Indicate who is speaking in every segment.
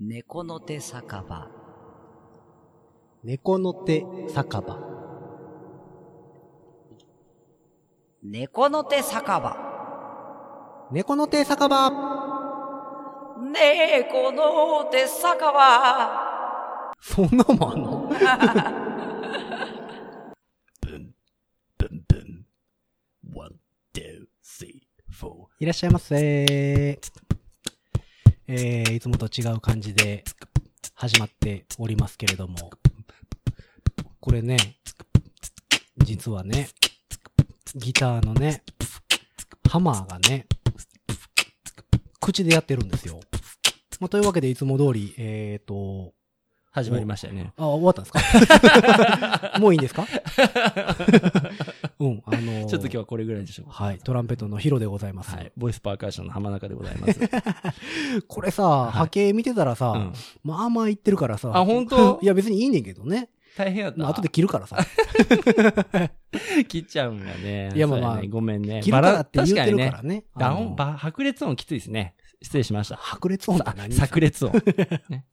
Speaker 1: 猫の手酒場
Speaker 2: 猫の手酒場。
Speaker 1: 猫の手酒場
Speaker 2: 猫の手酒場。
Speaker 1: 猫の手酒場
Speaker 2: そんなもんあんの
Speaker 3: boom, boom, boom. One, two, three, four.
Speaker 2: いらっしゃいませえー、いつもと違う感じで始まっておりますけれども。これね、実はね、ギターのね、ハマーがね、口でやってるんですよ。まあ、というわけで、いつも通り、えーと、
Speaker 4: 始まりましたよね。
Speaker 2: あ、終わったんです かもういいんですかうん、あのー
Speaker 4: ちょっと今日はこれぐらいでしょう。
Speaker 2: はい、トランペットのヒロでございます。
Speaker 4: はい。ボイスパーカーションの浜中でございます。
Speaker 2: これさ、波形見てたらさ、
Speaker 4: うん
Speaker 2: まあまあ言ってるからさ。
Speaker 4: あ本当
Speaker 2: いや別にいいねんけどね。
Speaker 4: 大変やった。
Speaker 2: まあ後で切るからさ。
Speaker 4: 切っちゃうんがね。
Speaker 2: いやまあまあ
Speaker 4: そうねごめんね。
Speaker 2: 切るからって
Speaker 4: バラ
Speaker 2: 言ってる
Speaker 4: 確
Speaker 2: か
Speaker 4: からにね。
Speaker 2: ね。
Speaker 4: ダ
Speaker 2: あ
Speaker 4: 音
Speaker 2: の
Speaker 4: ば白熱音きついですね。失礼しました。
Speaker 2: 白熱音 だ何
Speaker 4: さ炸裂音。ね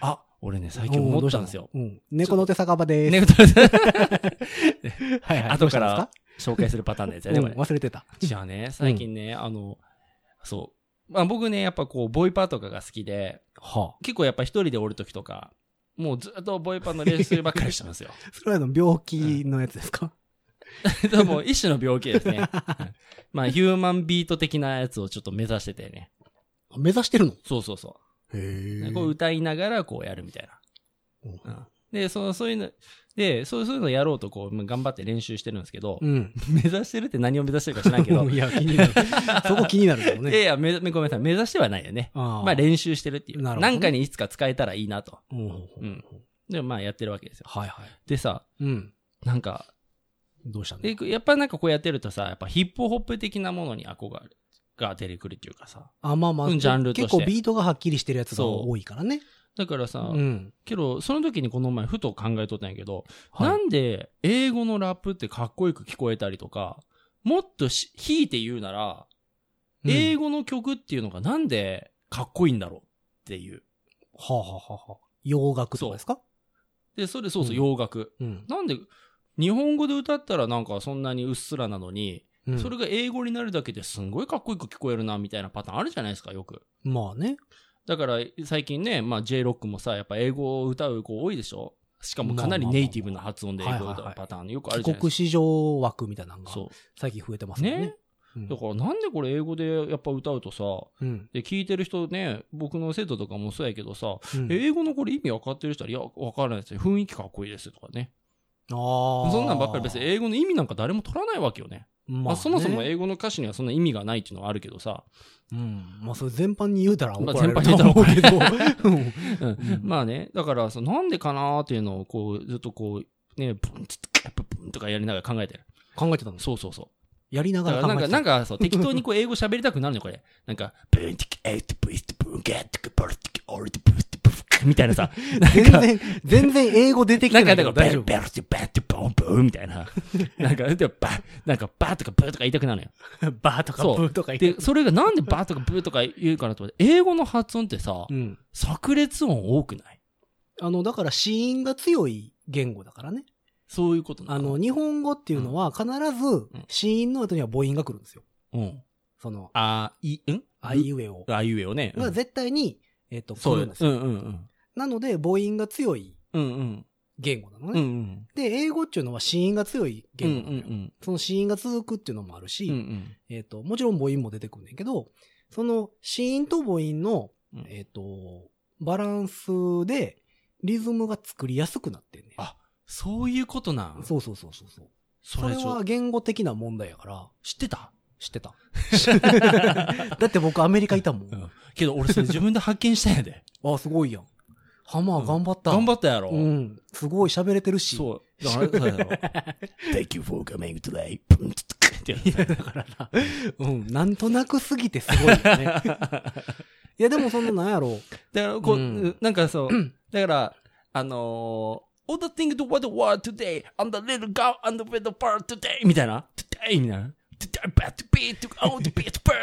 Speaker 4: あ、俺ね、最近思ったんですよ。
Speaker 2: ううん。猫の手酒場でーす。
Speaker 4: ね、歌う
Speaker 2: はいはい。
Speaker 4: 後
Speaker 2: ど
Speaker 4: か
Speaker 2: う
Speaker 4: ら紹介するパターンのやつ
Speaker 2: した
Speaker 4: や
Speaker 2: んで
Speaker 4: ね、
Speaker 2: す
Speaker 4: こ
Speaker 2: か、
Speaker 4: れ
Speaker 2: うん、。忘れてた。
Speaker 4: じゃあね、最近ね、あの、そう。まあ僕ね、やっぱこう、ボイパーとかが好きで、
Speaker 2: は
Speaker 4: 結構やっぱ一人でおるときとか、もうずっとボイパーの練習ばっかりしてますよ。
Speaker 2: あ。それはあの病気のやつですか、
Speaker 4: でも一種の病気ですね。まあヒューマンビート的なやつをちょっと目指しててね。
Speaker 2: あ目指してるの
Speaker 4: そうそうそ
Speaker 2: へ
Speaker 4: う。
Speaker 2: ー
Speaker 4: こう歌いながらこうやるみたい
Speaker 2: うん
Speaker 4: な。うんで、そのそういうの、で、そうそういうのやろうとこう頑張って練習してるんですけど、
Speaker 2: うん。
Speaker 4: 目指してるって何を目指してるか知らんけど、
Speaker 2: いや、気になる。そこ気になるけど
Speaker 4: いやい
Speaker 2: ね。
Speaker 4: やめ、めごめんなさい、目指してはないよね。
Speaker 2: あー
Speaker 4: まあ練習してるっていう。
Speaker 2: な
Speaker 4: な
Speaker 2: るほどね
Speaker 4: んかにいつか使えたらいいなと。
Speaker 2: うん
Speaker 4: うん。で、まあやってるわけですよ。
Speaker 2: はいはい。
Speaker 4: でさ、
Speaker 2: うん。
Speaker 4: なんか、
Speaker 2: どうしたの
Speaker 4: でやっぱなんかこうやってるとさ、やっぱヒップホップ的なものに憧れが出てくるっていうかさ。
Speaker 2: あ、まあまあ、
Speaker 4: うんジャンルとして
Speaker 2: 結構ビートがはっきりしてるやつが多いからね。
Speaker 4: だから
Speaker 2: う
Speaker 4: さ、
Speaker 2: ん。
Speaker 4: けど、その時にこの前ふと考えとったんやけど、
Speaker 2: はい
Speaker 4: なんで英語のラップってかっこよく聞こえたりとか、もっとし、弾いて言うなら、英
Speaker 2: 語。
Speaker 4: 語の曲っていうのがなんでかっこいいんだろうっていう。
Speaker 2: はあ、はあはあはあ、洋楽とかですか
Speaker 4: で、それ、そうそう、
Speaker 2: うん
Speaker 4: 洋楽。
Speaker 2: うん。
Speaker 4: なんで、日本語で歌ったらなんかそんなにうっすらなのに、
Speaker 2: うん
Speaker 4: それが英語になるだけですんごいかっこよく聞こえるな、みたいなパターンあるじゃないですか、よく。
Speaker 2: まあね。
Speaker 4: だから最近ね、まあ、j ロックもさやっぱ英語を歌う子多いでしょしかもかなりネイティブな発音で英語を歌うパターンよくあるじゃ
Speaker 2: 帰
Speaker 4: ないで
Speaker 2: 国
Speaker 4: す
Speaker 2: 史上枠みたいなの
Speaker 4: か。
Speaker 2: が
Speaker 4: そ
Speaker 2: 最近増えてま
Speaker 4: う
Speaker 2: すよね。
Speaker 4: ね、
Speaker 2: うん
Speaker 4: だからなんでこれ英語でやっぱ歌うとさ
Speaker 2: うん。
Speaker 4: で聞いてる人ね僕の生徒とかもそうやけどさ、
Speaker 2: うん
Speaker 4: 英語のこれ意味分かってる人はいや分からないですよ雰囲気かっこいいですとかね
Speaker 2: ああ。
Speaker 4: そんなんばっかり別に英語の意味なんか誰も取らないわけよね,、
Speaker 2: まあね
Speaker 4: まあ、そもそも英語の歌詞にはそんな意味がないっていうのはあるけどさ、
Speaker 2: うん。まあそれ全般に言うたら怒られる
Speaker 4: まあ全般に言うたら怒ら
Speaker 2: と 思うけど。うん
Speaker 4: うん
Speaker 2: ん
Speaker 4: まあね、だからその、なんでかなーっていうのを、こう、ずっとこう、ね、ブンツッツッブンブンとかやりながら考えてる。
Speaker 2: 考えてたんです。
Speaker 4: そうそうそ
Speaker 2: やりな
Speaker 4: う。
Speaker 2: が
Speaker 4: だからら
Speaker 2: 考
Speaker 4: なん
Speaker 2: え
Speaker 4: か、
Speaker 2: てた。
Speaker 4: なん
Speaker 2: か、
Speaker 4: か、そう、適当にこう、英語喋りたくなるの、これ。なんか、
Speaker 3: Boom, tick, eight, boost, boom, get, tick, bird, tick, all, tick, boost, boof,
Speaker 4: みたいなさ、
Speaker 2: 全然、全然英語出てきてないけど
Speaker 4: なんかだ
Speaker 2: 大
Speaker 4: から
Speaker 2: 丈
Speaker 3: bell,
Speaker 2: 夫。
Speaker 3: bell, bell, boom, boom, みたいな。
Speaker 4: なんか、でバなんか、バーとかブーとか言いたくなるのよ。
Speaker 2: バーとかブ
Speaker 4: そう
Speaker 2: ーとか言って。
Speaker 4: で、それがなんでバーとかブーとか言うかなと思って、英語の発音ってさ
Speaker 2: う、ん。
Speaker 4: 炸裂音多くない
Speaker 2: あの、だから子音が強い言語だからね。
Speaker 4: そういうことな
Speaker 2: あの、日本語っていうのは必ず、子音の後には母音が来るんですよ。
Speaker 4: うん。
Speaker 2: その、
Speaker 4: あい、ん
Speaker 2: あいうえを。
Speaker 4: あいうえをね。
Speaker 2: は絶対に、えっと、来
Speaker 4: そう
Speaker 2: る
Speaker 4: よ
Speaker 2: んです
Speaker 4: うん
Speaker 2: よ。
Speaker 4: うんうん。
Speaker 2: なので、母音が強い
Speaker 4: うんうん。
Speaker 2: 言語なの
Speaker 4: うんう
Speaker 2: ね。
Speaker 4: ん。
Speaker 2: で、英語っていうのは子音が強い
Speaker 4: うん
Speaker 2: 言語なのよ。その子音が続くっていうのもある
Speaker 4: うんうん。うんう
Speaker 2: し、
Speaker 4: ん。
Speaker 2: えっと、もちろん母音も出てくるんだけど、その子音と母音の
Speaker 4: うん、
Speaker 2: えっと、バランスで、リズムが作りやすくなってんね。
Speaker 4: あそういうことなん
Speaker 2: そうそうそうそうそう。
Speaker 4: そ
Speaker 2: そ
Speaker 4: れ
Speaker 2: れ
Speaker 4: ちょ
Speaker 2: は言語的な問題やから、
Speaker 4: 知ってた
Speaker 2: 知って た。だって僕アメリカいたもん。
Speaker 4: けど俺それ自分で発見したんや で。
Speaker 2: あ、すごいやん。ハマー頑張った。
Speaker 4: 頑張
Speaker 2: っ
Speaker 4: ったやろ。
Speaker 2: たうん。すごい喋れてるし。
Speaker 4: そう。だからそう やろ。
Speaker 3: Thank you for coming today. Boom, tick,
Speaker 4: ってやつだよ
Speaker 2: うん。なんとなくすぎてすごいよ ね。いや、でもそのなんやろ
Speaker 4: だからこう、
Speaker 2: うん
Speaker 4: なんかそう、 だから、あのー、All the things what the world today, I'm the little girl and the little bird today, みたいな。today, みたいな。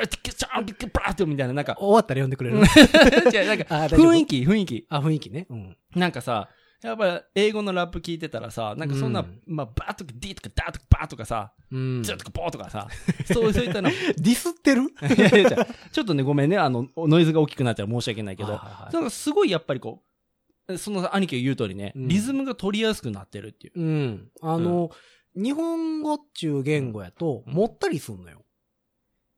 Speaker 4: みたいな、 なんか、
Speaker 2: 終わったら呼んでくれる
Speaker 4: いやなんか
Speaker 2: あ大丈夫
Speaker 4: 雰囲気、雰囲気。
Speaker 2: あ、雰囲気ね。うん。
Speaker 4: なんかさ、やっぱ英語のラップ聞いてたらさ、なんかそんな、
Speaker 2: うん
Speaker 4: まあ、バーとか、ディとか、ダーとか、バーとかさ、
Speaker 2: うん。
Speaker 4: ズーとか、ボーとかさ、 そう、そういったの。い
Speaker 2: ディスってる
Speaker 4: やいやいやちょっとね、ごめんね、あの、ノイズが大きくなっちゃう申し訳ないけど、なんかすごいやっぱりこう、その兄貴が言う通りね、
Speaker 2: うん
Speaker 4: リズムが取りやすくなってるっていう。
Speaker 2: うん。あの、日本語っちゅう言語やと、
Speaker 4: うん
Speaker 2: もったりすんのよ。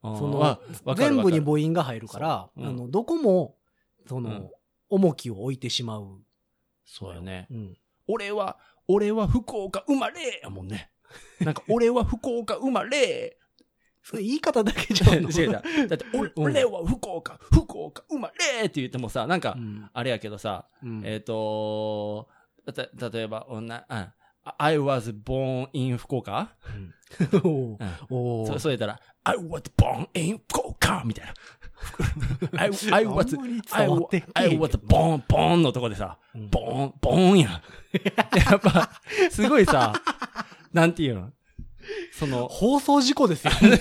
Speaker 2: その
Speaker 4: あーわかる
Speaker 2: 全
Speaker 4: わか
Speaker 2: 部
Speaker 4: る
Speaker 2: に母音が入るから、
Speaker 4: そううん
Speaker 2: あの、どこも、その、
Speaker 4: うん
Speaker 2: 重きを置いてしまう。
Speaker 4: そうよね。
Speaker 2: うん。
Speaker 4: 俺は、俺は福岡生まれやもん ね。なんか、俺は福岡生ま れ。
Speaker 2: それ言い方だけじゃ
Speaker 4: 違
Speaker 2: ん
Speaker 4: う
Speaker 2: の。
Speaker 4: 違うだって俺、
Speaker 2: うん
Speaker 4: 俺は福岡、福岡生まれって言ってもさ、なんか
Speaker 2: う、ん。
Speaker 4: あれやけどさ、
Speaker 2: うん
Speaker 4: えっ、とた、例えば、女、うん。I was born in 福岡、
Speaker 2: おーおー
Speaker 4: そう、そうやったら、I was born in 福岡みた いな。I, I
Speaker 2: あ
Speaker 4: was,
Speaker 2: んまり伝
Speaker 4: I,
Speaker 2: わってへん
Speaker 4: was-
Speaker 2: けど
Speaker 4: I was born, born のとこでさ、
Speaker 2: うん
Speaker 4: ボーン、ボーンやん。やっぱ、すごいさ、なんていうのその、
Speaker 2: 放送事故ですよ。
Speaker 4: 違う、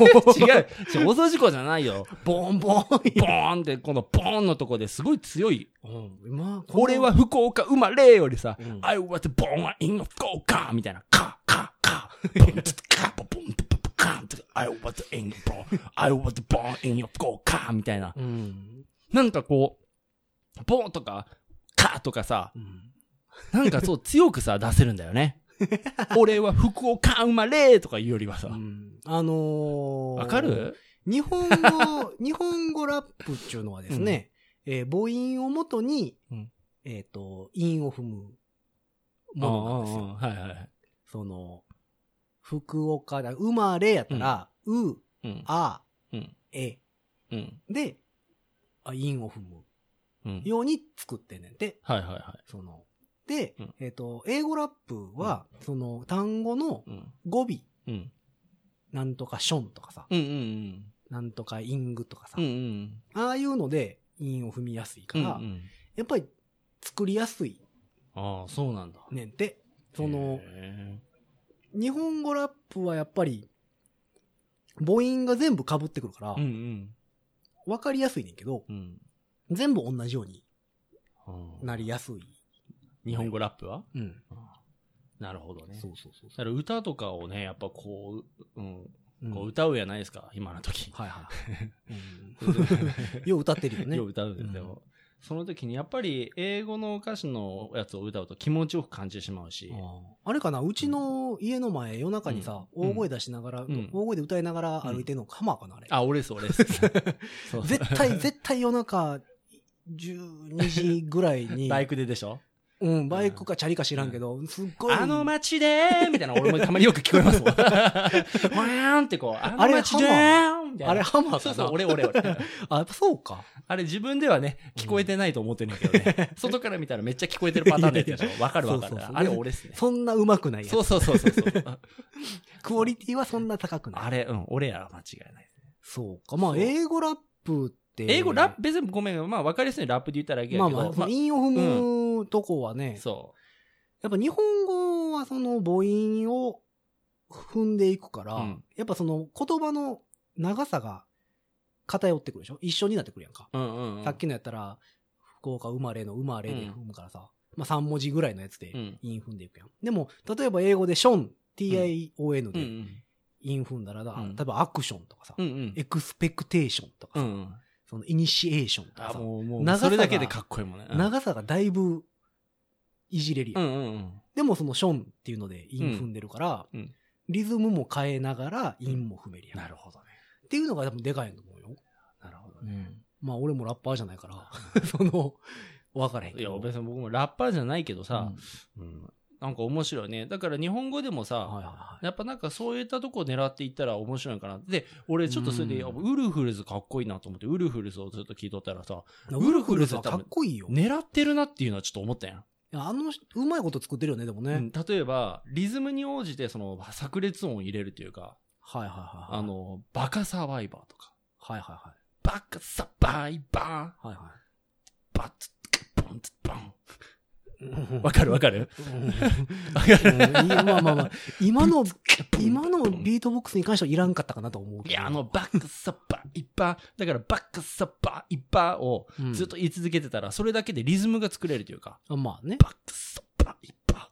Speaker 4: 違う放送事故じゃないよ。
Speaker 2: ボンボン。
Speaker 4: ボーンって、このボーンのとこですごい強い。
Speaker 2: うん、まあ、
Speaker 4: 俺は、福岡生まれよりさ、
Speaker 2: うん
Speaker 4: I was born in 福岡みたいな、カーカー カー、ボンツッカー、ボンツッカー、ボンツッカー I was in 福岡 I was born in 福岡みたいな。
Speaker 2: うん。
Speaker 4: なんかこう、ボーンとか、カーとかさ、
Speaker 2: うん
Speaker 4: なんかそう、強くさ、出せるんだよ ね。俺は福岡生まれとか言うよりはさ
Speaker 2: う。んあのー
Speaker 4: わかる
Speaker 2: 日本語、 日本語ラップっていうのはですね、えー母音をもとに、
Speaker 4: うん
Speaker 2: えっ、と、韻を踏むものなんですよ。
Speaker 4: うんうんうんはいはい。
Speaker 2: その、福岡だ、生まれやったら、う
Speaker 4: うん。
Speaker 2: あ、
Speaker 4: うん
Speaker 2: え、
Speaker 4: うん。
Speaker 2: で、あ韻を踏む
Speaker 4: うん。
Speaker 2: ように作ってんねんて、
Speaker 4: はいはいは
Speaker 2: その、で、
Speaker 4: うん
Speaker 2: えっ、と、英語ラップは、その、単語の
Speaker 4: い。うん。
Speaker 2: 語尾、
Speaker 4: うん。
Speaker 2: なんとかションとかさ、
Speaker 4: うんうん
Speaker 2: なんとかイングとかさ、
Speaker 4: うん。うんうん。
Speaker 2: ああいうので、韻を踏みやすいから、
Speaker 4: うんうん
Speaker 2: やっぱり作りやすい
Speaker 4: ああ、そうなんだ。
Speaker 2: ねんて。その、
Speaker 4: へ
Speaker 2: 日本語ラップはやっぱり、母音が全部被ってくるから
Speaker 4: ー、うん
Speaker 2: わかりやすいねんけど、
Speaker 4: うん。うん
Speaker 2: 全部同じように
Speaker 4: うん。
Speaker 2: なりやすい。
Speaker 4: 日本語ラップは
Speaker 2: うん。
Speaker 4: なるほどね。
Speaker 2: そうそうそうそ
Speaker 4: だから歌とかをね、やっぱこう、うん、
Speaker 2: う。うん
Speaker 4: こう歌うやないですか、今の時。
Speaker 2: はいはい。うんよう歌ってるよね
Speaker 4: よ。う歌うんですよ。でもその時にやっぱり英語の歌詞のやつを歌うと気持ちよく感じてしまうし、
Speaker 2: あーあれかなうちの家の前、夜中にさ、
Speaker 4: うん
Speaker 2: 大声出しながら、
Speaker 4: ん
Speaker 2: 大声で歌いながら歩いてんの、カマかなあれ。
Speaker 4: あ、俺です、俺です。そう
Speaker 2: 絶対、絶対夜中、12時ぐらいに、
Speaker 4: バイクででしょ
Speaker 2: うん、バイクかチャリか知らんけど、すっごい。
Speaker 4: あの街でーみたいな、俺もたまによく聞こえ ますもん。わーんってこう、あの街でーみたいな。
Speaker 2: あれハマーかな
Speaker 4: そうそう、俺俺俺。
Speaker 2: あ、やっぱそうか。
Speaker 4: あれ自分ではね、聞こえてないと思ってるんだけど ね。外から見たらめっちゃ聞こえてるパターンのやつでし ょ。わかるわかる
Speaker 2: そうそう。そう
Speaker 4: あれ俺っすね。
Speaker 2: そんな上手くないやつ
Speaker 4: そうそうそうそうそう。あ
Speaker 2: クオリティはそんな高くない。
Speaker 4: あれ、うん、俺やな間違いない。
Speaker 2: そうか。まあ、
Speaker 4: そう
Speaker 2: 英語ラップって。
Speaker 4: 英語、ラップ、別にごめん、まあ分かりやすいラップで言ったらだけや
Speaker 2: まあ
Speaker 4: け
Speaker 2: ま
Speaker 4: ど
Speaker 2: あ、そ、の韻を踏むとこはね、
Speaker 4: そ
Speaker 2: やっぱ日本語はその母音を踏んでいくから、
Speaker 4: うん
Speaker 2: やっぱその言葉の長さが偏ってくるでしょ一緒になってくるやんか。
Speaker 4: う。うんうんうん。
Speaker 2: さっきのやったら、福岡生まれの生まれで踏むからさ、まあ3文字ぐらいのやつで
Speaker 4: うん
Speaker 2: 韻踏んでいくやん。でも、例えば英語でション、tion
Speaker 4: うんう
Speaker 2: で
Speaker 4: ん。
Speaker 2: 韻踏んだらだ、
Speaker 4: うん
Speaker 2: 例えばアクションとかさ、
Speaker 4: うんうん。
Speaker 2: エクスペクテーションとか
Speaker 4: う
Speaker 2: さ、
Speaker 4: んうん。
Speaker 2: そのイニシエーションとか
Speaker 4: あ、
Speaker 2: さ、
Speaker 4: もう、もう、
Speaker 2: 長さが
Speaker 4: それだけでかっこいいもんね。うん
Speaker 2: 長さがだいぶいじれるやん
Speaker 4: うんうんうん。
Speaker 2: でもそのションっていうので韻踏んでるから、
Speaker 4: うんうん
Speaker 2: リズムも変えながら韻も踏めるやん。
Speaker 4: なるほどね。
Speaker 2: っていうのが多分でかいと思うよ。
Speaker 4: なるほど
Speaker 2: う
Speaker 4: ね。
Speaker 2: ん。まあ俺もラッパーじゃないから、その、わからへん
Speaker 4: い
Speaker 2: け
Speaker 4: や、
Speaker 2: ど。
Speaker 4: 別に僕もラッパーじゃないけど
Speaker 2: う
Speaker 4: さ
Speaker 2: ん、
Speaker 4: うんなんか面白いね。だから日本語でもさ、
Speaker 2: はいはいは
Speaker 4: やっぱなんかそういったとこ狙っていったら面白いかな。で、俺ちょっとそれで、
Speaker 2: うん
Speaker 4: ウルフルズかっこいいなと思って、ウルフルズをずっと聞いとったらさ、
Speaker 2: い。
Speaker 4: ウ
Speaker 2: ウ
Speaker 4: ル
Speaker 2: ル
Speaker 4: フ
Speaker 2: フ
Speaker 4: ル
Speaker 2: ル
Speaker 4: ズ
Speaker 2: ズは
Speaker 4: は多分
Speaker 2: かっこいいよ。
Speaker 4: 狙ってるなっていうのはちょっと思ったやん。
Speaker 2: いやあの、うまいこと作ってるよね、でもね。
Speaker 4: うん例えば、リズムに応じてその炸裂音を入れるというか、
Speaker 2: はいはいはい。
Speaker 4: あ、の、バカサバイバーとか、
Speaker 2: はいはいは
Speaker 4: バカサバイバ
Speaker 2: い。
Speaker 4: ー、
Speaker 2: はいは
Speaker 4: バッツッカボンツッボン。
Speaker 2: い。う
Speaker 4: わかるわかる
Speaker 2: うんいまあまあまあ、今の、今のビートボックスに関してはいらんかったかなと思うけ
Speaker 4: い
Speaker 2: ど。
Speaker 4: や、あの、バックサッパー、いっぱい、だからバックサッパー、いっぱいを
Speaker 2: うん、
Speaker 4: ずっと言い続けてたら、それだけでリズムが作れるというか、
Speaker 2: あまあね。
Speaker 4: バックサッパー、いっぱい。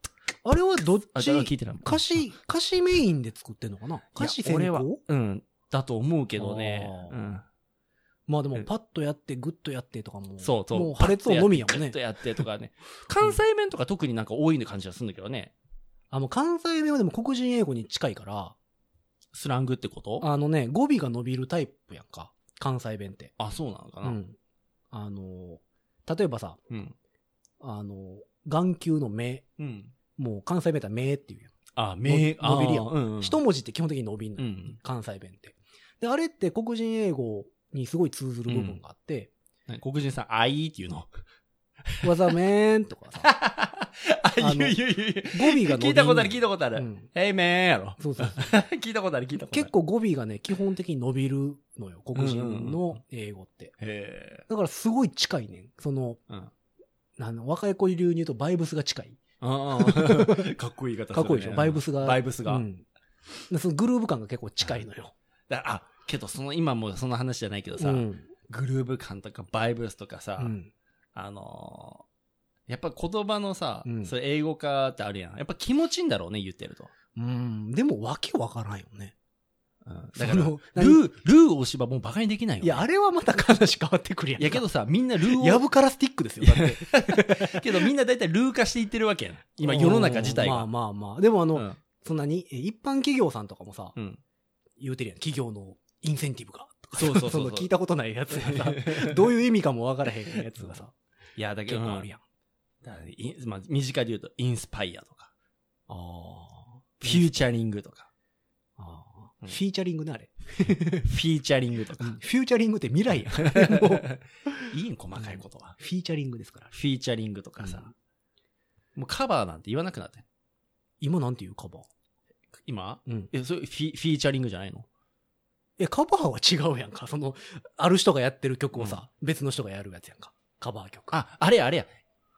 Speaker 2: あれはどっ
Speaker 4: あ、だから聞
Speaker 2: ち、
Speaker 4: いてないもん
Speaker 2: 歌詞、歌詞メインで作ってんのかな歌詞先
Speaker 4: いや俺は
Speaker 2: 行
Speaker 4: うん、だと思うけどね。
Speaker 2: あー
Speaker 4: うん。
Speaker 2: まあでも、パッとやって、グッとやってとかも。
Speaker 4: そうそう。
Speaker 2: もう破裂音のみやもん
Speaker 4: パ
Speaker 2: ね
Speaker 4: ッと。やってとかね。関西弁とか特になんか多いの感じがするんだけどね。
Speaker 2: あの、関西弁はでも黒人英語に近いから、
Speaker 4: スラングってことあ
Speaker 2: あのね、語尾が伸びるタイプやんか。関西弁って。
Speaker 4: そうなのか
Speaker 2: う
Speaker 4: な。
Speaker 2: ん。あの、例えばさ、
Speaker 4: うん。
Speaker 2: あの、眼球の目、
Speaker 4: うん。
Speaker 2: もう関西弁やったら目っていうやん。
Speaker 4: あ、目、
Speaker 2: の伸びるやん
Speaker 4: あーうんうん。
Speaker 2: 一文字って基本的に伸びんの
Speaker 4: う
Speaker 2: よ、
Speaker 4: ん。
Speaker 2: 関西弁って。で、あれって黒人英語にすごい通ずる部分があって、
Speaker 4: 何黒人さん、あいーっていう の。
Speaker 2: わざめーんとか さ、
Speaker 4: あ、
Speaker 2: あの
Speaker 4: いやいやいやいや。
Speaker 2: 語尾が伸びんの
Speaker 4: 聞いたことある、聞いたことあ
Speaker 2: う
Speaker 4: る。
Speaker 2: ん
Speaker 4: えいめーやろ。
Speaker 2: そうそうそう。
Speaker 4: 聞いたことある、聞いたことある。
Speaker 2: 結。構語尾がね、基本的に伸びるのよ、黒
Speaker 4: うんうん
Speaker 2: 人
Speaker 4: うんう
Speaker 2: の英語って。
Speaker 4: へ
Speaker 2: だからすごい近いねん。その、
Speaker 4: え。うん。
Speaker 2: なんだ若い子流に言うとバイブスが近い。
Speaker 4: あー かっこいい言い方するね
Speaker 2: かっこいいでしょ、バイブスが。
Speaker 4: バイブスが。
Speaker 2: うん。でそのグルーヴ感が結構近いのよ。
Speaker 4: だあ、けどその、今もうその話じゃないけど
Speaker 2: う
Speaker 4: さ、
Speaker 2: ん。
Speaker 4: グルーヴ感とかバイブスとかさ、
Speaker 2: うん。
Speaker 4: あのーやっぱ言葉のさ、
Speaker 2: うん
Speaker 4: それ英語化ってあるやん。やっぱ気持ちいいんだろうね、言ってると。
Speaker 2: うん。でも、わけわからんよね。
Speaker 4: うん、
Speaker 2: そ
Speaker 4: だから、ル
Speaker 2: の、何
Speaker 4: ー、ルー押しばもう馬鹿にできないよ、
Speaker 2: いや、あれはまた話変わってくるやんか。
Speaker 4: いやけどさ、みんなルー
Speaker 2: や
Speaker 4: を、
Speaker 2: ぶからスティックですよ、だって。
Speaker 4: けどみんな大体ルー化していってるわけやん。 今世の中自体
Speaker 2: まあ
Speaker 4: が。
Speaker 2: まあまあ。でもあの、
Speaker 4: うん
Speaker 2: そんなに、え一般企業さんとかもさ、
Speaker 4: うん。
Speaker 2: 言うてるやん。企業のインセンティブが。
Speaker 4: そう そうそう
Speaker 2: の
Speaker 4: そう。
Speaker 2: 聞いたことないやつがさ、 どういう意味かもわからへんやつが さ、
Speaker 4: いや、だけ
Speaker 2: 結
Speaker 4: ど、
Speaker 2: 構あるやん。
Speaker 4: だからいまあ、身近で言うと、インスパイアとか、
Speaker 2: あ
Speaker 4: フューチャリングとか、
Speaker 2: あああ
Speaker 4: うん
Speaker 2: フィーチャリングね、あれ。
Speaker 4: フィーチャリングとか。
Speaker 2: フューチャリングって未来やん。もう
Speaker 4: いいん、 細かいことは。
Speaker 2: フィーチャリングですから。
Speaker 4: フィーチャリングとかさ、もうカバーなんて言わなくなって。
Speaker 2: 今なんていうカバー
Speaker 4: 今
Speaker 2: うん
Speaker 4: え、それフィフィーチャリングじゃないの
Speaker 2: え、カバーは違うやんか。その、ある人がやってる曲をさ、別の人がやるやつやんか。カバー曲。
Speaker 4: あ、あれや、あれや。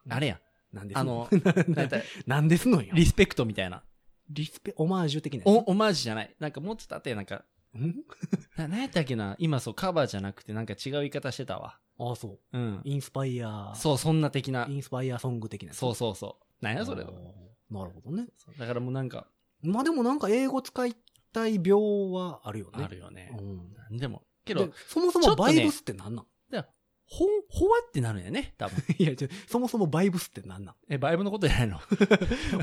Speaker 4: あれや。
Speaker 2: なんです
Speaker 4: あの、 なんか
Speaker 2: なんですのよ。
Speaker 4: リスペクトみたいな。
Speaker 2: リスペ、オマージュ的な
Speaker 4: お、オマージュじゃない。なんかもうちょっとあって、なんか、
Speaker 2: ん
Speaker 4: な、なんやったっけな今そう、カバーじゃなくて、なんか違う言い方してたわ。
Speaker 2: ああ、そう。
Speaker 4: うん。
Speaker 2: インスパイア、
Speaker 4: そう、そんな的な
Speaker 2: イ。ンスパイアソング的なやつ。
Speaker 4: そうそうそう。なんや、それ
Speaker 2: あ。ーなるほどね。
Speaker 4: だからもうなんか、
Speaker 2: まあでもなんか英語使いたい病はあるよね。
Speaker 4: あるよね
Speaker 2: う。ん。
Speaker 4: なんでも。け
Speaker 2: け
Speaker 4: ど、
Speaker 2: そもそ
Speaker 4: ちょ
Speaker 2: も
Speaker 4: っと
Speaker 2: バ
Speaker 4: ね
Speaker 2: イブスってなん なん
Speaker 4: ほ、ほわってなるんやね、 多分。
Speaker 2: いや、ちょそもそもバイブスって なんなん
Speaker 4: え、バイブのことじゃないの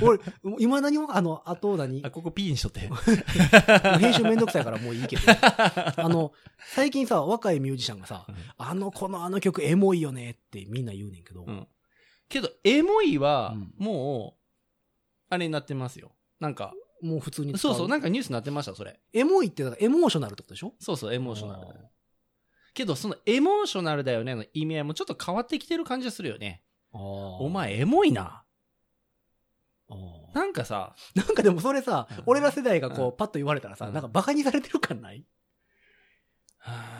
Speaker 2: 俺、いまだにあの、あと何
Speaker 4: あ、ここ P にしと って。
Speaker 2: 編集めんどくさいからもういいけ ど。あの、最近さ、若いミュージシャンがさ
Speaker 4: うん、
Speaker 2: あの子のあの曲エモいよねってみんな言うねんけど
Speaker 4: う、ん。けど、エモいは
Speaker 2: うん、
Speaker 4: もう、あれになってますよ。なんか、
Speaker 2: もう普通に使
Speaker 4: そうそう、なん
Speaker 2: か、
Speaker 4: かニュースになってました、それ。
Speaker 2: エモいってだからエモーショナルってことでしょ
Speaker 4: そうそう、エモーショナル
Speaker 2: あー。
Speaker 4: けど、そのエモーショナルだよねの意味合いもちょっと変わってきてる感じがするよね。お
Speaker 2: お。
Speaker 4: 前、エモいな。
Speaker 2: あー
Speaker 4: なんかさ、
Speaker 2: なんかでもそれさ
Speaker 4: うん、
Speaker 2: 俺ら世代がこ
Speaker 4: う
Speaker 2: う、パッと言われたらさ、
Speaker 4: うん
Speaker 2: なんかバカにされてる感ない
Speaker 4: は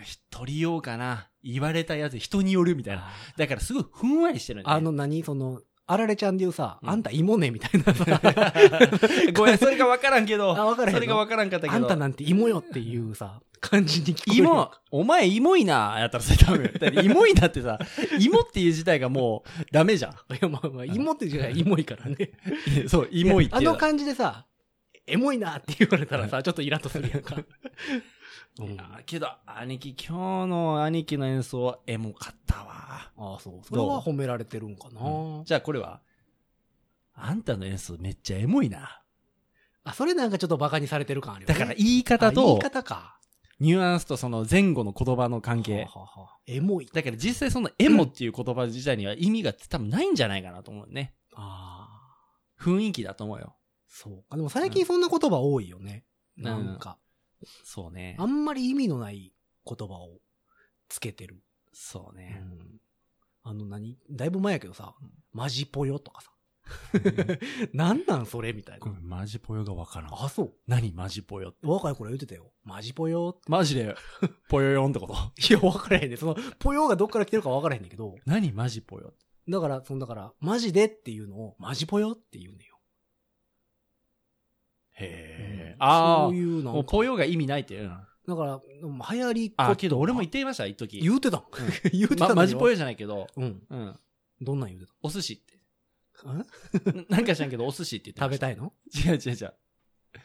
Speaker 4: ー人にようかな。言われたやつ、人によるみたいな。だからすごいふんわりしてるんだよ
Speaker 2: あ
Speaker 4: ね
Speaker 2: の、何その、あられちゃんで言うさ、
Speaker 4: うん。
Speaker 2: あんた芋ねみたいなさ
Speaker 4: ごめん、それがわからんけ ど。
Speaker 2: あわからへんの
Speaker 4: それがわからんかったけど。
Speaker 2: あんたなんて芋よっていうさ、感じに聞こえる。
Speaker 4: 芋、お前、イモいな、やったらそれダ メ。だって、イモいなってさ、イモっていう自体がもう、ダメじゃん。
Speaker 2: いや、まあまあ、芋ってじゃない、芋いからね。
Speaker 4: そう、 イモいって
Speaker 2: あ
Speaker 4: いう
Speaker 2: の感じでさ、エモいなって言われたらさ、ちょっとイラッとするや んか。うんあ
Speaker 4: あーけど、兄貴、今日の兄貴の演奏はエモかったわ。
Speaker 2: あ、そう。それは褒められてるんかな。
Speaker 4: じゃあ、これはあんたの演奏めっちゃエモいな。
Speaker 2: あ、それなんかちょっとバカにされてる感あるよね。
Speaker 4: だから、言い方
Speaker 2: あ言い
Speaker 4: と、
Speaker 2: 方か。
Speaker 4: ニュアンスとその前後の言葉の関係
Speaker 2: は。あはあはあエモい。
Speaker 4: だから実際そのエモっていう言葉自体には意味が多分ないんじゃないかなと思うね。
Speaker 2: ああ、
Speaker 4: 雰囲気だと思うよ。
Speaker 2: そうか。でも最近そんな言葉多いよね。
Speaker 4: うん
Speaker 2: なんか。
Speaker 4: そう ね
Speaker 2: あ。んまり意味のない言葉をつけてる。
Speaker 4: そう
Speaker 2: う
Speaker 4: ね。
Speaker 2: ん、あの何だいぶ前やけどさ、マジぽよとかさ。なんなんそれみたい
Speaker 4: ご
Speaker 2: な
Speaker 4: め。ん、マジぽよがわからん。
Speaker 2: あ、そう。
Speaker 4: 何マジぽよって。
Speaker 2: 若い頃言ってたよ。マジぽよっ
Speaker 4: マ ジで、ぽよよんってこと
Speaker 2: て。いや、分からへんね。その、ぽよがどっから来てるか分からへんねんけど、
Speaker 4: 何マジぽよって。
Speaker 2: だから、その、だから、マジでっていうのを、マジぽよって言うのよ。
Speaker 4: へえ
Speaker 2: う。ん
Speaker 4: あ
Speaker 2: そういう
Speaker 4: あ、
Speaker 2: な
Speaker 4: も
Speaker 2: ん
Speaker 4: う
Speaker 2: か。
Speaker 4: ポヨが意味ないって言うな。
Speaker 2: だから、でも流行りっ子
Speaker 4: あ、けど俺も言
Speaker 2: 言
Speaker 4: ってました、一時。
Speaker 2: 言うてたん。 言うてたんだ
Speaker 4: ま、
Speaker 2: よ
Speaker 4: マジポヨじゃないけど、
Speaker 2: うん。
Speaker 4: うん。
Speaker 2: どんなん言うて
Speaker 4: お寿司って。
Speaker 2: たん
Speaker 4: ななんか知らんけど、お寿司って言
Speaker 2: 食べ
Speaker 4: ってました
Speaker 2: いの
Speaker 4: た。違う違う違う。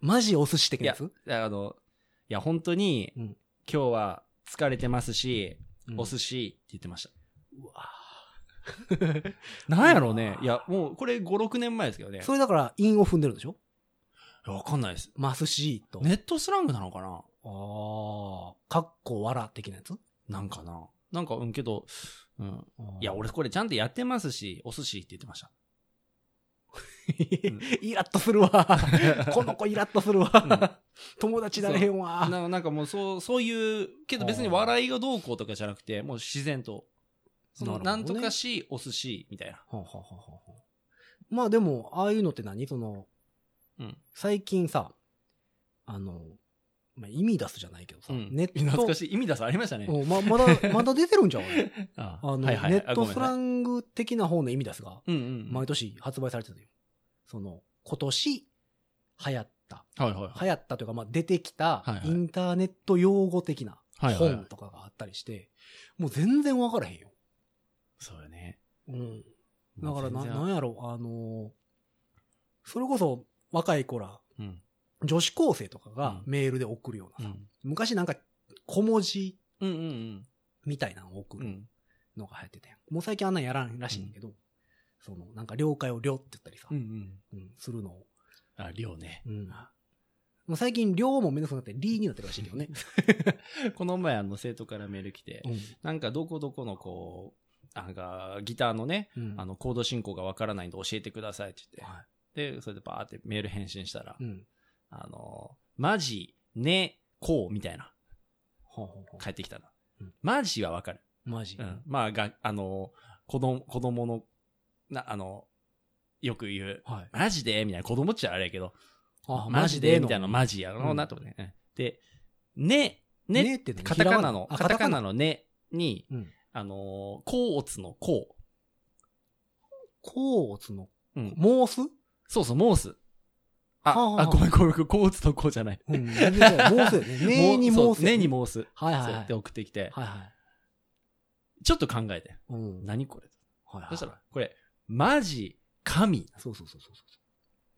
Speaker 2: マジお寿司的なやつ
Speaker 4: いやあの、いや、本当に、
Speaker 2: うん
Speaker 4: 今日は疲れてますし、
Speaker 2: うん
Speaker 4: お寿司って言ってました。
Speaker 2: うわ
Speaker 4: なんやろうね。いや、もうこれ5、6年前ですけどね。
Speaker 2: それだから、韻を踏んでるんでしょ
Speaker 4: いやわかんないです。
Speaker 2: マスシーと。
Speaker 4: ネットスラングなのかな
Speaker 2: ああ、かっこわら的なやつ
Speaker 4: なんかな。なんか、うん、けど、うん。いや、
Speaker 2: 俺
Speaker 4: 俺これちゃんとやってますし、お寿司って言ってました。
Speaker 2: イラッとするわ。 この子イラッとするわ。友達なれへんわ。
Speaker 4: ななんかもう、そう、そういう、けど別に笑いがどうこうとかじゃなくて、もう自然と。その、
Speaker 2: なるほ
Speaker 4: な
Speaker 2: ど
Speaker 4: ん
Speaker 2: ね
Speaker 4: とかし、お寿司、みたいな。
Speaker 2: ほうほうほうほうほうまあでも、ああいうのって何その、
Speaker 4: うん
Speaker 2: 最近さ、あの、まあ、意味出すじゃないけどさ、
Speaker 4: うん
Speaker 2: ネット、
Speaker 4: 懐かしい。意味出す、ありましたね。
Speaker 2: おままだ、まだ出てるんじゃん、俺
Speaker 4: あ
Speaker 2: あの、
Speaker 4: はいはい
Speaker 2: ネ
Speaker 4: はい
Speaker 2: ッ
Speaker 4: あ
Speaker 2: ト
Speaker 4: ごめん
Speaker 2: ス
Speaker 4: なさい
Speaker 2: ラング的な方の意味出すが、
Speaker 4: うんうん。
Speaker 2: 毎年発売されてたのよ。その、今年、流行った。
Speaker 4: はいはいはい。
Speaker 2: 流行ったというか、まあ、出てきた
Speaker 4: はいはい
Speaker 2: インターネット用語的な
Speaker 4: はいはいはい
Speaker 2: 本とかがあったりして、もう全然わからへんよ。
Speaker 4: そうよね。
Speaker 2: うん。だからな、
Speaker 4: もう全然
Speaker 2: なんやろ、あのーそれこそ若い子ら、
Speaker 4: うん。
Speaker 2: 女子高生とかが
Speaker 4: うん
Speaker 2: メールで送るよう
Speaker 4: う
Speaker 2: なさ、
Speaker 4: ん。
Speaker 2: 昔なんか小文字
Speaker 4: うんうん
Speaker 2: みたいなのを送
Speaker 4: うん。う
Speaker 2: る
Speaker 4: ん。
Speaker 2: のが流行ってたやん。もう最近あんなんやらんらしいんやけど、その、なんか了解を了って言ったりさ、
Speaker 4: うんうん。
Speaker 2: うんするのを。
Speaker 4: あ、量ね。
Speaker 2: うんもう最近了もめんどくさくなって、りになってるらしいけどね。
Speaker 4: この前、あの、生徒からメール来て、
Speaker 2: う
Speaker 4: なんかどこどこのこう、なんか、ギターのね、
Speaker 2: ん。うん
Speaker 4: あ、の、コード進行がわからないんで教えてくださいって言っ
Speaker 2: は
Speaker 4: て、で、それでバーってメール返信したら
Speaker 2: い。う、ん。
Speaker 4: あの、マジ、ね、こう、みたいな、
Speaker 2: ほうほうほう
Speaker 4: 返ってきたな
Speaker 2: うん。
Speaker 4: マジはわかる。
Speaker 2: マジ
Speaker 4: う。ん。まあ、が、あの、子供、子供の、な、あの、よく言う、
Speaker 2: はい。
Speaker 4: マジでみたいな、子供っちゃあれやけど、
Speaker 2: あ
Speaker 4: マジでみたいな、
Speaker 2: マジ
Speaker 4: マジやろうなと思って、ねで、ね、
Speaker 2: ね
Speaker 4: ね、
Speaker 2: って何
Speaker 4: カタカナ
Speaker 2: ひらが
Speaker 4: の、
Speaker 2: なあ
Speaker 4: カタ
Speaker 2: カ
Speaker 4: カ
Speaker 2: タカ
Speaker 4: ナ
Speaker 2: ナ
Speaker 4: のねに、
Speaker 2: うん
Speaker 4: あのー、甲乙の甲。
Speaker 2: コーツの、
Speaker 4: うん
Speaker 2: モース
Speaker 4: そうそう、モース。あ、
Speaker 2: はあはあ
Speaker 4: あ、ごめん、ごめん、ごめん甲乙の甲 じゃない。
Speaker 2: うん。全然違うモースよね。ねにモース。
Speaker 4: ねにモース。
Speaker 2: はいはい
Speaker 4: そう
Speaker 2: は
Speaker 4: や
Speaker 2: い
Speaker 4: って。送ってきて、
Speaker 2: はいはい。
Speaker 4: ちょっと考えて。
Speaker 2: うん。
Speaker 4: 何これ。
Speaker 2: はいはい
Speaker 4: そしたら、これ、マジ、神。
Speaker 2: そうそうそうそうそ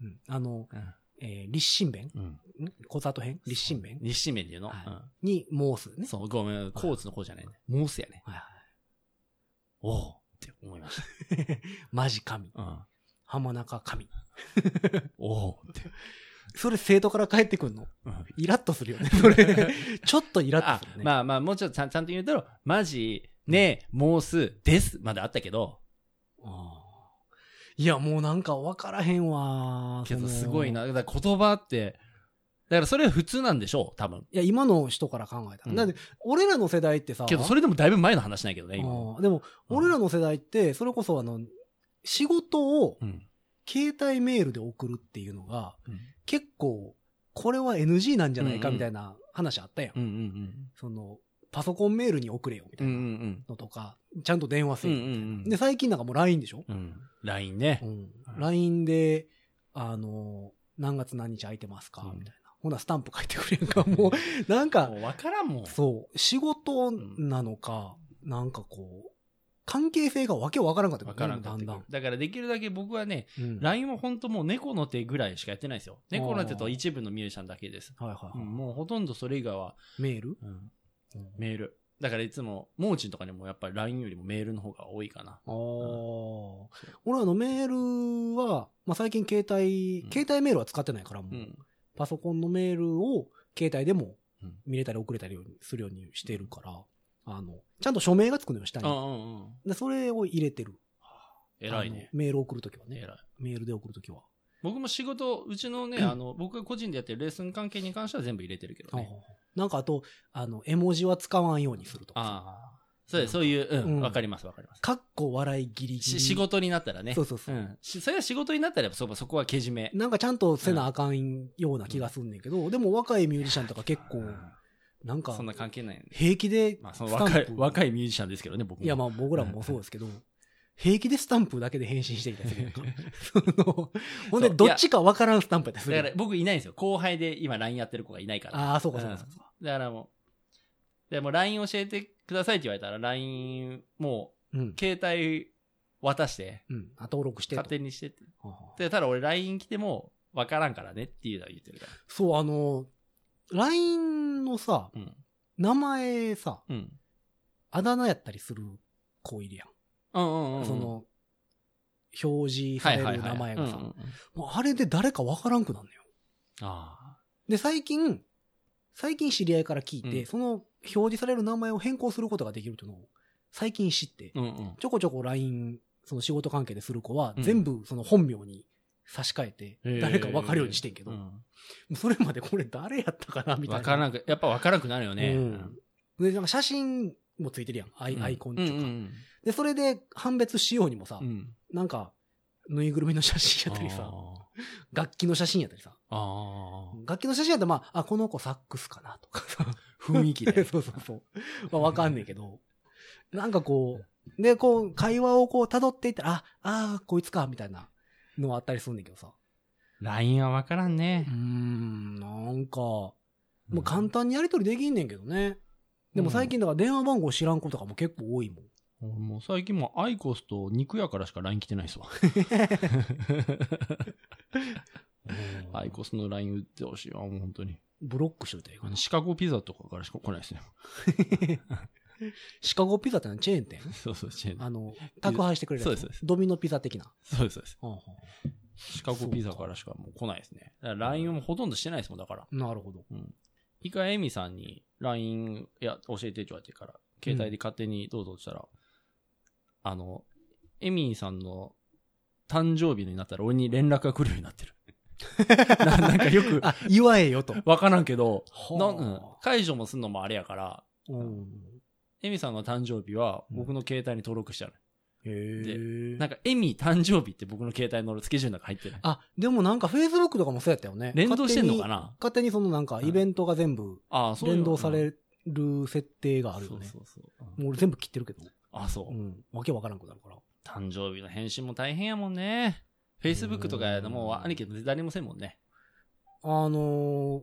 Speaker 2: う。うん。あの、
Speaker 4: うん
Speaker 2: えー立身弁
Speaker 4: うん。
Speaker 2: ん小里編立身弁
Speaker 4: 日清麺で言うの、
Speaker 2: はいにモース
Speaker 4: うん
Speaker 2: ね。
Speaker 4: そう、ごめん、甲乙の甲じゃないね。モースやね。
Speaker 2: はいは
Speaker 4: おおって思いまし
Speaker 2: い。 マジ神。
Speaker 4: た。うん。
Speaker 2: 浜中神。
Speaker 4: おおって。
Speaker 2: それ生徒から帰ってくんの
Speaker 4: うん
Speaker 2: イラッとするよね。 そ れ、ちょっとイラッ
Speaker 4: あ
Speaker 2: とするね。
Speaker 4: まあまあ、もうちょっとちゃんちゃんと言うと、マジ、ね、もうす、です、まであったけど、
Speaker 2: あーいや、もうなんか分からへんわー
Speaker 4: けど
Speaker 2: その
Speaker 4: すごいな。だから言葉って、だからそれ普通なんでしょう、多分。
Speaker 2: いや、今の人から考えたら。
Speaker 4: うん
Speaker 2: なんで、俺らの世代ってさ、
Speaker 4: けどそれでもだいぶ前の話ないけどね、今の。
Speaker 2: うんでも、
Speaker 4: うん
Speaker 2: 俺らの世代って、それこそあの、仕事を
Speaker 4: うん。
Speaker 2: 携帯メールで送るっていうのが、
Speaker 4: うん
Speaker 2: 結構、これは NG なんじゃないかみたいな話あったやん。
Speaker 4: うんうん
Speaker 2: その、パソコンメールに送れよみ
Speaker 4: う
Speaker 2: た
Speaker 4: ん。う
Speaker 2: い
Speaker 4: んう
Speaker 2: なんのとか、ちゃんと電話
Speaker 4: う
Speaker 2: せ
Speaker 4: ん。うんう
Speaker 2: よ、
Speaker 4: ん
Speaker 2: で、最近なんかもう LINE でしょ、
Speaker 4: うん。うん。LINE ね
Speaker 2: う。ん、?LINE で、あの、何月何日空いてますか
Speaker 4: うん
Speaker 2: みたいな。ほな、スタンプ書いてくれやんか。もう、 なんか
Speaker 4: も、う分からんもん。
Speaker 2: そう、仕事なのか、なんかこう、関係性がわけわからんかった
Speaker 4: 分からんか
Speaker 2: だ
Speaker 4: って
Speaker 2: ん
Speaker 4: く
Speaker 2: だ
Speaker 4: る
Speaker 2: ん。
Speaker 4: だからできるだけ僕はね、
Speaker 2: うん
Speaker 4: LINE も本当もう猫の手ぐらいしかやってないですよ。
Speaker 2: あー
Speaker 4: 猫の手と一部のミュージシャンだけです。
Speaker 2: はいはい
Speaker 4: う
Speaker 2: はい。
Speaker 4: んもうほとんどそれ以外は、
Speaker 2: メール
Speaker 4: うんメール。だからいつも、もうちんとかにもやっぱり LINE よりもメールの方が多いかな。
Speaker 2: あー俺あのメールは、まあ、最近携帯、
Speaker 4: うん
Speaker 2: 携帯メールは使ってないからもう、
Speaker 4: うん。
Speaker 2: パソコンのメールを携帯でも
Speaker 4: うん
Speaker 2: 見れたり送れたりするようにしてるから、あの、ちゃんと署名がつくのよ、下
Speaker 4: う
Speaker 2: に。
Speaker 4: んうんうん。
Speaker 2: で、それを入れてる。
Speaker 4: 偉いね。
Speaker 2: あのメール送るときはね
Speaker 4: 偉。い。
Speaker 2: メールで送るときは。
Speaker 4: 僕も仕事、うちのね、あの、僕が個人でやってるレッスン関係に関しては全部入れてるけどね。
Speaker 2: なんかあと、あの、絵文字は使わんようにするとかさ。
Speaker 4: ああ。そうですそういう、う。
Speaker 2: うんん
Speaker 4: わかりますわかります。
Speaker 2: かっこ笑いギリギ
Speaker 4: し
Speaker 2: リ。
Speaker 4: 仕事になったらね。
Speaker 2: そうそうそうう。
Speaker 4: ん。しそれは仕事になったらやっぱそこそこはけじめ。
Speaker 2: なんかちゃんとせなあかんような気がすんねんけど、でも若いミュージシャンとか結構、なんか
Speaker 4: そん、な関係ないね。
Speaker 2: 平気で、
Speaker 4: まあ、その若
Speaker 2: ス
Speaker 4: い
Speaker 2: タン、プ
Speaker 4: 若いミュージシャンですけどね、僕も。
Speaker 2: いやまあ僕らもそうですけど、平気でスタンプだけで返信してきたりするやんか そのほんで、どっちかわからんスタンプやったりする
Speaker 4: だ
Speaker 2: や
Speaker 4: か
Speaker 2: ん
Speaker 4: ら僕いないんですよ。後輩で今 LINE やってる子がいないから。
Speaker 2: ああ、そうか、そうか、そうか。
Speaker 4: だからもう、でも LINE 教えてくださいって言われたら、LINE も
Speaker 2: うん
Speaker 4: う、。携帯渡して、
Speaker 2: うん。あ登録してと
Speaker 4: 勝手にしてって。
Speaker 2: はあはあ
Speaker 4: で、ただ俺 LINE 来ても、わからんからねっていうのは言ってるか
Speaker 2: そう、あの、LINE のさ、
Speaker 4: ら。うん。
Speaker 2: 名前さ、
Speaker 4: うん。
Speaker 2: あだ名やったりする子いるやん。
Speaker 4: うんうんうん。
Speaker 2: そ、の、表示される名前がさ、
Speaker 4: うんうんうん
Speaker 2: もうあれで誰かわからんくなんのよ。
Speaker 4: あ
Speaker 2: で、最近、最近知り合いから聞いて、
Speaker 4: うん
Speaker 2: その表示される名前を変更することができるっていうのを最近知って、
Speaker 4: あ。うんうん。
Speaker 2: ちょこちょこ LINE、その仕事関係でする子は、
Speaker 4: うん
Speaker 2: 全部その本名に差し替えて、誰かわかるようにしてんけど、
Speaker 4: う
Speaker 2: も
Speaker 4: ん
Speaker 2: うそれまでこれ誰やったかなみたいな。
Speaker 4: わからなく、やっぱわからなくなるよね。
Speaker 2: うんで、なんか写真もついてるやん。アイ,、アイコンって
Speaker 4: と
Speaker 2: い
Speaker 4: か
Speaker 2: う。か、で、それで判別しようにもさ、
Speaker 4: うん。
Speaker 2: なんか、ぬいぐるみの写真やったりさ、楽器の写真やったりさ、
Speaker 4: あーあー。
Speaker 2: 楽器の写真やったらまあ、あ、この子サックスかなとか さ、
Speaker 4: 雰囲気で。
Speaker 2: そうそうそう。まあ、わかんねえけど、なんかこう、で、こう、会話をこう、辿っていったら、あ、あーこいつか、みたいなのはあったりするんだけどさ。
Speaker 4: LINE はわからんね
Speaker 2: うー。ん、なんか、もう簡単にやりとりできんねんけどね。でも最近だから電話番号知らん子とかも結構多いもん。
Speaker 4: 俺もう最近もうアイコスと肉屋からしか LINE 来てないっ すわ。アイコスの LINE 打ってほしいわ、もう本当に。
Speaker 2: ブロックしといたらいいかな。
Speaker 4: シカゴピザとかからしか来ないですね。
Speaker 2: シカゴピザってのはチェーン店
Speaker 4: そうそう、チェーン
Speaker 2: あの、宅配してくれるやつ
Speaker 4: そうですそうです
Speaker 2: ドミノピザ的な。
Speaker 4: そうです、そうです。
Speaker 2: はあは
Speaker 4: シカゴピザからしかもう来ないですね。だから LINE もほとんどしてないですもん、だから。
Speaker 2: あなるほど。
Speaker 4: うん。一回エミさんに LINE、いや、教えてって言われてから、携帯で勝手にどうぞってしたら、あの、エミさんの誕生日になったら俺に連絡が来るように なってる。ななんかよく、
Speaker 2: あ、祝えよと。
Speaker 4: わからんけど、
Speaker 2: はあ
Speaker 4: なんうん解除もすんのもあれやから、
Speaker 2: うん。
Speaker 4: エミさんの誕生日は
Speaker 2: うん
Speaker 4: 僕の携帯に登録してある。
Speaker 2: へえ。
Speaker 4: なんか、エミ誕生日って僕の携帯のスケジュールの中入ってる。
Speaker 2: あ、でもなんか Facebook とかもそうやったよね。
Speaker 4: 連動してんの
Speaker 2: 勝手
Speaker 4: か
Speaker 2: に
Speaker 4: な
Speaker 2: 勝手にそのなんかイベントが全部
Speaker 4: ああ、そういう
Speaker 2: 連
Speaker 4: の
Speaker 2: 動される設定があるよね
Speaker 4: そ。うそうそう。
Speaker 2: もう俺全部切ってるけど。
Speaker 4: あ、そうう。
Speaker 2: ん。わけわからんくなるから。
Speaker 4: 誕生日の返信も大変やもんね。Facebook とかやともう
Speaker 2: うん
Speaker 4: 兄貴も誰にもせんもんね。
Speaker 2: あのー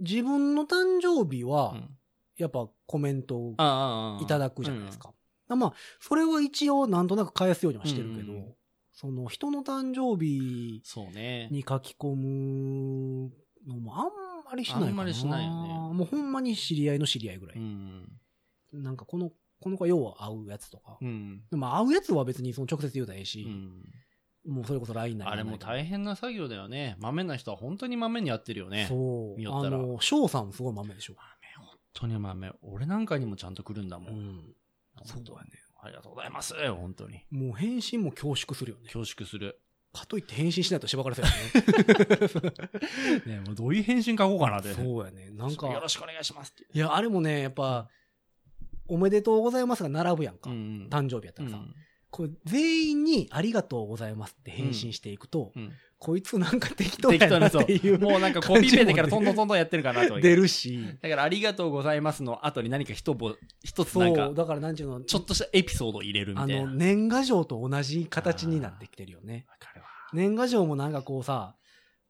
Speaker 2: 自分の誕生日
Speaker 4: う
Speaker 2: は、
Speaker 4: ん。
Speaker 2: やっぱコメントを
Speaker 4: ああああああ、
Speaker 2: いただくじゃないですか。まあ、それは一応なんとなく返すようにはしてるけど、
Speaker 4: うん
Speaker 2: その人の誕生日
Speaker 4: そうね。
Speaker 2: に書き込むのもあんまりしないかな。
Speaker 4: あんまりしないよね
Speaker 2: もうほんまに知り合いの知り合いぐらい。
Speaker 4: うん。
Speaker 2: なんかこの、この子は要は会うやつとか。
Speaker 4: うん。
Speaker 2: まあ会うやつは別にその直接言うたらええ
Speaker 4: う
Speaker 2: し、
Speaker 4: ん。
Speaker 2: もうそれこそ LINE なり
Speaker 4: あれも大
Speaker 2: 変
Speaker 4: 変な作業だよね。豆な人は本当に豆にやってるよね。
Speaker 2: そ
Speaker 4: 本
Speaker 2: う。
Speaker 4: 見よっ
Speaker 2: あ
Speaker 4: たら
Speaker 2: の、翔さんすごい豆でしょ。
Speaker 4: 当に豆。俺なんかにもちゃんと来るんだも。
Speaker 2: うんん。そうだよね。
Speaker 4: ありがとうございます。本当に。
Speaker 2: もう返信も恐縮するよね。
Speaker 4: 恐縮する。
Speaker 2: かといって返信しないとしばからせやね。
Speaker 4: ねもうどういう返信書こうかな って。
Speaker 2: そうやね。なんか
Speaker 4: よ、ろしくお願いしますって。
Speaker 2: いや、あれもね、やっぱ、おめでとうございますが並ぶやんか。
Speaker 4: ん
Speaker 2: 誕生日やった
Speaker 4: う
Speaker 2: らさ、
Speaker 4: ん。
Speaker 2: これ全員にありがとうございますって返信していくと、
Speaker 4: うん。
Speaker 2: こいつなんか適当
Speaker 4: 適
Speaker 2: や
Speaker 4: 当
Speaker 2: な
Speaker 4: な
Speaker 2: って
Speaker 4: そう
Speaker 2: いう、
Speaker 4: もうなんかコピペでからトントントントンやってるかなと。
Speaker 2: 出るし、
Speaker 4: だから、ありがとうございますの後に何か一ぼ、一つな
Speaker 2: そ
Speaker 4: んか
Speaker 2: う、、だからなんちゅうの、
Speaker 4: ちょっとしたエピソードを入れるみた
Speaker 2: あ
Speaker 4: いな。
Speaker 2: の、年賀状と同じ形になってきてるよね。
Speaker 4: わかるわ
Speaker 2: 年賀状もなんかこうさ、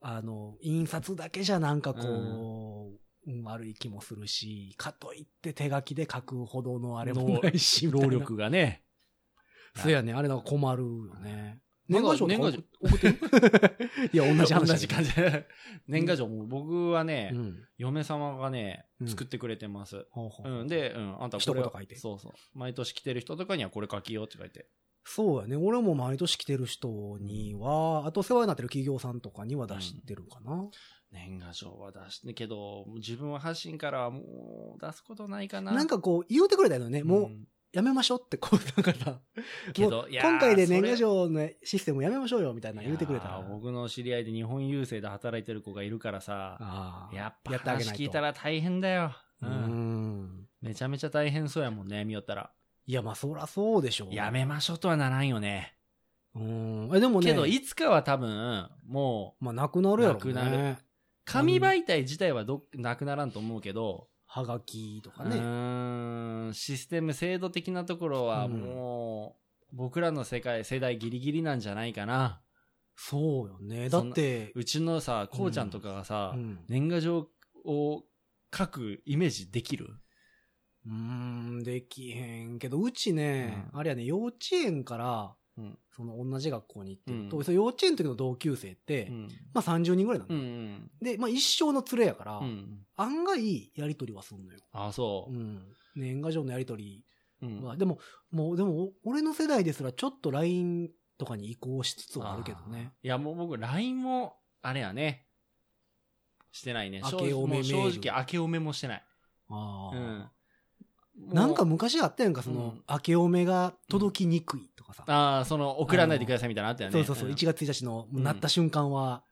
Speaker 2: あの、印刷だけじゃなんかこう、うん悪い気もするし、かといって手書きで書くほどのあれもないし、
Speaker 4: 労
Speaker 2: みたいな。
Speaker 4: 力がね。
Speaker 2: そうやね、あれなんか困るよね。年
Speaker 4: 年
Speaker 2: 賀
Speaker 4: 賀
Speaker 2: 状
Speaker 4: 状
Speaker 2: とか
Speaker 4: 年
Speaker 2: 送ってる いや、同じ話だけど。
Speaker 4: 同じ感じ。 年賀状も僕はね、
Speaker 2: うん。
Speaker 4: 嫁様がね
Speaker 2: う、ん
Speaker 4: 作ってくれてます。
Speaker 2: ほうほう
Speaker 4: うん、で、うん、あんた
Speaker 2: 一
Speaker 4: これ
Speaker 2: 言書いて
Speaker 4: そうそう。毎年来てる人とかにはこれ書きようって書いて。
Speaker 2: そうやね。俺も毎年来てる人には、あと世話になってる企業さんとかには出してるかな。
Speaker 4: 年賀状は出して、けど、自分は発信からはもう出すことないかな。
Speaker 2: なんかこう、言うてくれたよね。
Speaker 4: うん、
Speaker 2: もう、やめましょうって、こう、だから、
Speaker 4: け
Speaker 2: も
Speaker 4: ど、
Speaker 2: う
Speaker 4: いやー
Speaker 2: 今回で年賀
Speaker 4: それ
Speaker 2: 状のシステムやめましょうよ、みたいな言うてくれた
Speaker 4: い
Speaker 2: ら
Speaker 4: やー。僕の知り合いで日本郵政で働いてる子がいるからさ、
Speaker 2: あー
Speaker 4: やっぱ
Speaker 2: やってあげ
Speaker 4: 話
Speaker 2: ないと
Speaker 4: 聞いたら大変だよ。
Speaker 2: う
Speaker 4: うんん。めちゃめちゃ大変そうやもんね、見よったら。
Speaker 2: いや、まあ、そらそうでしょう。
Speaker 4: やめましょうとはならんよね。
Speaker 2: うん。え、でもね、
Speaker 4: けど、いつかは多分、もう、
Speaker 2: まあ、なくなるやろ、ね。
Speaker 4: なくなる紙媒体自体はどなくならんと思うけど、
Speaker 2: はがきとか
Speaker 4: う
Speaker 2: ね。
Speaker 4: ーん、システム制度的なところはもう、僕らの世界、世代ギリギリなんじゃないかな。
Speaker 2: そうよね。だって、
Speaker 4: うちのさ、こうちゃんとかがさ、
Speaker 2: うん
Speaker 4: 年賀状を書くイメージできる
Speaker 2: うーん、できへんけど、うちね、あれやね、幼稚園から、
Speaker 4: うん
Speaker 2: その同じ学校に行ってると、
Speaker 4: うん
Speaker 2: その幼稚園の時の同級生って、
Speaker 4: うん。
Speaker 2: まあ30人ぐらいなの、
Speaker 4: うん
Speaker 2: で、まあ一生の連れやから、
Speaker 4: うん。うん。
Speaker 2: 案外やりとりはすんのよ。
Speaker 4: あ、そうう。
Speaker 2: ん。年賀状のやりとり
Speaker 4: うん
Speaker 2: は、でも、もう、でも、俺の世代ですらちょっと LINE とかに移行しつつはあるけどね。
Speaker 4: あー。いや、もう僕、LINE も、あれやね。してないね。
Speaker 2: 明けおめ
Speaker 4: 正
Speaker 2: メー
Speaker 4: 直も
Speaker 2: ル
Speaker 4: う正直、明けおめもしてない。
Speaker 2: あ
Speaker 4: う
Speaker 2: あ、
Speaker 4: ん。
Speaker 2: なんか
Speaker 4: もう
Speaker 2: 昔あったやんか、その、
Speaker 4: うん
Speaker 2: 明けおめが届きにくいとかさ。
Speaker 4: ああ、その、送らないでくださいみたいなのあったよね。
Speaker 2: そうそうそう、
Speaker 4: ん
Speaker 2: 1月1日の、
Speaker 4: うん
Speaker 2: なった瞬間は、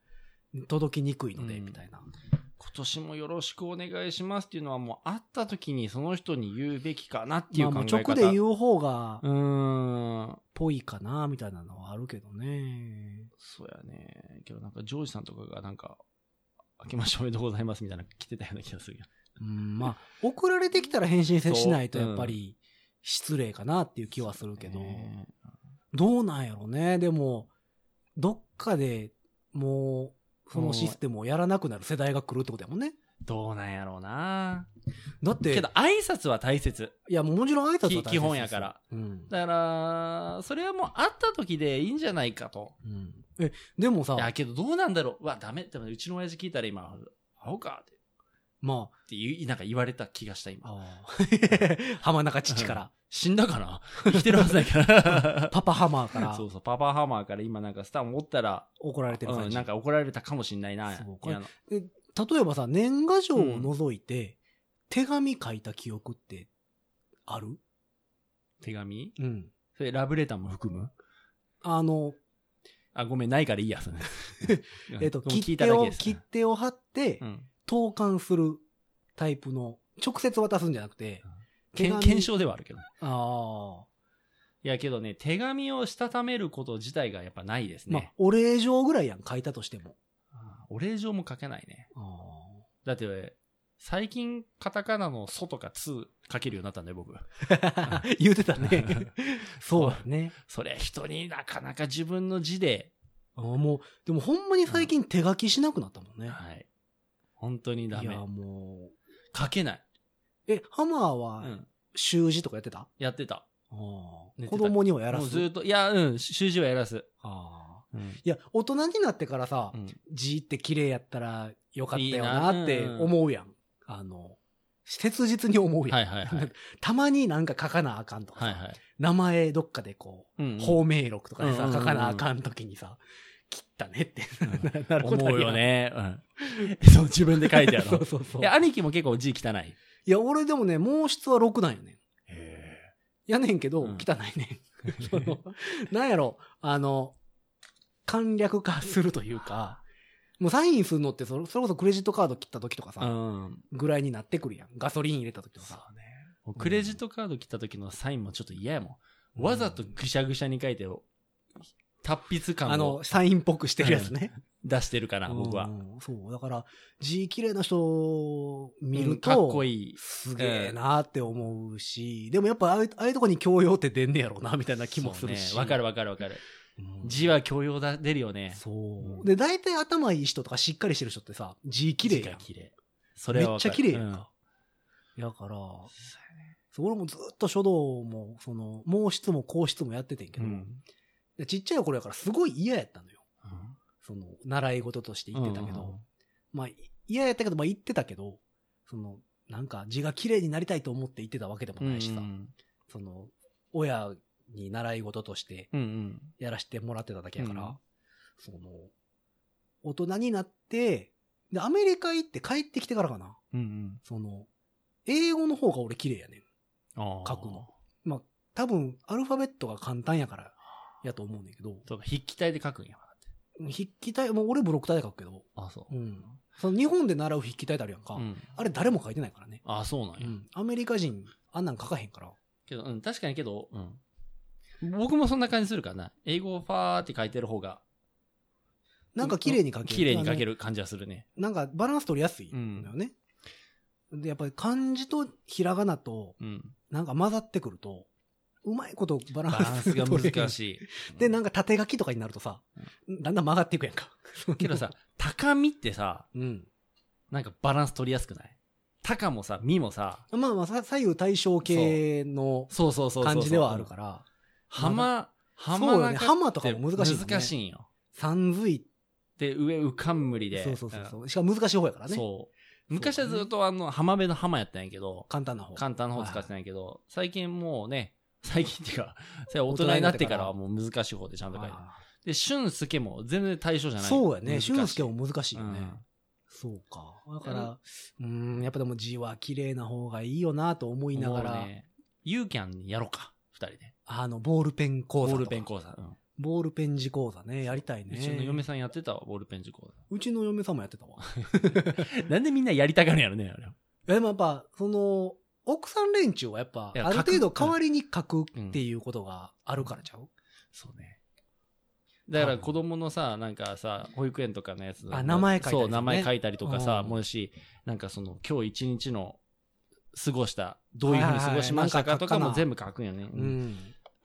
Speaker 2: 届きにくいので、
Speaker 4: うん
Speaker 2: みたいな。
Speaker 4: 今年もよろしくお願いしますっていうのはもう会った時にその人に言うべきかなっていう
Speaker 2: まあ
Speaker 4: 考
Speaker 2: まあ
Speaker 4: え方。
Speaker 2: 直で言う方が、
Speaker 4: うーん。
Speaker 2: ぽいかな、みたいなのはあるけどね。
Speaker 4: そうやね。けどなんかジョージさんとかがなんか、明けましておめでとうございますみたいなの来てたような気がするよ。
Speaker 2: うん、まあ、送られてきたら返信せ
Speaker 4: そう
Speaker 2: しないと、やっぱり、失礼かなっていう気はするけど、
Speaker 4: ね
Speaker 2: どうなんやろね。でも、どっかでもう、そのシステムをやらなくなる世代が来るってことやもんね。
Speaker 4: どうなんやろうな。
Speaker 2: だって、
Speaker 4: けど挨拶は大切。
Speaker 2: いや、もちろん挨拶は大切ですよ
Speaker 4: 基本やから。
Speaker 2: うん。
Speaker 4: だから、それはもう会った時でいいんじゃないかと。
Speaker 2: うんえ、でもさ
Speaker 4: い、や、けどどうなんだろう。うわ、ダメって、うちの親父聞いたら今、アホかって
Speaker 2: ま
Speaker 4: っていう、なんか言われた気がした今。
Speaker 2: あ、あー浜中父から、。
Speaker 4: 死んだか な生きてるはずだから
Speaker 2: パパハマーから
Speaker 4: そうそう、パパハマーから今なんかスター持ったら、
Speaker 2: 怒られてる
Speaker 4: う
Speaker 2: 感
Speaker 4: ん、
Speaker 2: じ。
Speaker 4: なんか怒られたかもしんないな。
Speaker 2: そう
Speaker 4: いやあの
Speaker 2: 例えばさ、年賀状を除いて、手紙書いた記憶って、ある
Speaker 4: 手紙
Speaker 2: うん。
Speaker 4: それラブレターも含む
Speaker 2: あの、
Speaker 4: あ、ごめん、ないからいいや、それ うん
Speaker 2: えっと、
Speaker 4: ごめん聞
Speaker 2: 切
Speaker 4: い
Speaker 2: 手
Speaker 4: ただけ
Speaker 2: を、
Speaker 4: です。
Speaker 2: 切手を貼って、
Speaker 4: うん。
Speaker 2: 投函するタイプの、直接渡すんじゃなくて
Speaker 4: うん、
Speaker 2: 手
Speaker 4: けん
Speaker 2: 紙
Speaker 4: 検証ではあるけど。
Speaker 2: ああ。
Speaker 4: いや、けどね、手紙をしたためること自体がやっぱないです
Speaker 2: まあ
Speaker 4: ね、。
Speaker 2: お礼状ぐらいやん、書いたとしても。
Speaker 4: あお礼状も書けないね。だって、最近、カタカナのソとかツ書けるようになったんだよ、僕。
Speaker 2: 言うてた ね。そうだね。
Speaker 4: それ、人になかなか自分の字で
Speaker 2: あーもう、でもほんまに最近手書きしなくなったもんね。
Speaker 4: はい。本当にダ
Speaker 2: い
Speaker 4: メ
Speaker 2: や、。も
Speaker 4: 書けない。
Speaker 2: う。え、ハマー
Speaker 4: う
Speaker 2: は、
Speaker 4: ん。
Speaker 2: 習字とかやってた、
Speaker 4: やってた。
Speaker 2: あ
Speaker 4: 寝
Speaker 2: ー
Speaker 4: てた
Speaker 2: 子供にはやら
Speaker 4: もう
Speaker 2: す。
Speaker 4: ずっと、いや、うん、習字はやらす。
Speaker 2: あー
Speaker 4: うん。
Speaker 2: いや、大人になってからさ、字って綺麗やったらよかったよなって思うやん。あの、切実に思うやん。
Speaker 4: はいはいはい。
Speaker 2: たまになんか書かなあかんとかさ、
Speaker 4: はいはい。
Speaker 2: 名前どっかでこ
Speaker 4: うんう
Speaker 2: う、
Speaker 4: ん
Speaker 2: 芳名録とかでさ、
Speaker 4: うんうんうん
Speaker 2: 書かなあかんときにさ、切ったねって、
Speaker 4: う
Speaker 2: なることある
Speaker 4: 思う
Speaker 2: やん
Speaker 4: よ。ね。うん。 そう、自分で書いてある
Speaker 2: そう。そうそう。
Speaker 4: いや、兄貴も結構字汚い。
Speaker 2: いや、俺でもね、毛筆は6なんよね。
Speaker 4: へ
Speaker 2: やねんけど、
Speaker 4: うん
Speaker 2: 汚いね ん。その、なんやろ、あの、簡略化するというか、もうサインするのってそれ、それこそクレジットカード切った時とかさ、
Speaker 4: うん。
Speaker 2: ぐらいになってくるやん。ガソリン入れた時とかさ。
Speaker 4: うね。クレジットカード切った時のサインもちょっと嫌やもん。わざとぐしゃぐしゃに書いて、達筆
Speaker 2: あ
Speaker 4: 感を
Speaker 2: の、サインっぽくしてるやつね。
Speaker 4: 出してるから、僕
Speaker 2: う
Speaker 4: は。
Speaker 2: ん。そう。だから、字綺麗な人を見
Speaker 4: う
Speaker 2: る
Speaker 4: ん
Speaker 2: と、
Speaker 4: かっこいい。
Speaker 2: すげえなって思うし、でもやっぱああいう、ああいうとこに教養って出んねやろうな、みたいな気もする
Speaker 4: そ
Speaker 2: し。
Speaker 4: うねわかるわかるわかる。
Speaker 2: うん
Speaker 4: 字は教養だ出るよね。
Speaker 2: そうう。
Speaker 4: ん
Speaker 2: で、大体頭いい人とかしっかりしてる人ってさ、字綺麗
Speaker 4: 字
Speaker 2: や
Speaker 4: が
Speaker 2: ん。
Speaker 4: 綺麗。それは
Speaker 2: めっ
Speaker 4: わ
Speaker 2: ち
Speaker 4: か
Speaker 2: ゃ
Speaker 4: る
Speaker 2: 綺麗や
Speaker 4: うんん
Speaker 2: か。だから、そう俺もずっと書道も、その、毛筆も硬筆もやっててんけど、
Speaker 4: うん
Speaker 2: でちっちゃい頃やからすごい嫌やったのよ。その、習い事として言ってたけど、
Speaker 4: うんうんうん
Speaker 2: まあ、嫌やったけど、まあ言ってたけど、その、なんか字が綺麗になりたいと思って言ってたわけでもないしさ、
Speaker 4: うん
Speaker 2: その、親に習い事として
Speaker 4: うんうん
Speaker 2: やらせてもらってただけやから、
Speaker 4: うん
Speaker 2: その、大人になって、で、アメリカ行って帰ってきてからかな。
Speaker 4: うんうん
Speaker 2: その、英語の方が俺綺麗やねん。
Speaker 4: あー
Speaker 2: 書くの。まあ、多分、アルファベットが簡単やから、やと思うねんだけど、
Speaker 4: そうか筆記体で書くんや。
Speaker 2: 筆記体、もう俺ブロック体で書くけど、
Speaker 4: あ、そうう。
Speaker 2: ん。その日本で習う筆記体ってあるやんか。
Speaker 4: うん
Speaker 2: あれ誰も書いてないからね。
Speaker 4: あ、そうなん
Speaker 2: う
Speaker 4: や。
Speaker 2: ん。アメリカ人、あんなん書かへんから。
Speaker 4: けど、うん、確かにけど、うん。僕もそんな感じするからな。英語をファーって書いてる方が、
Speaker 2: なんか綺麗に書ける。
Speaker 4: 綺麗に書け
Speaker 2: る。
Speaker 4: る感じはするね。
Speaker 2: なんかバランス取りやすいんだよね。で、やっぱり漢字とひらがなと、
Speaker 4: うん。
Speaker 2: なんか混ざってくると、うまいことバラン
Speaker 4: バランス
Speaker 2: ス
Speaker 4: が
Speaker 2: 取れへん
Speaker 4: 難しい。
Speaker 2: で、なんか縦書きとかになるとさ、だんだん曲がっていくやんか。
Speaker 4: けどさ、高みってさ、
Speaker 2: うん。
Speaker 4: なんかバランス取りやすくない高もさ、みもさ、
Speaker 2: まあまあさ、左右対称系の
Speaker 4: そうそうそうそうそう。
Speaker 2: 感じではあるから、
Speaker 4: 浜、浜
Speaker 2: そうよね
Speaker 4: 中って
Speaker 2: 浜とかも難しいもんね
Speaker 4: 難しいんよ。
Speaker 2: 三髄っ
Speaker 4: で、上、うかんむり
Speaker 2: て、
Speaker 4: で。
Speaker 2: そうそうそう
Speaker 4: う
Speaker 2: そ
Speaker 4: ん
Speaker 2: う。しかも難しい方やからね。
Speaker 4: そう。昔はずっとあの、浜辺の浜やったんやけど、
Speaker 2: 簡単な方。
Speaker 4: 簡単な方使ってないけど、最近もうね、 最近っていう か、それは大人になってからはもう難しい方でちゃんと書いてある。
Speaker 2: あ
Speaker 4: で、俊介も全然対象じゃ
Speaker 2: ー
Speaker 4: ない。
Speaker 2: そうやね。
Speaker 4: 難しい
Speaker 2: 俊介も難しいよ
Speaker 4: う
Speaker 2: ね
Speaker 4: ん。
Speaker 2: そうか。だから、うん、やっぱでも字は綺麗な方がいいよなと思いながら
Speaker 4: もう、ね、ユーキャンやろうか、二人で。
Speaker 2: あの、ボールペン
Speaker 4: ボ
Speaker 2: 講座と
Speaker 4: ー
Speaker 2: か。
Speaker 4: ルペン講座。うん
Speaker 2: ボールペン字講座ね。やりたいうね。
Speaker 4: ちの嫁さんやってたわ、ボールペン 字講
Speaker 2: うちの嫁さんもやってたわ。
Speaker 4: 座。なんでみんなやりたがるんやろね、あれ。
Speaker 2: いやでもやっぱ、その、奥さん連中はやっぱ、
Speaker 4: いや
Speaker 2: ある
Speaker 4: 書く
Speaker 2: 程度代わりに書くっていうことがあるからちゃう、
Speaker 4: そうね。だから子供のさ、なんかさ、保育園とかのやつ。
Speaker 2: あ名前書いたりとかね
Speaker 4: そう、名前書いたりとかさ、
Speaker 2: うん
Speaker 4: もし、なんかその、今日一日の過ごした、どういうふうに過ごしましたかとかも全部書くんよね。
Speaker 2: うん、
Speaker 4: うん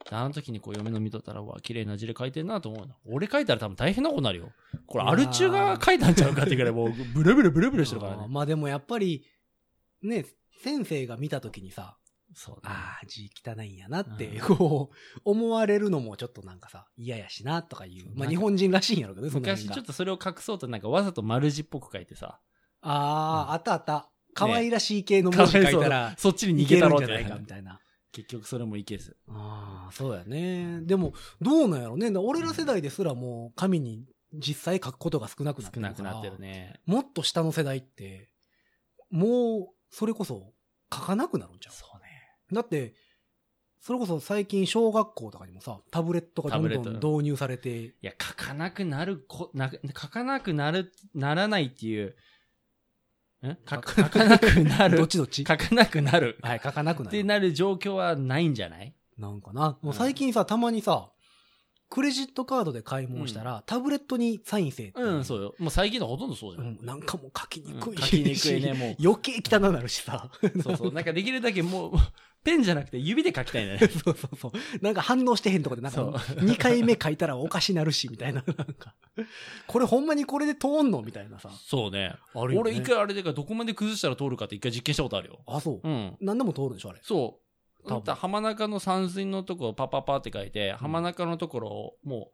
Speaker 4: あの時にこう、嫁の見とったら、うわ、綺麗な字で書いてんなと思うの。俺書いたら多分大変なことになるよ。これ、アルチュが書いたんちゃうかっていうぐらい、もう、ブルブルブルブルしてるから
Speaker 2: あー
Speaker 4: ね。
Speaker 2: まあでもやっぱり、ね、先生が見た時にさ、
Speaker 4: そうね。
Speaker 2: ああ、字汚いんやなって、
Speaker 4: う
Speaker 2: こう、思われるのもちょっとなんかさ、嫌やしなとかいう。まあ
Speaker 4: なんか
Speaker 2: 日本人らしいんやろうけどね、その辺
Speaker 4: 昔
Speaker 2: が
Speaker 4: ちょっとそれを隠そうとなんかわざと丸字っぽく書いてさ。
Speaker 2: ああ、
Speaker 4: うん
Speaker 2: あったあった。可愛らしい系の文字書いたら、
Speaker 4: そっち
Speaker 2: 逃
Speaker 4: に逃げ
Speaker 2: げ
Speaker 4: た
Speaker 2: るん
Speaker 4: ろう
Speaker 2: じ
Speaker 4: っ
Speaker 2: ゃ
Speaker 4: て
Speaker 2: ないかみたいな。
Speaker 4: 結局それもいけず。
Speaker 2: ああ、そうやね。でも、どうなんやろね。だから俺ら世代ですらもう、紙に実際書くことが少なくなって
Speaker 4: 少
Speaker 2: るから。
Speaker 4: なくなってる。ね。
Speaker 2: もっと下の世代って、もう、それこそ、書かなくなるんちゃ
Speaker 4: そうね。
Speaker 2: うだって、それこそ最近小学校とかにもさ、タブレットがどんど
Speaker 4: タブレ
Speaker 2: ん
Speaker 4: ット
Speaker 2: 導入されて、
Speaker 4: いや、書かなくなるこ、な、書かなくなる、ならないっていう、ん書か書かなくな
Speaker 2: ど
Speaker 4: る
Speaker 2: っ。ちどっち
Speaker 4: 書かなくなる。
Speaker 2: はい、書かなく
Speaker 4: っ
Speaker 2: な
Speaker 4: て
Speaker 2: る。
Speaker 4: なる状況はないんじゃない
Speaker 2: なんかな。もううん最近さ、たまにさ、クレジットカードで買い物したら、タブレットにサインせえって。
Speaker 4: うん、そうよ。もう最近のほとんどそうじゃ。
Speaker 2: うんん。なんかもう書きにくい
Speaker 4: 書きにくいね、も
Speaker 2: 余計汚なるしさ。
Speaker 4: う。そうそう。なんかできるだけもう、ペンじゃなくて指で書きたい んだね。
Speaker 2: そうそうそう。なんか反応してへんとこで、なんか
Speaker 4: そう
Speaker 2: 2回目書いたらおかしなるし、みたいな。 なんか、これほんまにこれで通んのみたいなさ。
Speaker 4: そうね。
Speaker 2: あるよね
Speaker 4: 俺一回あれでか、どこまで崩したら通るかって一回実験したことあるよ。
Speaker 2: あ、そう。
Speaker 4: うん。
Speaker 2: 何でも通るでしょ、あれ。
Speaker 4: そう。
Speaker 2: 多
Speaker 4: だ
Speaker 2: 分
Speaker 4: ったら浜中の山水のとこをパパパって書いて、浜中のところをも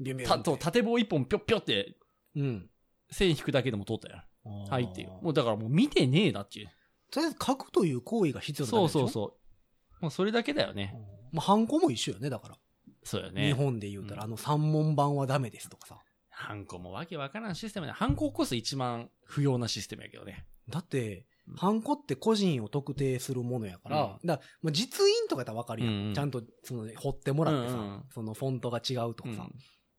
Speaker 2: ビュンビ
Speaker 4: う、
Speaker 2: ュン
Speaker 4: たと縦棒一本ぴょっぴょって
Speaker 2: うん。
Speaker 4: 線引くだけでも通ったよ。はいっていう。も
Speaker 2: もう、
Speaker 4: うだからもう見てねえなっていう。
Speaker 2: とりあえず書くという行為が必要なん
Speaker 4: そ
Speaker 2: で
Speaker 4: う
Speaker 2: しょ
Speaker 4: そうそう。もうそれだけだよ
Speaker 2: う
Speaker 4: ね。
Speaker 2: んまあ、ハンコも一緒よね、だから。
Speaker 4: そうよね。
Speaker 2: 日。本で言うたら、
Speaker 4: うん
Speaker 2: あの、三問版はダメですとかさ。
Speaker 4: ハンコもわけわからんシステムだ。ハンコこそ一番不要なシステムやけどね。
Speaker 2: だって
Speaker 4: うん、
Speaker 2: ハンコって個人を特定するものやから、
Speaker 4: うん
Speaker 2: だからまあ実印とかやったらわかるやん。
Speaker 4: うんうん
Speaker 2: ちゃんと、その、掘ってもらってさ、
Speaker 4: うんうん
Speaker 2: そのフォントが違うと
Speaker 4: う
Speaker 2: か
Speaker 4: ん。
Speaker 2: さ、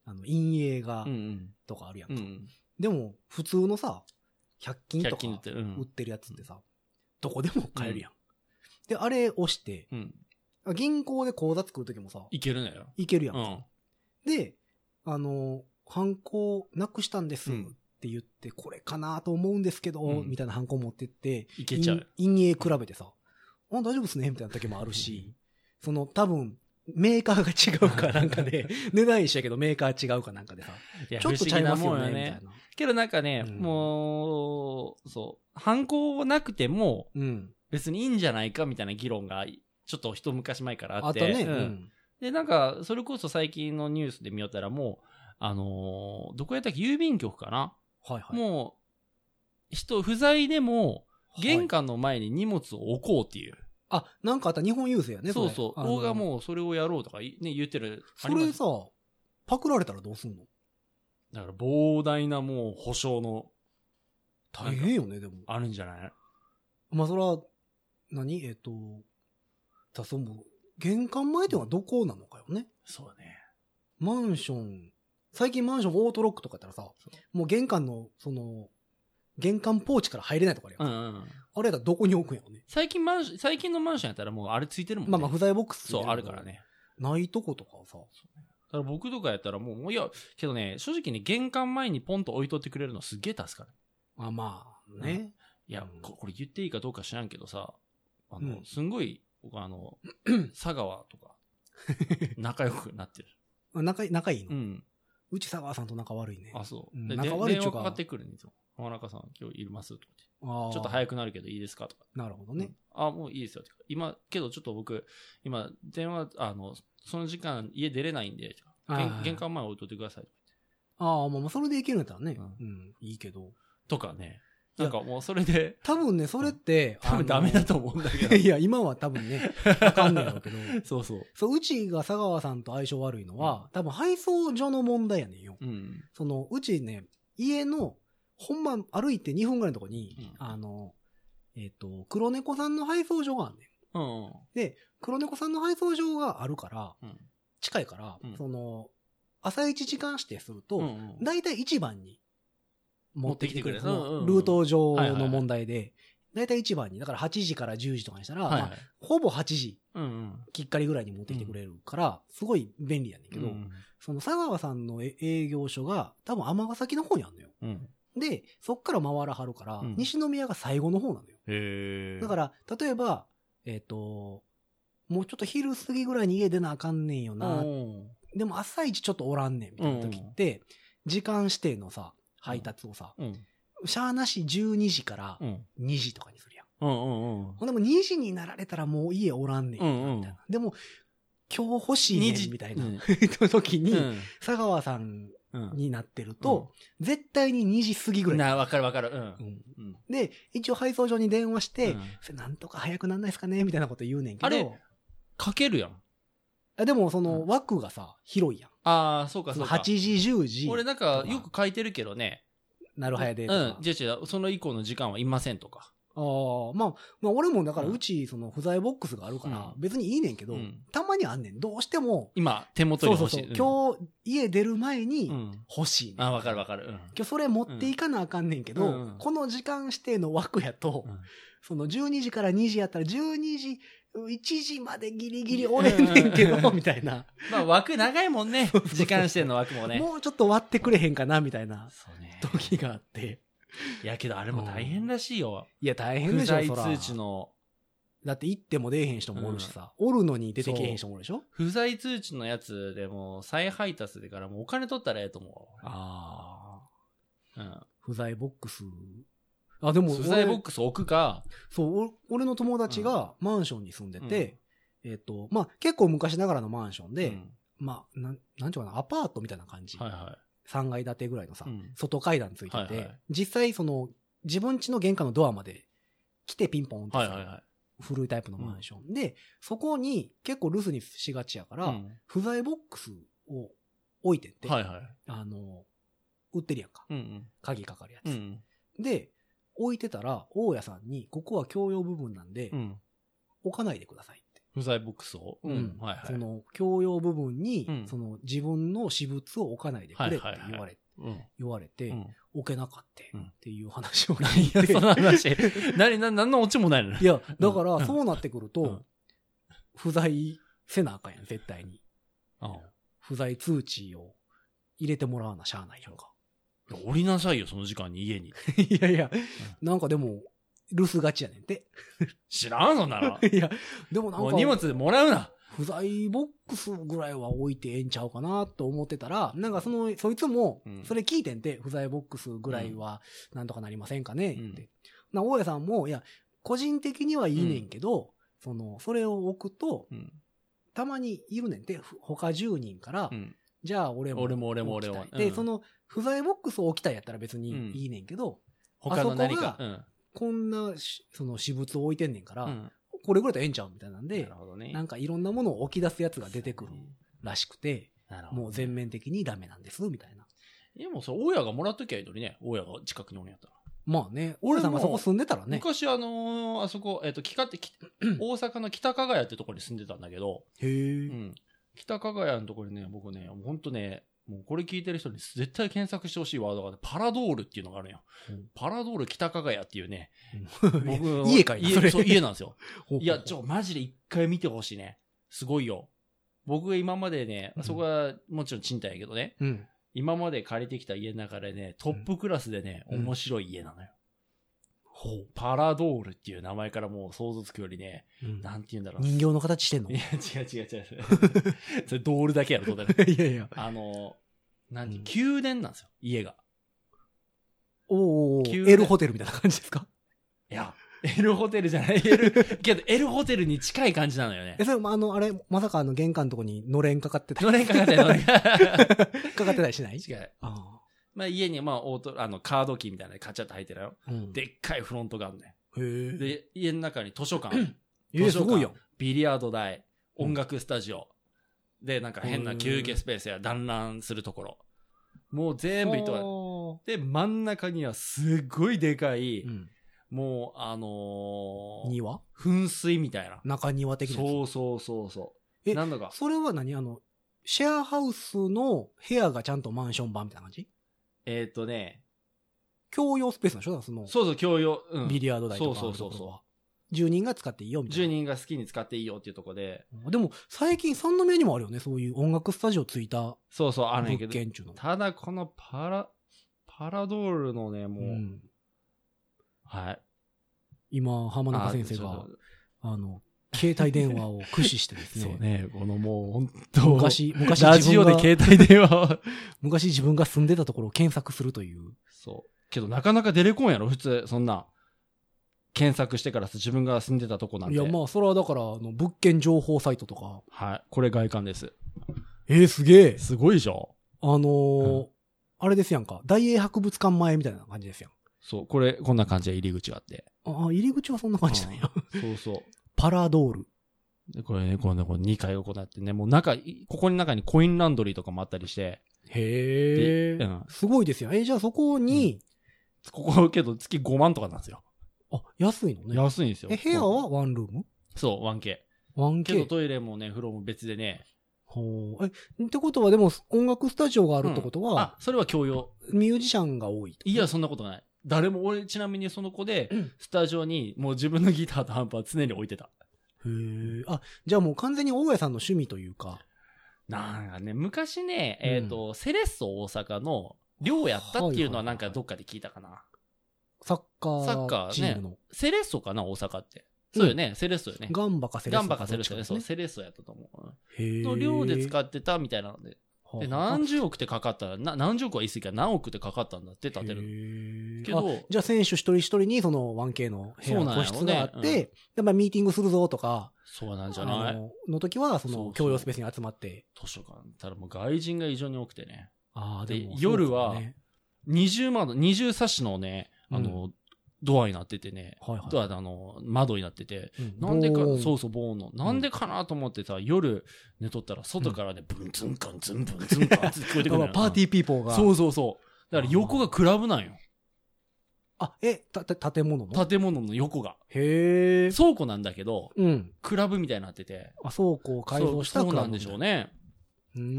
Speaker 2: あの、陰影が
Speaker 4: う、ん
Speaker 2: とかあるやん
Speaker 4: う
Speaker 2: か。
Speaker 4: ん。
Speaker 2: でも、普通のさ、100均と
Speaker 4: 100
Speaker 2: か
Speaker 4: 均って、う
Speaker 2: 売っ
Speaker 4: ん。
Speaker 2: てるやつってさ、どこでも買えるやん。で、あれ押して、
Speaker 4: うん。
Speaker 2: 銀行で口座作るときもさ、
Speaker 4: いけるのよ。
Speaker 2: いけるやん
Speaker 4: う
Speaker 2: か。
Speaker 4: ん。
Speaker 2: で、あの、ハンコなくしたんです
Speaker 4: う
Speaker 2: っ
Speaker 4: ん
Speaker 2: て言って、これかなと思うんですけど、
Speaker 4: うん
Speaker 2: みたいなハンコ持ってって、
Speaker 4: いけちゃう。
Speaker 2: 陰陰影比べてさ、あ、大丈夫っすねみたいな時もあるし、その、多分、メーカーが違うかなんか で、値段一緒やけどメーカー違うかなんかでさ、
Speaker 4: いや
Speaker 2: ちょっと
Speaker 4: 不
Speaker 2: ち
Speaker 4: 思
Speaker 2: ゃい
Speaker 4: 議な
Speaker 2: ます
Speaker 4: も
Speaker 2: よ
Speaker 4: ん
Speaker 2: ね、
Speaker 4: よ
Speaker 2: みた
Speaker 4: ね
Speaker 2: い。な。
Speaker 4: けどなんかね、
Speaker 2: うん
Speaker 4: もう、そう、犯行なくても
Speaker 2: うん。
Speaker 4: 別にいいんじゃないかみたいな議論が、ちょっと一昔前からあ
Speaker 2: あ
Speaker 4: っ。
Speaker 2: ってたね。
Speaker 4: うんで、なんか、それこそ最近のニュースで見よったらもう、あのーどこやったっけ郵便局かな、
Speaker 2: はいはい。
Speaker 4: もう、人不在でも、
Speaker 2: はい
Speaker 4: 玄関の前に荷物を置こうっていう。
Speaker 2: あ、なんかあった日本郵政やね。
Speaker 4: そう
Speaker 2: れ
Speaker 4: そう。
Speaker 2: あの
Speaker 4: 大がもうそれをやろうとかい、ね、言ってる。
Speaker 2: そ
Speaker 4: あり
Speaker 2: れ
Speaker 4: ます
Speaker 2: さ、パクられたらどうすんの
Speaker 4: だから膨大なもう保証の、
Speaker 2: 大変よね、でも。
Speaker 4: あるんじゃない
Speaker 2: まあ、それは、何えっ、と、だその、玄関前っていうのはどこなのかよね。
Speaker 4: そうね。
Speaker 2: マンション、最近マンションオートロックとかやったらさ、もう玄関の、その、玄関ポーチから入れないとかあるや。
Speaker 4: うんんうん。
Speaker 2: あれやったらどこに置くんやろね。
Speaker 4: 最近マンション、最近のマンションやったらもうあれついてるもんね。
Speaker 2: まあまあ、不在ボックス、
Speaker 4: そう、あるから。ね。
Speaker 2: ないとことかさ、
Speaker 4: だから僕とかやったらもう、もういや、けどね、正直ね、玄関前にポンと置いとってくれるのすげえ助かる。
Speaker 2: あまあ、ね。
Speaker 4: いや
Speaker 2: う、ん
Speaker 4: ここれ言っていいかどうか知らんけどさ、あの、
Speaker 2: うん
Speaker 4: すんごい、僕あの、佐川とか、仲良くなってる。
Speaker 2: 仲い仲いいの、
Speaker 4: う。
Speaker 2: うんち佐川さんと仲悪いね。
Speaker 4: あ、そ
Speaker 2: う
Speaker 4: う。
Speaker 2: ん
Speaker 4: で
Speaker 2: 仲
Speaker 4: で
Speaker 2: 悪いっ
Speaker 4: 電
Speaker 2: ちゅう
Speaker 4: 話
Speaker 2: か
Speaker 4: かかってくるんですよ。浜中さん、今日いますとかって
Speaker 2: ちょ
Speaker 4: ちょっと早くなるけどいいですかとか。
Speaker 2: なるほどね。
Speaker 4: あ、もういいですよ。とか今、けどちょっと僕、今、電話、あの、その時間家出れないんで、とか
Speaker 2: あー
Speaker 4: 玄玄関前置いといてくださいとか
Speaker 2: ああ、もうそれでいけるんだったらね、
Speaker 4: う
Speaker 2: うんん。いいけど。
Speaker 4: とかね。なんかもうそれで、
Speaker 2: 多分ね、それって、
Speaker 4: 多分
Speaker 2: あ
Speaker 4: ダ
Speaker 2: の
Speaker 4: メだと思うんだけど。
Speaker 2: いや、今は多分ね、わかんないだろうけど。
Speaker 4: そうそう。
Speaker 2: そう、うちが佐川さんと相性悪いのは、多分配送所の問題やねんよ。
Speaker 4: うん。
Speaker 2: その、うちね、家の、ほんま歩いて2分ぐらいのとこに、
Speaker 4: うん
Speaker 2: あの、えっ、と、黒猫さんの配送所があんねん。
Speaker 4: うん。
Speaker 2: で、黒猫さんの配送所があるから、
Speaker 4: うん。
Speaker 2: 近いから、
Speaker 4: うん
Speaker 2: その、朝一時間指定すると、
Speaker 4: うんうん
Speaker 2: 大体一番に持ってきてくれる。
Speaker 4: 持ってきてくれ
Speaker 2: そ
Speaker 4: る
Speaker 2: の
Speaker 4: うんうん
Speaker 2: ルート上
Speaker 4: はいはいは
Speaker 2: の
Speaker 4: い
Speaker 2: 問題で、大体一番に、だから8時から10時とかにしたら、
Speaker 4: はい
Speaker 2: ま
Speaker 4: は
Speaker 2: あ
Speaker 4: い。
Speaker 2: ほぼ8時
Speaker 4: うんうん。
Speaker 2: きっかりぐらいに持ってきてくれるから、すごい便利やねんけ
Speaker 4: け
Speaker 2: ど、
Speaker 4: ど、
Speaker 2: その佐川さんの営業所が多分尼崎の方にあるのよ。
Speaker 4: うん。
Speaker 2: で、そっから回らはるから、
Speaker 4: うん
Speaker 2: 西宮が最後の方なのよ。
Speaker 4: へえ。
Speaker 2: だから、例えば、えっ、と、もうちょっと昼過ぎぐらいに家出なあかんねんよなっ
Speaker 4: うん、
Speaker 2: でも朝一ちょっとおらんねんみたいな時って、時間指定のさ、配達をさ、
Speaker 4: うん。
Speaker 2: シャーなし12時から
Speaker 4: うん。
Speaker 2: 2時とかにするやん。
Speaker 4: うんうんうん。
Speaker 2: ほんでもう2時になられたらもう家おらんねん
Speaker 4: うんうん
Speaker 2: みたいな。でも、今日欲しいねんみたいな、
Speaker 4: うん
Speaker 2: 時に、
Speaker 4: うん
Speaker 2: 佐川さん
Speaker 4: うん
Speaker 2: になってると、絶対に2時過ぎぐらい。
Speaker 4: な、わかるわかる。うん
Speaker 2: う。ん
Speaker 4: うん
Speaker 2: で、一応配送所に電話して、
Speaker 4: うん
Speaker 2: それなんとか早くなんないですかねみたいなこと言うねんけど。
Speaker 4: あれかけるやん。
Speaker 2: あでもその
Speaker 4: うん
Speaker 2: 枠がさ、広いやん。
Speaker 4: ああ、そうか
Speaker 2: そ
Speaker 4: そ
Speaker 2: の
Speaker 4: うか。
Speaker 2: 8時、10時、
Speaker 4: 俺なんかよく書いてるけどね。
Speaker 2: なるはやでと
Speaker 4: う
Speaker 2: か。
Speaker 4: ん。じゃあじゃあその以降の時間はいませんとか。
Speaker 2: ああ、まあ、まあ俺もだから
Speaker 4: うん
Speaker 2: うち、その不在ボックスがあるから
Speaker 4: う、
Speaker 2: 別にいいねんけど、
Speaker 4: うん
Speaker 2: たまにあんねん。どうしても、
Speaker 4: 今、手元に
Speaker 2: そうそ
Speaker 4: 欲
Speaker 2: うそう
Speaker 4: しい。、
Speaker 2: 今日家出る前に
Speaker 4: 日うん。
Speaker 2: 欲しいねん、
Speaker 4: あーわかるわかる。うん
Speaker 2: 今日それ持っていかなあかんねんけど、
Speaker 4: うんうん
Speaker 2: この時間指定の枠やと、
Speaker 4: うん
Speaker 2: その12時から2時やったら12時、1時までギリギリ折れんねんけど、
Speaker 4: うん
Speaker 2: みたいな。
Speaker 4: まあ枠長いも んね。時間指定の枠もね。
Speaker 2: もうちょっと割ってくれへんかな、みたいな
Speaker 4: そうね。
Speaker 2: 時があって。
Speaker 4: いやけどあれも大変らしいよ。
Speaker 2: いや、大変
Speaker 4: 不
Speaker 2: でしょ、
Speaker 4: 在
Speaker 2: そら。
Speaker 4: 通知の、
Speaker 2: だって行っても出えへん人もおるしさ、おるのに出てけえへん人もおるでしょ
Speaker 4: 不在通知のやつでもう再配達でからもうお金取ったらええと思
Speaker 2: ああ。
Speaker 4: うわ。うん。
Speaker 2: 不在ボックス。あ、でも、
Speaker 4: 不在ボッ
Speaker 2: ク
Speaker 4: クス置くか、
Speaker 2: ス。そう、お俺の友達がマンションに住んでて、えっ、と、まあ、結構昔ながらのマンションで、
Speaker 4: うん
Speaker 2: まあ、なん、なんちゅうかな、アパートみたいな感じ。
Speaker 4: はいは
Speaker 2: 3階建てぐらいのさ、
Speaker 4: い。うん
Speaker 2: 外階段ついてて、
Speaker 4: はいはい
Speaker 2: 実際その、自分家の玄関のドアまで来てピンポンってさ、
Speaker 4: はいはいはい。
Speaker 2: 古いタイプのマンション、で、そこに結構留守にしがちやから、
Speaker 4: うん
Speaker 2: 不在ボックスを置いてって、
Speaker 4: はいはい。
Speaker 2: あの、売ってるやんか。
Speaker 4: うん
Speaker 2: 鍵かかるやつ。
Speaker 4: うん。うん
Speaker 2: で、置いてたら、大家さんに、ここは共用部分なんで、
Speaker 4: うん。
Speaker 2: 置かないでくださいって。
Speaker 4: 不在ボックスを。
Speaker 2: うん
Speaker 4: はいはい。
Speaker 2: その、共用部分に、
Speaker 4: うん
Speaker 2: その、自分の私物を置かないでくれって
Speaker 4: はいはいはい
Speaker 2: 言われ、
Speaker 4: うん。
Speaker 2: 言われて、
Speaker 4: うん
Speaker 2: 置けなかった
Speaker 4: うん
Speaker 2: っていう話を聞いて。
Speaker 4: その 話。何、何何のオチもないのね
Speaker 2: いや、だか
Speaker 4: うん
Speaker 2: ら、そうなってくると、
Speaker 4: うん
Speaker 2: 不在せなあかんやん、絶対に。
Speaker 4: うん
Speaker 2: 不在通知を入れてもらわなしゃあないや んか。
Speaker 4: いや降りなさいよ、その時間に家に。
Speaker 2: いやいや、なんかでも、留守がちやねんて。
Speaker 4: 知らんのなら。
Speaker 2: いや、でもなん
Speaker 4: も
Speaker 2: か。
Speaker 4: う荷物もらうな。
Speaker 2: 不在ボックスぐらいは置いてええんちゃうかなと思ってたら、なんかその、そいつも
Speaker 4: うん、
Speaker 2: それ聞いてんて、不在ボックスぐらいはなんとかなりませんかねって。
Speaker 4: うん
Speaker 2: な、大家さんも、いや、個人的にはいいねんけど、その、それを置くと、
Speaker 4: うん。
Speaker 2: たまにいるねんて、ふ他10人から、
Speaker 4: うん。
Speaker 2: じゃあ俺も。
Speaker 4: 俺も俺も俺も
Speaker 2: 置きたい
Speaker 4: うん
Speaker 2: で、その、不在ボックスを置きたいやったら別
Speaker 4: う
Speaker 2: に
Speaker 4: ん
Speaker 2: いいねんけど、
Speaker 4: 他の何
Speaker 2: あ
Speaker 4: か
Speaker 2: そ。こ
Speaker 4: うん
Speaker 2: こんなし、その私物を置いてんねんから、
Speaker 4: うん。
Speaker 2: これぐらいでええんちゃうみたいなん
Speaker 4: な
Speaker 2: で
Speaker 4: る、ほどね。
Speaker 2: なんかいろんなものを置き出すやつが出てくるらしくて、
Speaker 4: なるほど。
Speaker 2: もう全面的にダメなんです、みたいな。
Speaker 4: いや、もうそれ、大家がもらっときゃいいのにね。大家が近くにおるんやったら。
Speaker 2: まあね、俺
Speaker 4: 俺も
Speaker 2: さんがそこ住んでたらね。
Speaker 4: 昔、あのーあそこ、えっ、と、きかっ て、き大阪の北加賀谷ってとこに住んでたんだけど、
Speaker 2: へえ
Speaker 4: う。ん。北加賀谷のところにね、僕ね、もうほんとね、もうこれ聞いてる人に絶対検索してほしいワードがね、パラドールっていうのがあるんよ。
Speaker 2: うん
Speaker 4: パラドール北加賀谷っていうね、
Speaker 2: いや
Speaker 4: 僕、
Speaker 2: 家かいなそ
Speaker 4: 家、
Speaker 2: れ
Speaker 4: そう、 家なんですよ。
Speaker 2: ほうほうほう
Speaker 4: いや、ちょ、マジで一回見てほしいね。すごいよ。僕が今までね、
Speaker 2: うん
Speaker 4: そこはもちろん賃貸やけどね、
Speaker 2: うん。
Speaker 4: 今まで借りてきた家の中でね、トップクラスでね、
Speaker 2: うん
Speaker 4: 面白い家なのよ。
Speaker 2: ほ
Speaker 4: パラドールっていう名前からもう想像つくよりね、
Speaker 2: う。うん
Speaker 4: なんて言うんだろう。
Speaker 2: 人形の形してんの
Speaker 4: いや、違う違う違う。 それドールだけやろ、当然。
Speaker 2: いやいや。
Speaker 4: あの、何、
Speaker 2: うん
Speaker 4: 宮殿なんですよ、家が。
Speaker 2: おお、
Speaker 4: 急
Speaker 2: L ホテルみたいな感じですか
Speaker 4: いや、L ホテルじゃない、L、け ど L ホテルに近い感じなのよね
Speaker 2: え、。それ、まあ、あの、あれ、まさかあの、玄関のとこにのれんかかってたり
Speaker 4: のれんか かってるのれんかかってる
Speaker 2: かかってたりしない
Speaker 4: 違う。
Speaker 2: あ
Speaker 4: まあ家に、まあ、オート、あの、カードキーみたいなのカチャッと入ってるよ。
Speaker 2: あ。うん、
Speaker 4: でっかいフロントがあるね。
Speaker 2: へえ。
Speaker 4: で、家の中に図書 館、
Speaker 2: え、すごいやん。
Speaker 4: ビリヤード台、
Speaker 2: うん
Speaker 4: 音楽スタジオ、で、なんか変な休憩スペースや団らんするところ。もう全部いっとわ
Speaker 2: は
Speaker 4: で、真ん中にはすっごいでかい、
Speaker 2: うん。
Speaker 4: もう、あのー
Speaker 2: 庭
Speaker 4: 噴水みたいな。
Speaker 2: 中庭的なやつ
Speaker 4: そうそうそうそ
Speaker 2: え
Speaker 4: う。なんだか。
Speaker 2: それは何あの、シェアハウスの部屋がちゃんとマンション版みたいな感じ
Speaker 4: えーっとね、
Speaker 2: 共用スペースなんでしょだからその、
Speaker 4: そうそう、教養、うん。
Speaker 2: ビリヤード台とか
Speaker 4: そうそうそうそう
Speaker 2: う。住人が使っていいよみたいな。
Speaker 4: 10人が好きに使っていいよっていうとこで、
Speaker 2: でも、最近三宮にもあるよね。そういう音楽スタジオついた
Speaker 4: そうそう、あるん
Speaker 2: 物
Speaker 4: やけど、
Speaker 2: 件っていうの。
Speaker 4: ただこのパラ、パラドールのね、も
Speaker 2: う
Speaker 4: う、
Speaker 2: ん、
Speaker 4: はい。
Speaker 2: 今、浜中先生が
Speaker 4: あちょっ、
Speaker 2: あの、携帯電話を駆使してです
Speaker 4: と そう
Speaker 2: ね。
Speaker 4: ね、このもう本当、
Speaker 2: 昔、昔
Speaker 4: ラ
Speaker 2: 自
Speaker 4: ジオ
Speaker 2: 分
Speaker 4: で
Speaker 2: が、
Speaker 4: 携帯電話を
Speaker 2: 昔自分が住んでたところを検索するという。
Speaker 4: そう。けどなかなか出れこんやろ、普通、そんな。検索してから自分が住んでたとこなん
Speaker 2: い
Speaker 4: て。
Speaker 2: や、まあ、それはだから、あの、物件情報サイトとか。
Speaker 4: はい。これ外観です。
Speaker 2: えー、すげえ。
Speaker 4: すごいでしょ
Speaker 2: あのー
Speaker 4: う
Speaker 2: あれですやんか。大英博物館前みたいな感じですやん。
Speaker 4: そう、これ、こんな感じで入り口があって。
Speaker 2: ああ、入り口はそんな感じなんや。
Speaker 4: そうそう。
Speaker 2: パラドール。
Speaker 4: で、これね、このこの2階がこうなってね、もう中、いここの中にコインランドリーとかもあったりして、
Speaker 2: へ
Speaker 4: でうん
Speaker 2: すごいですよ。えーじゃあそこに、
Speaker 4: ここけど月5万とかなんですよ。
Speaker 2: あ、安いのね。
Speaker 4: 安いんですよ。
Speaker 2: え、部屋はワンルーム
Speaker 4: そう、1K。けど
Speaker 2: ?1K。
Speaker 4: トイレもね、風呂も別でね。
Speaker 2: ほう。え、ってことはでも音楽スタジオがあるってこと
Speaker 4: うん
Speaker 2: は
Speaker 4: あ、、それは共用。
Speaker 2: ミュージシャンが多いと。
Speaker 4: いや、そんなことない。誰も、俺、ちなみにその子で
Speaker 2: うん、
Speaker 4: スタジオにもう自分のギターとハンパー常に置いてた。
Speaker 2: へえ。あ、じゃあもう完全に大家さんの趣味というか。
Speaker 4: なんかね、昔ね、えっ、と、セレッソ大阪の寮やったっていうのはなんかどっかで聞いたかな。
Speaker 2: サッカ
Speaker 4: サッカー
Speaker 2: ー
Speaker 4: ね
Speaker 2: チームの。
Speaker 4: セレッソかな、大阪って。そうよね、セレッソよね。
Speaker 2: ガンバかセレッ
Speaker 4: ガ
Speaker 2: ソ。
Speaker 4: ンバかセレッソね、そう、
Speaker 2: へ
Speaker 4: セレッソやったと思う。
Speaker 2: え。
Speaker 4: の寮で使ってたみたいなので。
Speaker 2: はあ
Speaker 4: で、何十億ってかかったら、な何十億は言い過ぎか、何億ってかかったんだって建て
Speaker 2: へ
Speaker 4: る。
Speaker 2: ー
Speaker 4: け
Speaker 2: あ
Speaker 4: ど、
Speaker 2: じゃあ選手一人一人にその 1K の部
Speaker 4: そ
Speaker 2: 屋
Speaker 4: う
Speaker 2: の
Speaker 4: なんや
Speaker 2: 個
Speaker 4: ろ
Speaker 2: 室
Speaker 4: うね
Speaker 2: があって、
Speaker 4: うん
Speaker 2: やっぱミーティングするぞとか、
Speaker 4: そうなんじゃな
Speaker 2: あ
Speaker 4: い
Speaker 2: の、の時はそ
Speaker 4: そうそ
Speaker 2: の
Speaker 4: う
Speaker 2: 共用スペースに集まって、
Speaker 4: 図書館。ただもう外人が異常に多くてね。
Speaker 2: あー
Speaker 4: で
Speaker 2: でも
Speaker 4: 夜は
Speaker 2: そうかね
Speaker 4: 20窓、20冊子のね、あの、ドアになっててね。
Speaker 2: はいはい
Speaker 4: ドアであの、窓になってて。
Speaker 2: うん
Speaker 4: なんでか
Speaker 2: ボー、ン
Speaker 4: そうそう、ボーンの。なんでかなと思ってさ、夜寝とったら、外からね、ブンツンカンツンブンツンカンって聞こえてくるの
Speaker 2: まあ
Speaker 4: よ。
Speaker 2: パーティーピーポーが。
Speaker 4: そうそうそう。だから横がクラブなんよ。
Speaker 2: あ、え、た、た、建物の
Speaker 4: 建物の横が。
Speaker 2: へえ。
Speaker 4: 倉庫なんだけど、
Speaker 2: うん。
Speaker 4: クラブみたいになってて。
Speaker 2: あ、倉庫を改造した
Speaker 4: そうそうなんでしょう
Speaker 2: ね。
Speaker 4: ね。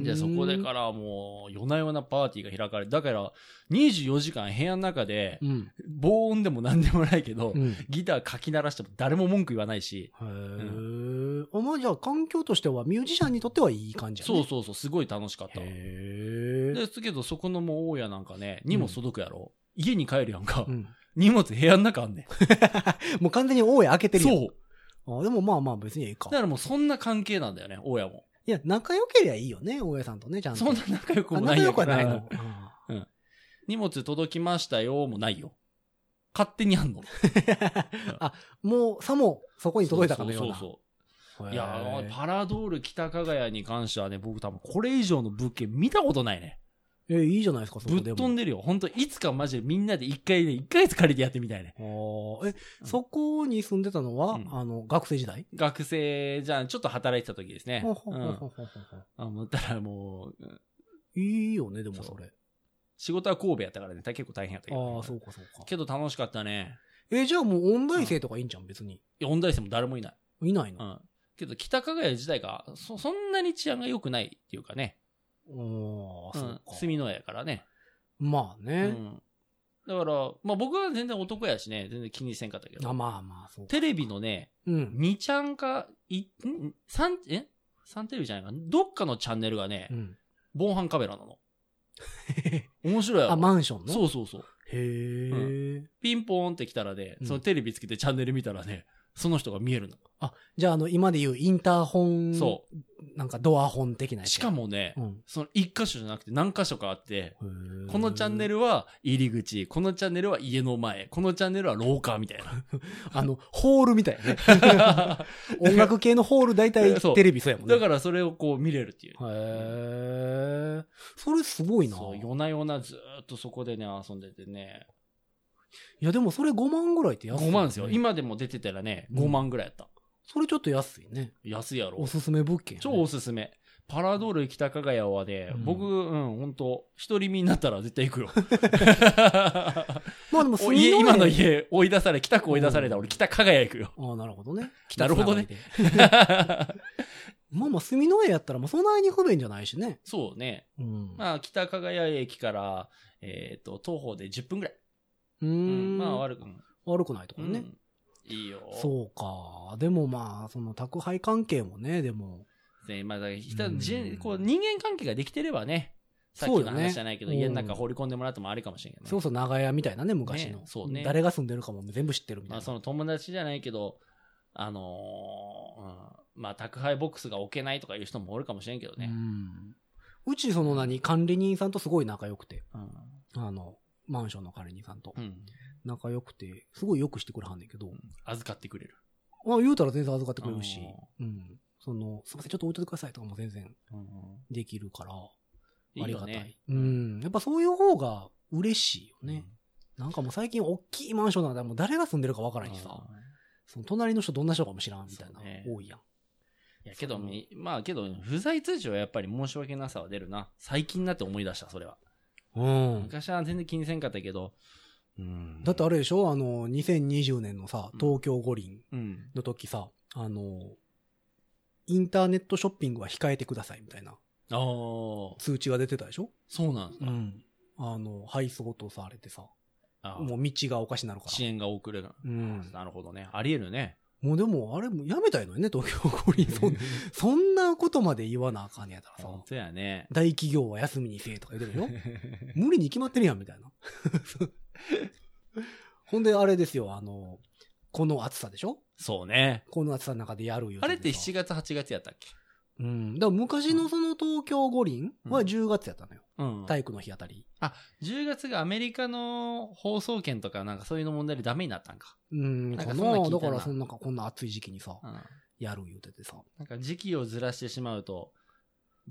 Speaker 4: で、
Speaker 2: で
Speaker 4: そこでか。らもう、夜な夜なパーティーが開かれて、だから、24時間部屋の中で
Speaker 2: う、ん。
Speaker 4: 防音でも何でもないけど、
Speaker 2: うん。へ
Speaker 4: ギターかき鳴らしても誰も文句言わないし、
Speaker 2: え。あ、まあじゃあ環境としてはミュージシャンにとってはいい感じやね
Speaker 4: そうそうそう、すごい楽しかった。で
Speaker 2: へえ。
Speaker 4: すけど、そこのもう大家なんかね、荷物届くやろ。家に帰るやんか
Speaker 2: う。ん。
Speaker 4: 荷物部屋の中あんね
Speaker 2: もう完全に大家開けて
Speaker 4: ん。
Speaker 2: るやん。
Speaker 4: そう。
Speaker 2: あでもまあまあ別にいいか
Speaker 4: だ。からもうそんな関係なんだよね、大家も。
Speaker 2: いや、仲良けりゃいいよね、大家さんとね、ちゃんと。
Speaker 4: そんな仲良く
Speaker 2: あ
Speaker 4: もな
Speaker 2: 仲
Speaker 4: いん
Speaker 2: 良
Speaker 4: や
Speaker 2: くは
Speaker 4: から
Speaker 2: ないの。あ
Speaker 4: 荷物届きましたよ、もないよ。勝手に あんの。
Speaker 2: ーもう、さも、そこに届いたかのような。
Speaker 4: そうそうそう。
Speaker 2: へー
Speaker 4: いや、あのパラドール北加賀屋に関してはね、僕多分これ以上の物件見たことないね。
Speaker 2: え、いいじゃないですか、そこ
Speaker 4: ぶっ
Speaker 2: でも。
Speaker 4: 飛んでるよ。本当いつかマジでみんなで一回ね、一ヶ月借りてやってみたいね。
Speaker 2: あーえ、そこに住んでたのは、
Speaker 4: うん
Speaker 2: あの、学生時代
Speaker 4: 学生じゃん、ちょっと働いてた時ですね。
Speaker 2: ほうほう
Speaker 4: う
Speaker 2: ほうんほうほうほう
Speaker 4: あ。思ったらもう、うん
Speaker 2: いいよね、でもそれ。
Speaker 4: 仕事は神戸やったからね、結構大変やったけどね、
Speaker 2: ああ、そうかそうか。
Speaker 4: けど楽しかったね。
Speaker 2: え、じゃあもう音大生とかいいんじゃん、別に。
Speaker 4: 四大生も誰もいない。
Speaker 2: いないの
Speaker 4: う。ん。けど北加賀屋自体がそ、そんなに治安が良くないっていうかね。。
Speaker 2: ああ、そううんか。
Speaker 4: 住の屋やからね。
Speaker 2: まあ
Speaker 4: う
Speaker 2: ね。
Speaker 4: ん。だから、まあ僕は全然男やしね、全然気にせんかったけど。
Speaker 2: あまあまあ、そうか。
Speaker 4: テレビのね、
Speaker 2: うん。
Speaker 4: 2ちゃんか、い、ん ?3、え ?3 テレビじゃないかなどっかのチャンネルがね
Speaker 2: う、ん。
Speaker 4: 防犯カメラなの。面白いやろ
Speaker 2: あ、マンションの
Speaker 4: そうそうそう。
Speaker 2: へえ、
Speaker 4: ピンポーンって来たらね、
Speaker 2: うん
Speaker 4: そのテレビつけてチャンネル見たらね、その人が見えるの。
Speaker 2: じゃあ、あの、今で言うインターホン、。
Speaker 4: そう
Speaker 2: なんかドアホン的なや
Speaker 4: う。
Speaker 2: つ。
Speaker 4: しか、もね、
Speaker 2: うん。
Speaker 4: その一箇所じゃなくて何箇所かあって、このチャンネ
Speaker 2: ル。
Speaker 4: ルは入り口、このチャンネルは家の前、このチャンネルは廊下みたい
Speaker 2: あの、ホールみたいな ね。
Speaker 4: な。
Speaker 2: 音楽系のホール大体
Speaker 4: そう
Speaker 2: テレビそうやもんね。
Speaker 4: だからそれをこう見れるっていう。
Speaker 2: ら。へえ。それすごいな。
Speaker 4: そう、
Speaker 2: い
Speaker 4: 夜な夜なずーっとそこでね、遊んでてね。
Speaker 2: や、でもそれ5万ぐらいって安い、
Speaker 4: 5万ですよ。
Speaker 2: ね。
Speaker 4: 今でも出てたらね、
Speaker 2: うん
Speaker 4: 5万ぐらいやった。
Speaker 2: それちょっと安いね。
Speaker 4: 安いやろ
Speaker 2: お。すすめ物件、ね。
Speaker 4: 超おすすめ。パラドール北加賀屋はね、
Speaker 2: うん
Speaker 4: 僕、うん、ほんと、一人身になったら絶対行 くよ。
Speaker 2: まあでも
Speaker 4: お
Speaker 2: 住み
Speaker 4: 家、
Speaker 2: よう
Speaker 4: 今の
Speaker 2: ね。
Speaker 4: 家追い出され、北区追い出された、
Speaker 2: うん
Speaker 4: 俺北加賀屋行くよ。
Speaker 2: ああ、なるほどね。
Speaker 4: なるほどね
Speaker 2: 北つながりで。まあまあ、住みの家やったら、まあ、そないに不便じゃないしね。
Speaker 4: そうね。
Speaker 2: うん。
Speaker 4: まあ、北加賀屋駅から、えっ、と、徒歩で10分ぐらい。
Speaker 2: うー。
Speaker 4: うんん、まあ、
Speaker 2: 悪
Speaker 4: 悪くも。
Speaker 2: くないとこ
Speaker 4: う
Speaker 2: ろ
Speaker 4: ん
Speaker 2: ね。
Speaker 4: いいよ。
Speaker 2: そうか。でもまあ、その宅配関係もね、でも。
Speaker 4: ね、まあ、だからひた
Speaker 2: うん
Speaker 4: じこう人間関係ができてればね、さっき
Speaker 2: そう
Speaker 4: の
Speaker 2: よね
Speaker 4: 話じゃないけど、
Speaker 2: うん
Speaker 4: 家の中放り込んでもらってもありかもしれんけどね。
Speaker 2: そうそう、長屋みたいなね、昔
Speaker 4: ね
Speaker 2: の。
Speaker 4: そうね
Speaker 2: 誰が住んでるかも全部知ってるみたい
Speaker 4: まあ、
Speaker 2: な。
Speaker 4: その友達じゃないけど、あのーうんまあ、宅配ボックスが置けないとかいう人もおるかもしれんけど
Speaker 2: う
Speaker 4: ね。
Speaker 2: ん。うち、その何、管理人さんとすごい仲良くて。
Speaker 4: うん。
Speaker 2: あの、マンションの管理人さんと
Speaker 4: う。ん。
Speaker 2: 仲良くて、すごいよくしてくれはんねんけど。
Speaker 4: 預かってくれる。
Speaker 2: まあ、言うたら全然預かってくれるし
Speaker 4: あ。
Speaker 2: うん。その、すいません、ちょっと置いといてくださいとかも全然
Speaker 4: うん。
Speaker 2: できるから、
Speaker 4: い
Speaker 2: あ
Speaker 4: い
Speaker 2: りが
Speaker 4: よ
Speaker 2: たい。
Speaker 4: ね。
Speaker 2: うん。やっぱそういう方が嬉しいよね。なんかもう最近大きいマンションなんだもう誰が住んでるかわから
Speaker 4: うん。
Speaker 2: んしさ。
Speaker 4: うん
Speaker 2: その隣の人どんな人かも知らんみたいな
Speaker 4: そうね、
Speaker 2: 多いやん。
Speaker 4: いやけど、みまあけど、不在通知はやっぱり申し訳なさは出るな。最近になって思い出した、それは。
Speaker 2: うん。
Speaker 4: 昔は全然気にせんかったけど、うん。
Speaker 2: だってあれでしょあの、2020年のさ
Speaker 4: う、ん
Speaker 2: 東京五輪
Speaker 4: うん。
Speaker 2: の時さ、あの、インターネットショッピングは控えてくださいみたいな
Speaker 4: ああ、そ
Speaker 2: 通知が出てたでしょ
Speaker 4: うなんですか。
Speaker 2: ん。あの、配送とされてさ、
Speaker 4: あー
Speaker 2: もう道がおかしになるから。
Speaker 4: 支援が遅れる。
Speaker 2: うん。
Speaker 4: なるほどね。あり得るね。
Speaker 2: もうでも、あれもやめたいのよね、東京五輪。そんそんなことまで言わなあかんねやったらさ、
Speaker 4: 本当やね。
Speaker 2: 大企業は休みにせえとか言 ってるよ。無理に決まってるやん、みたいな。 ほんで、あれですよ、あの、この暑さでしょ
Speaker 4: そうね。
Speaker 2: この暑さの中でやるよ。
Speaker 4: あれって7月、8月やったっけ
Speaker 2: うん。だから昔のその東京五輪は
Speaker 4: うん
Speaker 2: 10月やったのよ。
Speaker 4: うん。
Speaker 2: 体育の日あたり。
Speaker 4: 10月がアメリカの放送権とかなんかそういうの問題でダメになったんか。
Speaker 2: うん、
Speaker 4: なん
Speaker 2: かな
Speaker 4: かそんなん聞いたな
Speaker 2: だから、そんなか、こんな暑い時期にさ、
Speaker 4: うん。
Speaker 2: やる言うててさ。
Speaker 4: なんか時期をずらしてしまうと、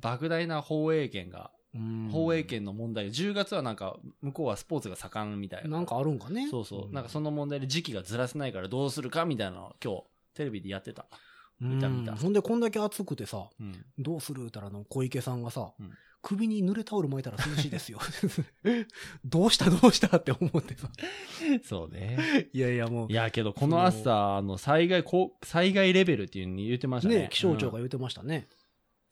Speaker 4: 莫大な放映権が、
Speaker 2: うん
Speaker 4: 放映権の問題、10月はなんか向こうはスポーツが盛んみたいな。
Speaker 2: なんかあるんかね。
Speaker 4: そうそう。なんか
Speaker 2: の、
Speaker 4: その問題で時期がずらせないからどうするかみたいなのを今日テレビでやって
Speaker 2: う
Speaker 4: た。
Speaker 2: ん
Speaker 4: 見た見た
Speaker 2: ほんで、こんだけ暑くてさ、
Speaker 4: うん。
Speaker 2: どうする言うたらあの、小池さんがさ、
Speaker 4: うん
Speaker 2: 首に濡れタオル巻いたら涼しいですよ。 どうしたどうしたって思ってさ。
Speaker 4: そうね。
Speaker 2: いやいや、もう
Speaker 4: い、や、けど、この暑さ、あの、災害、こう災害レベルっていうのに言ってましたね。
Speaker 2: ね、気象庁が
Speaker 4: うん
Speaker 2: 言ってましたね。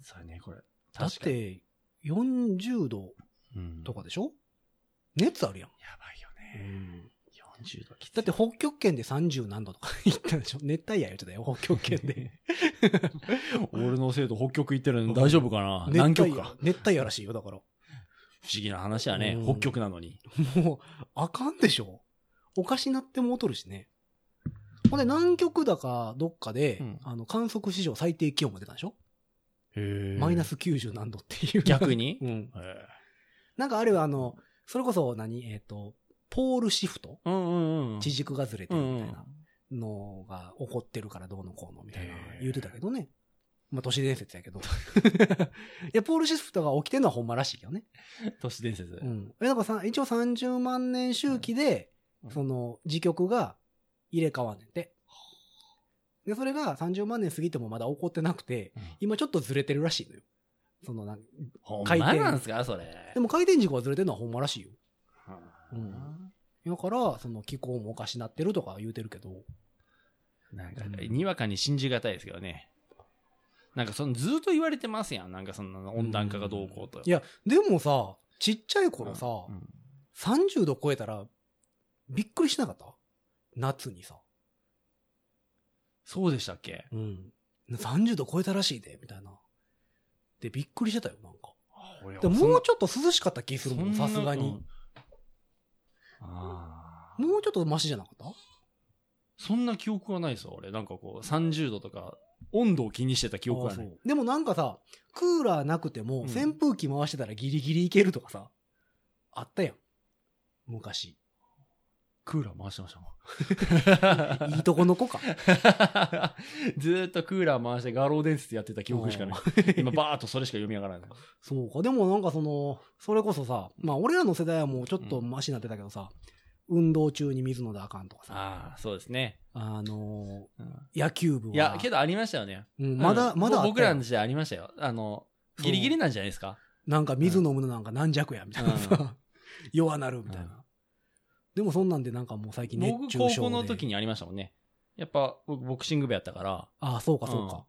Speaker 4: そうね、これ。
Speaker 2: だっ
Speaker 4: 確かに、
Speaker 2: て、40度
Speaker 4: うん
Speaker 2: とかでしょ熱あるやん。
Speaker 4: やばいよね。40度きつい
Speaker 2: だって、北極圏で30何度とか言ったでしょ熱帯夜言ってたよ、北極圏で。
Speaker 4: 俺の生徒北極行ってるのに大丈夫かな
Speaker 2: 熱帯夜
Speaker 4: 南極か。。
Speaker 2: 熱帯夜らしいよ、だから。
Speaker 4: 不思議な話やね
Speaker 2: う。ん
Speaker 4: 北極なのに。
Speaker 2: もう、あかんでしょおかしなってもうとるしね。ほんで、南極だかどっかで、
Speaker 4: うん
Speaker 2: あの、観測史上最低気温が出たでしょマイナス90何度っていう。
Speaker 4: 逆に
Speaker 2: うん。
Speaker 4: へえ
Speaker 2: なんかあるいはあの、それこそ何えっ、と、ポールシフト
Speaker 4: うんうんうん。
Speaker 2: 地軸がずれてるみたいな
Speaker 4: う
Speaker 2: のが起こってるからどうのこうのみたいな
Speaker 4: へえ
Speaker 2: 言うてたけどね。まあ、都市伝説やけど。 いや、ポールシフトが起きてるのはほんまらしいけどね。
Speaker 4: 都市伝説
Speaker 2: う。ん。え、だからさ、一応30万年周期で、
Speaker 4: うん
Speaker 2: その、時局が入れ替わんねんて。で、それが30万年過ぎてもまだ起こってなくて、
Speaker 4: うん
Speaker 2: 今ちょっとずれてるらしいのよ。そのなん
Speaker 4: ほんま
Speaker 2: 回転
Speaker 4: なんすかそれ。
Speaker 2: でも回転軸がずれてるのはほんまらしいよ。
Speaker 4: う
Speaker 2: うん
Speaker 4: ん
Speaker 2: だから、その気候もおかしなってるとか言うてるけど。
Speaker 4: なんか、にわかに信じがたいですけどね。なんか、その、ずっと言われてますやん。なんか、その、温暖化がどうこうと。
Speaker 2: いや、でもさ、ちっちゃい頃さ、
Speaker 4: うん
Speaker 2: 30度超えたら、びっくりしなかった夏にさ。
Speaker 4: そうでしたっけ
Speaker 2: うん。30度超えたらしいで、みたいな。で、びっくりしてたよ、なんか。
Speaker 4: 俺
Speaker 2: で
Speaker 4: そん
Speaker 2: も
Speaker 4: な
Speaker 2: うちょっと涼しかった気するもん、
Speaker 4: そ
Speaker 2: さ
Speaker 4: んな
Speaker 2: すが
Speaker 4: う
Speaker 2: に
Speaker 4: ん。あー
Speaker 2: もうちょっとマシじゃなかった
Speaker 4: そんな記憶はないですよ、俺。なんかこう、30度とか、温度を気にしてた記憶はない。
Speaker 2: でもなんかさ、クーラーなくても
Speaker 4: うん
Speaker 2: 扇風機回してたらギリギリいけるとかさ、あったやん。昔。
Speaker 4: クーラー回してましたも ん。
Speaker 2: いいとこの子か。
Speaker 4: ずーっとクーラー回して画廊伝説やってた記憶しかない。今バーっとそれしか読み上がら ない。
Speaker 2: そうか。でもなんかその、それこそさ、まあ俺らの世代はもうちょっとマシになってたけどさ、運動中に水飲んだらあかんとかさ、
Speaker 4: ああ、そうですね。
Speaker 2: あの
Speaker 4: うん
Speaker 2: ー、野球部は。
Speaker 4: いや、けどありましたよね。
Speaker 2: うんまだ、
Speaker 4: うん
Speaker 2: まだあったよ
Speaker 4: ぼ僕らの時代ありましたよ。あの、ギリギリなんじゃないですか。
Speaker 2: なんか水飲むのなんか軟弱や、みたいなさ、
Speaker 4: うん
Speaker 2: 弱なる、みたいな。
Speaker 4: うん
Speaker 2: でもそんなんでなんかもう最近熱
Speaker 4: 僕、
Speaker 2: 中症
Speaker 4: 高
Speaker 2: で。
Speaker 4: 校の時にありましたもんね。やっぱ、僕、ボクシング部やったから、
Speaker 2: ああ、そうかそうか。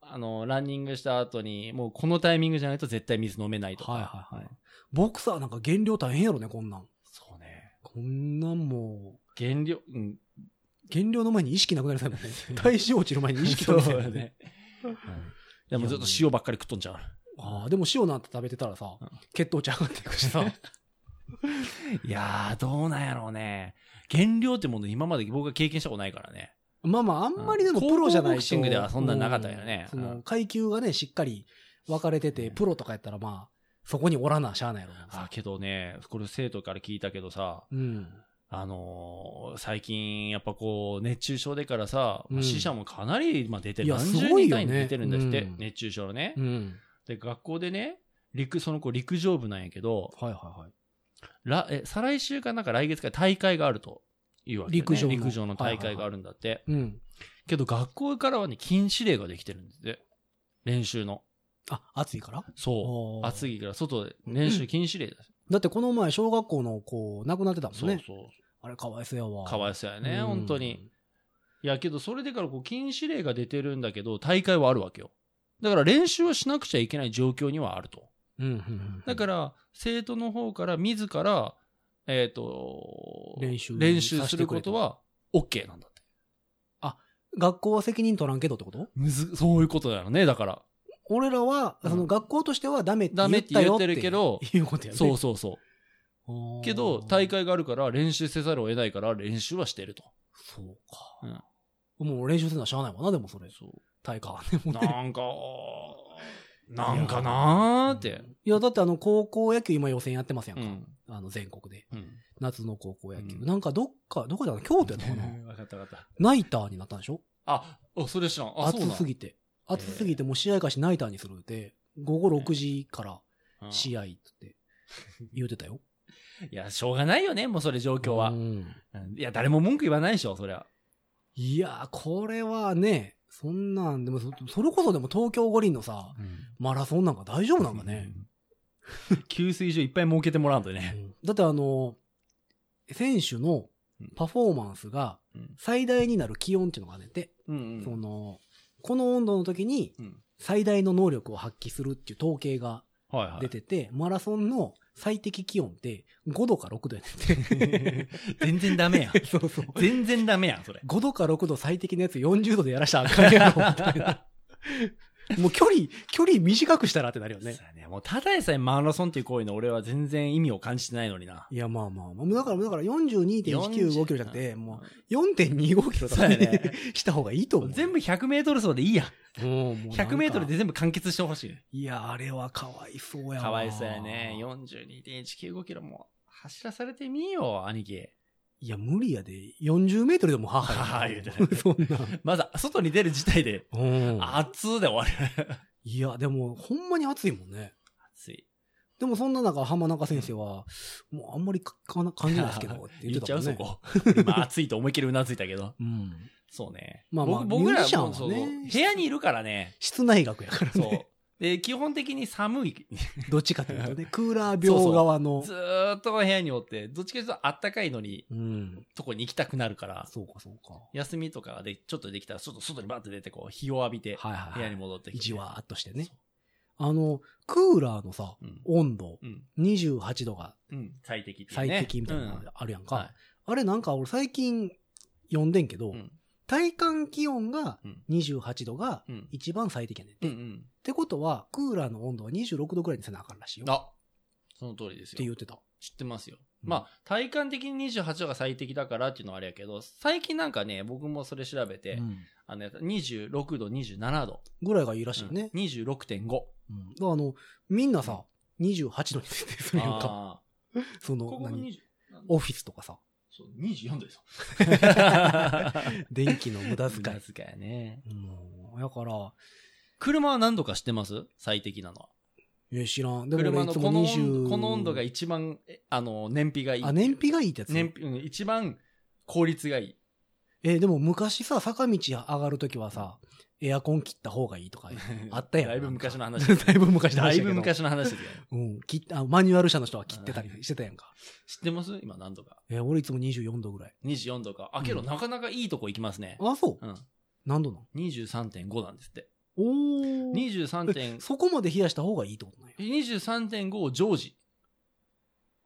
Speaker 4: あの、ランニングした後に、もうこのタイミングじゃないと絶対水飲めないとか。
Speaker 2: はいはいはい。ボクサーなんか減量大変やろね、こんなん。
Speaker 4: そうね。
Speaker 2: こんなんもう、
Speaker 4: 減量、うん。
Speaker 2: 減量の前に意識なくなりそう やもんね。体脂落ちる前に意識飛び そうやもんね。。
Speaker 4: はい。でもずっと塩ばっかり食っとんちゃう。
Speaker 2: ああ、でも塩なんて食べてたらさ
Speaker 4: うん、
Speaker 2: 血糖値上がっていくしさ。
Speaker 4: いやー、どうなんやろうね。減量ってもの今まで僕が経験したことないからね。
Speaker 2: まあまあ、あんまりでも
Speaker 4: うん
Speaker 2: プロじゃないと。
Speaker 4: 高校ボクシングではそんなんなかったよね
Speaker 2: うん
Speaker 4: うん
Speaker 2: その階級がね、しっかり分かれてて、
Speaker 4: うん
Speaker 2: プロとかやったらまあ、そこにおらなしゃあないやろな
Speaker 4: あーけどね、これ生徒から聞いたけどさ、
Speaker 2: うん。
Speaker 4: あのー最近やっぱこう、熱中症でからさ、
Speaker 2: うん
Speaker 4: 死者もかなりまあ出て
Speaker 2: い
Speaker 4: る。
Speaker 2: や
Speaker 4: 何
Speaker 2: す
Speaker 4: 十
Speaker 2: ごい
Speaker 4: 人
Speaker 2: よね
Speaker 4: 単位で出てるんですって、
Speaker 2: うん
Speaker 4: 熱中症のね。
Speaker 2: うん。
Speaker 4: で、学校でね、陸、その子陸上部なんやけど、
Speaker 2: はいはいはい。
Speaker 4: らえ再来週かなんか来月から大会があるというわけ、ね、
Speaker 2: 陸上の
Speaker 4: 陸上の大会があるんだって、
Speaker 2: うん。
Speaker 4: けど学校からはね禁止令ができてるんですって練習の
Speaker 2: あ、暑いから
Speaker 4: そう
Speaker 2: い。
Speaker 4: 暑いから外で練習禁止令だ、
Speaker 2: だってこの前、小学校の子、亡くなってたもんね。
Speaker 4: そうそ
Speaker 2: あれ、かわいそうやわ。
Speaker 4: うかわいそうやね、
Speaker 2: うん
Speaker 4: 本当に。いやけどそれでからこう禁止令が出てるんだけど大会はあるわけよだから練習はしなくちゃいけない状況にはあると
Speaker 2: うん、うんうん。
Speaker 4: だから生徒の方から自らえっ、と
Speaker 2: 練習
Speaker 4: 練習することは OK なんだって
Speaker 2: 学校は責任取らんけどってこと
Speaker 4: むずそういうことだよねだから
Speaker 2: 俺らは、
Speaker 4: うん
Speaker 2: その学校としてはダメって
Speaker 4: ダ
Speaker 2: 言
Speaker 4: メ
Speaker 2: っ
Speaker 4: っ
Speaker 2: てた
Speaker 4: 言
Speaker 2: よ
Speaker 4: っ
Speaker 2: ってて
Speaker 4: るけど
Speaker 2: いうことやね。
Speaker 4: そうそうそう
Speaker 2: う
Speaker 4: けど、大。会があるから練習せざるを得ないから練習はしてると。
Speaker 2: そうか。もう練習するのはしゃあないわな、でもそれ。大会はね。 もうね
Speaker 4: なんか、なんかなーって。
Speaker 2: いや、だってあの、高校野球今予選やってますやん
Speaker 4: う
Speaker 2: か。
Speaker 4: ん。
Speaker 2: あの、全国で。
Speaker 4: うん。
Speaker 2: 夏の高校野球。
Speaker 4: うん
Speaker 2: なんかどっか、どこだろう京都やったかな
Speaker 4: わかったわかった。
Speaker 2: ナイターになったんでしょ
Speaker 4: あ、おそれ知らん。あ、そう
Speaker 2: 暑
Speaker 4: なん
Speaker 2: すぎて。暑すぎてもう試合開始ナイターにするって、午後6時から
Speaker 4: うん
Speaker 2: 試合って言うてた よ。
Speaker 4: いや、しょうがないよね、もうそれ状況は
Speaker 2: う。ん
Speaker 4: うんいや、誰も文句言わないでしょ、そりゃ。
Speaker 2: いやー、これはね、そんなん、でもそ、それこそでも東京五輪のさ、マラソンなんか大丈夫なんかね。
Speaker 4: うん。 給水所いっぱい設けてもらうんとね。
Speaker 2: うんだってあの、選手のパフォーマンスが
Speaker 4: うん
Speaker 2: 最大になる気温っていうのが出て、
Speaker 4: うん
Speaker 2: その、この温度の時に
Speaker 4: うん
Speaker 2: 最大の能力を発揮するっていう統計が
Speaker 4: はいは
Speaker 2: 出てて、マラソンの最適気温って5度か6度や ねんて。
Speaker 4: い。全然ダメやん。
Speaker 2: そうそう。
Speaker 4: 全然ダメやん、それ。
Speaker 2: 5度か6度最適なやつ40度でやらしたらあかんやろ、み たいな。もう距離、距離短くしたらってなるよね
Speaker 4: そ。うやね。もうただでさえマラソンっていう行為の俺は全然意味を感じてないのにな。
Speaker 2: いや、まあまあまあ。だから、だから42.195キロじゃなくて、もう4.25キロと
Speaker 4: そ
Speaker 2: か
Speaker 4: うや
Speaker 2: に、
Speaker 4: ね
Speaker 2: した方がいいと思う。
Speaker 4: 全部100メートル走でいいや。
Speaker 2: 部、
Speaker 4: 100メートルで。全部完結してほしい。
Speaker 2: いや、あれはかわいそうやわ。
Speaker 4: かわいそうやね。42.195キロも走らされてみーよ、兄貴。
Speaker 2: いや、無理やで。40メートルでも母や。
Speaker 4: 母言うて る
Speaker 2: そんな。
Speaker 4: まず、外に出る時点で、
Speaker 2: うん。
Speaker 4: 暑で終わる。
Speaker 2: いや、でも、ほんまに暑いもんね。
Speaker 4: 暑い。
Speaker 2: でもそんな中、浜中先生は、もうあんまりかかな感じないですけど、って言
Speaker 4: 言
Speaker 2: っ
Speaker 4: ってち
Speaker 2: た
Speaker 4: ゃ
Speaker 2: も
Speaker 4: う、
Speaker 2: ん
Speaker 4: そ
Speaker 2: ね。
Speaker 4: こ。 今、暑いと思いっきりうなずいたけど。
Speaker 2: うん。
Speaker 4: そうね。
Speaker 2: まあまあ
Speaker 4: 僕僕
Speaker 2: ミ
Speaker 4: ら
Speaker 2: ュージシャンは
Speaker 4: も
Speaker 2: ね
Speaker 4: そう部屋にいるからね。
Speaker 2: 室内学や から
Speaker 4: そ
Speaker 2: ね。
Speaker 4: う。で、基本的に寒い。
Speaker 2: どっちかというとね、クーラー病側の。
Speaker 4: ずーっと部屋におって、どっちかというとあったかいのに、
Speaker 2: うん。
Speaker 4: とこに行きたくなるから、
Speaker 2: そうか、そうか。
Speaker 4: 休みとかで、ちょっとできたら、ちょっと外にバーって出て、こう、日を浴びて、
Speaker 2: はいはいはい。
Speaker 4: 部屋に戻ってきて。
Speaker 2: じわーっとしてね
Speaker 4: そ。
Speaker 2: あの、クーラーのさ、
Speaker 4: う。うん。
Speaker 2: 温度、
Speaker 4: うん。
Speaker 2: 28度が
Speaker 4: うん。最適っていうね
Speaker 2: 最適みたいな
Speaker 4: う
Speaker 2: の
Speaker 4: ん
Speaker 2: があるやんか。
Speaker 4: は
Speaker 2: あれなんか俺最近読んでんけど、
Speaker 4: い。うん。
Speaker 2: 体感気温が
Speaker 4: うん
Speaker 2: 28度が
Speaker 4: うん。
Speaker 2: 一番最適やねんて。
Speaker 4: うんう
Speaker 2: っ
Speaker 4: ん。
Speaker 2: てことは、クーラーの温度は26度ぐらいにせなあかんらしいよ。っ
Speaker 4: あその通りです
Speaker 2: て
Speaker 4: よ。
Speaker 2: 言
Speaker 4: っ
Speaker 2: ってた。
Speaker 4: 知ってますよ。まあ、体感的に28度が最適だからっていうのはあれやけど、最近なんかね、僕もそれ調べて、
Speaker 2: うん
Speaker 4: あの、26度、27度。
Speaker 2: ぐらいがいいらしいね。
Speaker 4: うん26.5。
Speaker 2: うんだからあの、みんなさ、28度に設定するやんか。
Speaker 4: あ
Speaker 2: そ
Speaker 4: ーこ
Speaker 2: の、
Speaker 4: こも
Speaker 2: 何
Speaker 4: 20なんだ
Speaker 2: オフィスとか さ、
Speaker 4: そう24度ですよ。
Speaker 2: 電気の無駄遣い。
Speaker 4: 無やね。
Speaker 2: うん。だから、
Speaker 4: 車は何度か知ってます最適なのは。
Speaker 2: え、知らん。でも俺
Speaker 4: 車
Speaker 2: い
Speaker 4: の
Speaker 2: つ
Speaker 4: こ
Speaker 2: も
Speaker 4: の
Speaker 2: 20。
Speaker 4: 温この温度が一番、えあの、燃費がいい。
Speaker 2: あ、燃費がいいってやつ
Speaker 4: 燃費、うん一番効率がいい。
Speaker 2: え、でも昔さ、坂道上がるときはさ、エアコン切った方がいいとか あったやん。
Speaker 4: だいぶ昔の話
Speaker 2: だいぶ昔の
Speaker 4: だ
Speaker 2: 話や
Speaker 4: い
Speaker 2: け
Speaker 4: ぶ
Speaker 2: ど。
Speaker 4: 昔の話ですよ。
Speaker 2: うん。切っあマニュアル車の人は切ってたりしてたやんか。
Speaker 4: 知ってます今何度か。
Speaker 2: え、俺いつも24度ぐらい。
Speaker 4: 24度か。あ、けどなかなかいいとこ行きますね。
Speaker 2: あ、そう。
Speaker 4: うん。
Speaker 2: 何度なん
Speaker 4: 23.5なんですって。
Speaker 2: おー。
Speaker 4: 23.5。
Speaker 2: そこまで冷やした方がいいってことなんや。
Speaker 4: 23.5を常時。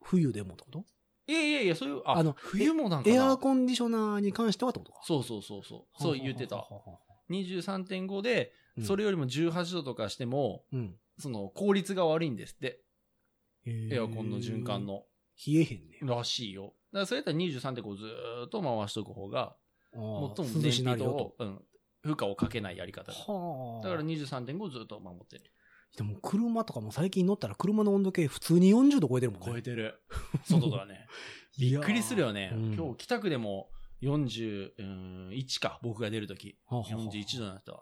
Speaker 2: 冬でもってこと
Speaker 4: いやいやいや、そういう、あ、
Speaker 2: あの
Speaker 4: 冬もなんかな。
Speaker 2: エアコンディショナーに関してはってことか。
Speaker 4: そうそうそうそう。そう言って
Speaker 2: は
Speaker 4: た。
Speaker 2: ははは。
Speaker 4: 23.5で
Speaker 2: う、ん
Speaker 4: それよりも18度とかしても、
Speaker 2: うん。
Speaker 4: その効率が悪いんですって。
Speaker 2: エ
Speaker 4: エアコンの循環。の。
Speaker 2: 冷えへんね。
Speaker 4: らしいよ。だからそれやったら23.5ずーっと回しとく方が、
Speaker 2: 最
Speaker 4: もっとも
Speaker 2: 涼
Speaker 4: 燃
Speaker 2: しな
Speaker 4: 費
Speaker 2: る
Speaker 4: と
Speaker 2: よ
Speaker 4: を、うん、負荷をかけないやり方
Speaker 2: と。
Speaker 4: だ。
Speaker 2: はあ。
Speaker 4: だから23.5をずっと守ってる。
Speaker 2: でも車とかも最近乗ったら車の温度計普通に40度超えてるもんね。
Speaker 4: 超えてる。 外だね。
Speaker 2: び
Speaker 4: びっくりするよね。
Speaker 2: うん
Speaker 4: 今日北区でも41か、僕が出るとき。
Speaker 2: はあはあ
Speaker 4: 41度になったわ。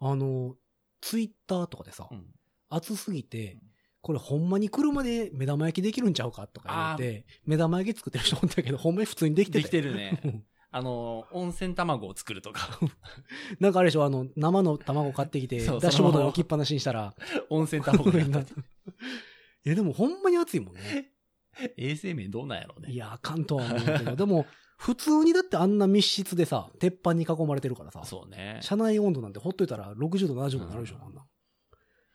Speaker 2: あの、ツイッターとかでさ、
Speaker 4: うん
Speaker 2: 暑すぎて、これほんまに車で目玉焼きできるんちゃうかとか言って、目玉焼き作ってる人おったけど、ほんまに普通にできて
Speaker 4: できて
Speaker 2: る。
Speaker 4: る ね
Speaker 2: うん。
Speaker 4: あの、温泉卵を作る とか、
Speaker 2: なんかあれでしょ、あの、生の卵買ってきて、ダ
Speaker 4: そう
Speaker 2: ッシュボード
Speaker 4: そのま
Speaker 2: に
Speaker 4: ま
Speaker 2: 置きっぱなしにしたら、
Speaker 4: 温泉卵になっ た。
Speaker 2: いや、でもほんまに暑いもんね。
Speaker 4: 衛生面どうなんやろうね。
Speaker 2: いや、あかんとは思う けど、でも、普通にだってあんな密室でさ、鉄板に囲まれてるからさ、
Speaker 4: そうね。
Speaker 2: 車内温度なんてほっといたら60度、70度になるでしょ、
Speaker 4: うん
Speaker 2: あんなん。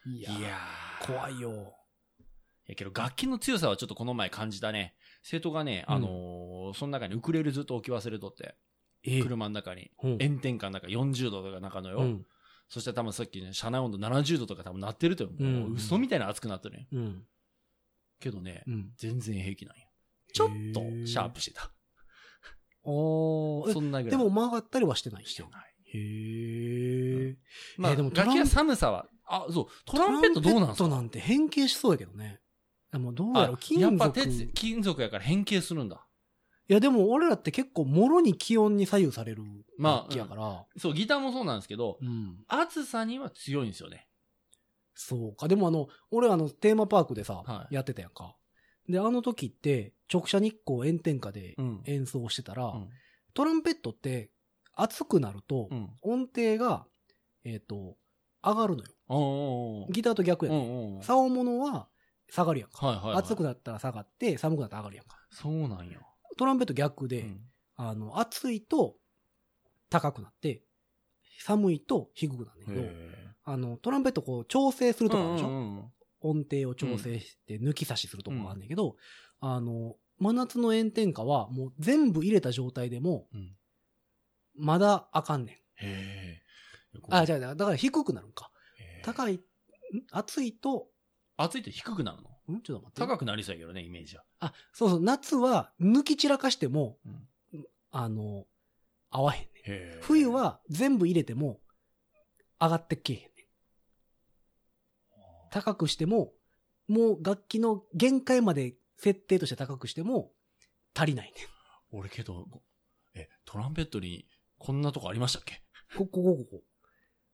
Speaker 2: い
Speaker 4: いやー
Speaker 2: 怖いよ。
Speaker 4: いやけど楽器の強さはちょっとこの前感じたね。生徒がね、あのーその中にウクレレずっと置き忘れとって、
Speaker 2: え
Speaker 4: 車の中に、
Speaker 2: うん
Speaker 4: 炎天下の中40度とか中のよ。
Speaker 2: うん。
Speaker 4: そして多分さっきね、車内温度70度とか多分なってると思う。
Speaker 2: うん
Speaker 4: もう嘘みたいな熱くなってるね。
Speaker 2: うん。
Speaker 4: けどね、
Speaker 2: うん。
Speaker 4: 全然平気なんや。ちょっと
Speaker 2: へー
Speaker 4: シャープしてた。
Speaker 2: おー
Speaker 4: そんな
Speaker 2: え
Speaker 4: ぐ
Speaker 2: で
Speaker 4: らい。
Speaker 2: も曲がったりはしてない
Speaker 4: してない。
Speaker 2: へー
Speaker 4: まあ、
Speaker 2: えーでもトラン
Speaker 4: 楽器は寒さは、あ、そう、トランペットどうなんす
Speaker 2: トランペット
Speaker 4: か
Speaker 2: なんて変形しそうやけどね。でもどうや
Speaker 4: あ
Speaker 2: ろう金
Speaker 4: やっ
Speaker 2: 属。
Speaker 4: ぱ鉄
Speaker 2: い、
Speaker 4: 金属やから変形するんだ。
Speaker 2: やでも俺らって結構もろに気温に左右される
Speaker 4: まあ
Speaker 2: 楽器やから。
Speaker 4: そう、ギターもそうなんですけど、
Speaker 2: うん。
Speaker 4: 暑さには強いんですよね。
Speaker 2: そうか。でもあの、俺あの、テーマパークでさ、
Speaker 4: はい
Speaker 2: やってたやんか。で、あの時って、直射日光炎天下で
Speaker 4: うん
Speaker 2: 演奏してたら、
Speaker 4: うん。
Speaker 2: トランペットって熱くなると、
Speaker 4: うん。
Speaker 2: 音程が、えっ、と、上がるのよ。
Speaker 4: おーおーおー
Speaker 2: ギターと逆や
Speaker 4: う
Speaker 2: ねん。
Speaker 4: んうん。
Speaker 2: 竿物は下がるやんか。
Speaker 4: はいはい、はい。
Speaker 2: 暑くなったら下がって、寒くなったら上がるやんか。
Speaker 4: そうなんや。
Speaker 2: トランペット逆で、
Speaker 4: うん
Speaker 2: あの、暑いと高くなって、寒いと低くなるんだけど、あの、トランペットこう調整するとこあるでしょ、
Speaker 4: うんうんうん
Speaker 2: 音程を調整して抜き差しするとこがあるんだけど、あの、真夏の炎天下はもう全部入れた状態でも、
Speaker 4: うん
Speaker 2: まだあかんねん。
Speaker 4: へえ。
Speaker 2: あ、
Speaker 4: じ
Speaker 2: じゃあ、だから低くなるんか。
Speaker 4: ゃ
Speaker 2: 高い、ん暑いと、
Speaker 4: 暑いと低くなるの
Speaker 2: んちょっと待って。
Speaker 4: 高くなりそうやけどね、イメージは。
Speaker 2: あ、そうそう、夏は抜き散らかしても、
Speaker 4: うん
Speaker 2: あの、合わへんね。
Speaker 4: へー
Speaker 2: 冬、は全部入れても、上がってけえへんね。高くしても、もう楽器の限界まで設定として高くしても、足りないね。
Speaker 4: 俺けど、ごえ、トランペットにこんなとこありましたっけ
Speaker 2: ここ、ここ、ここ。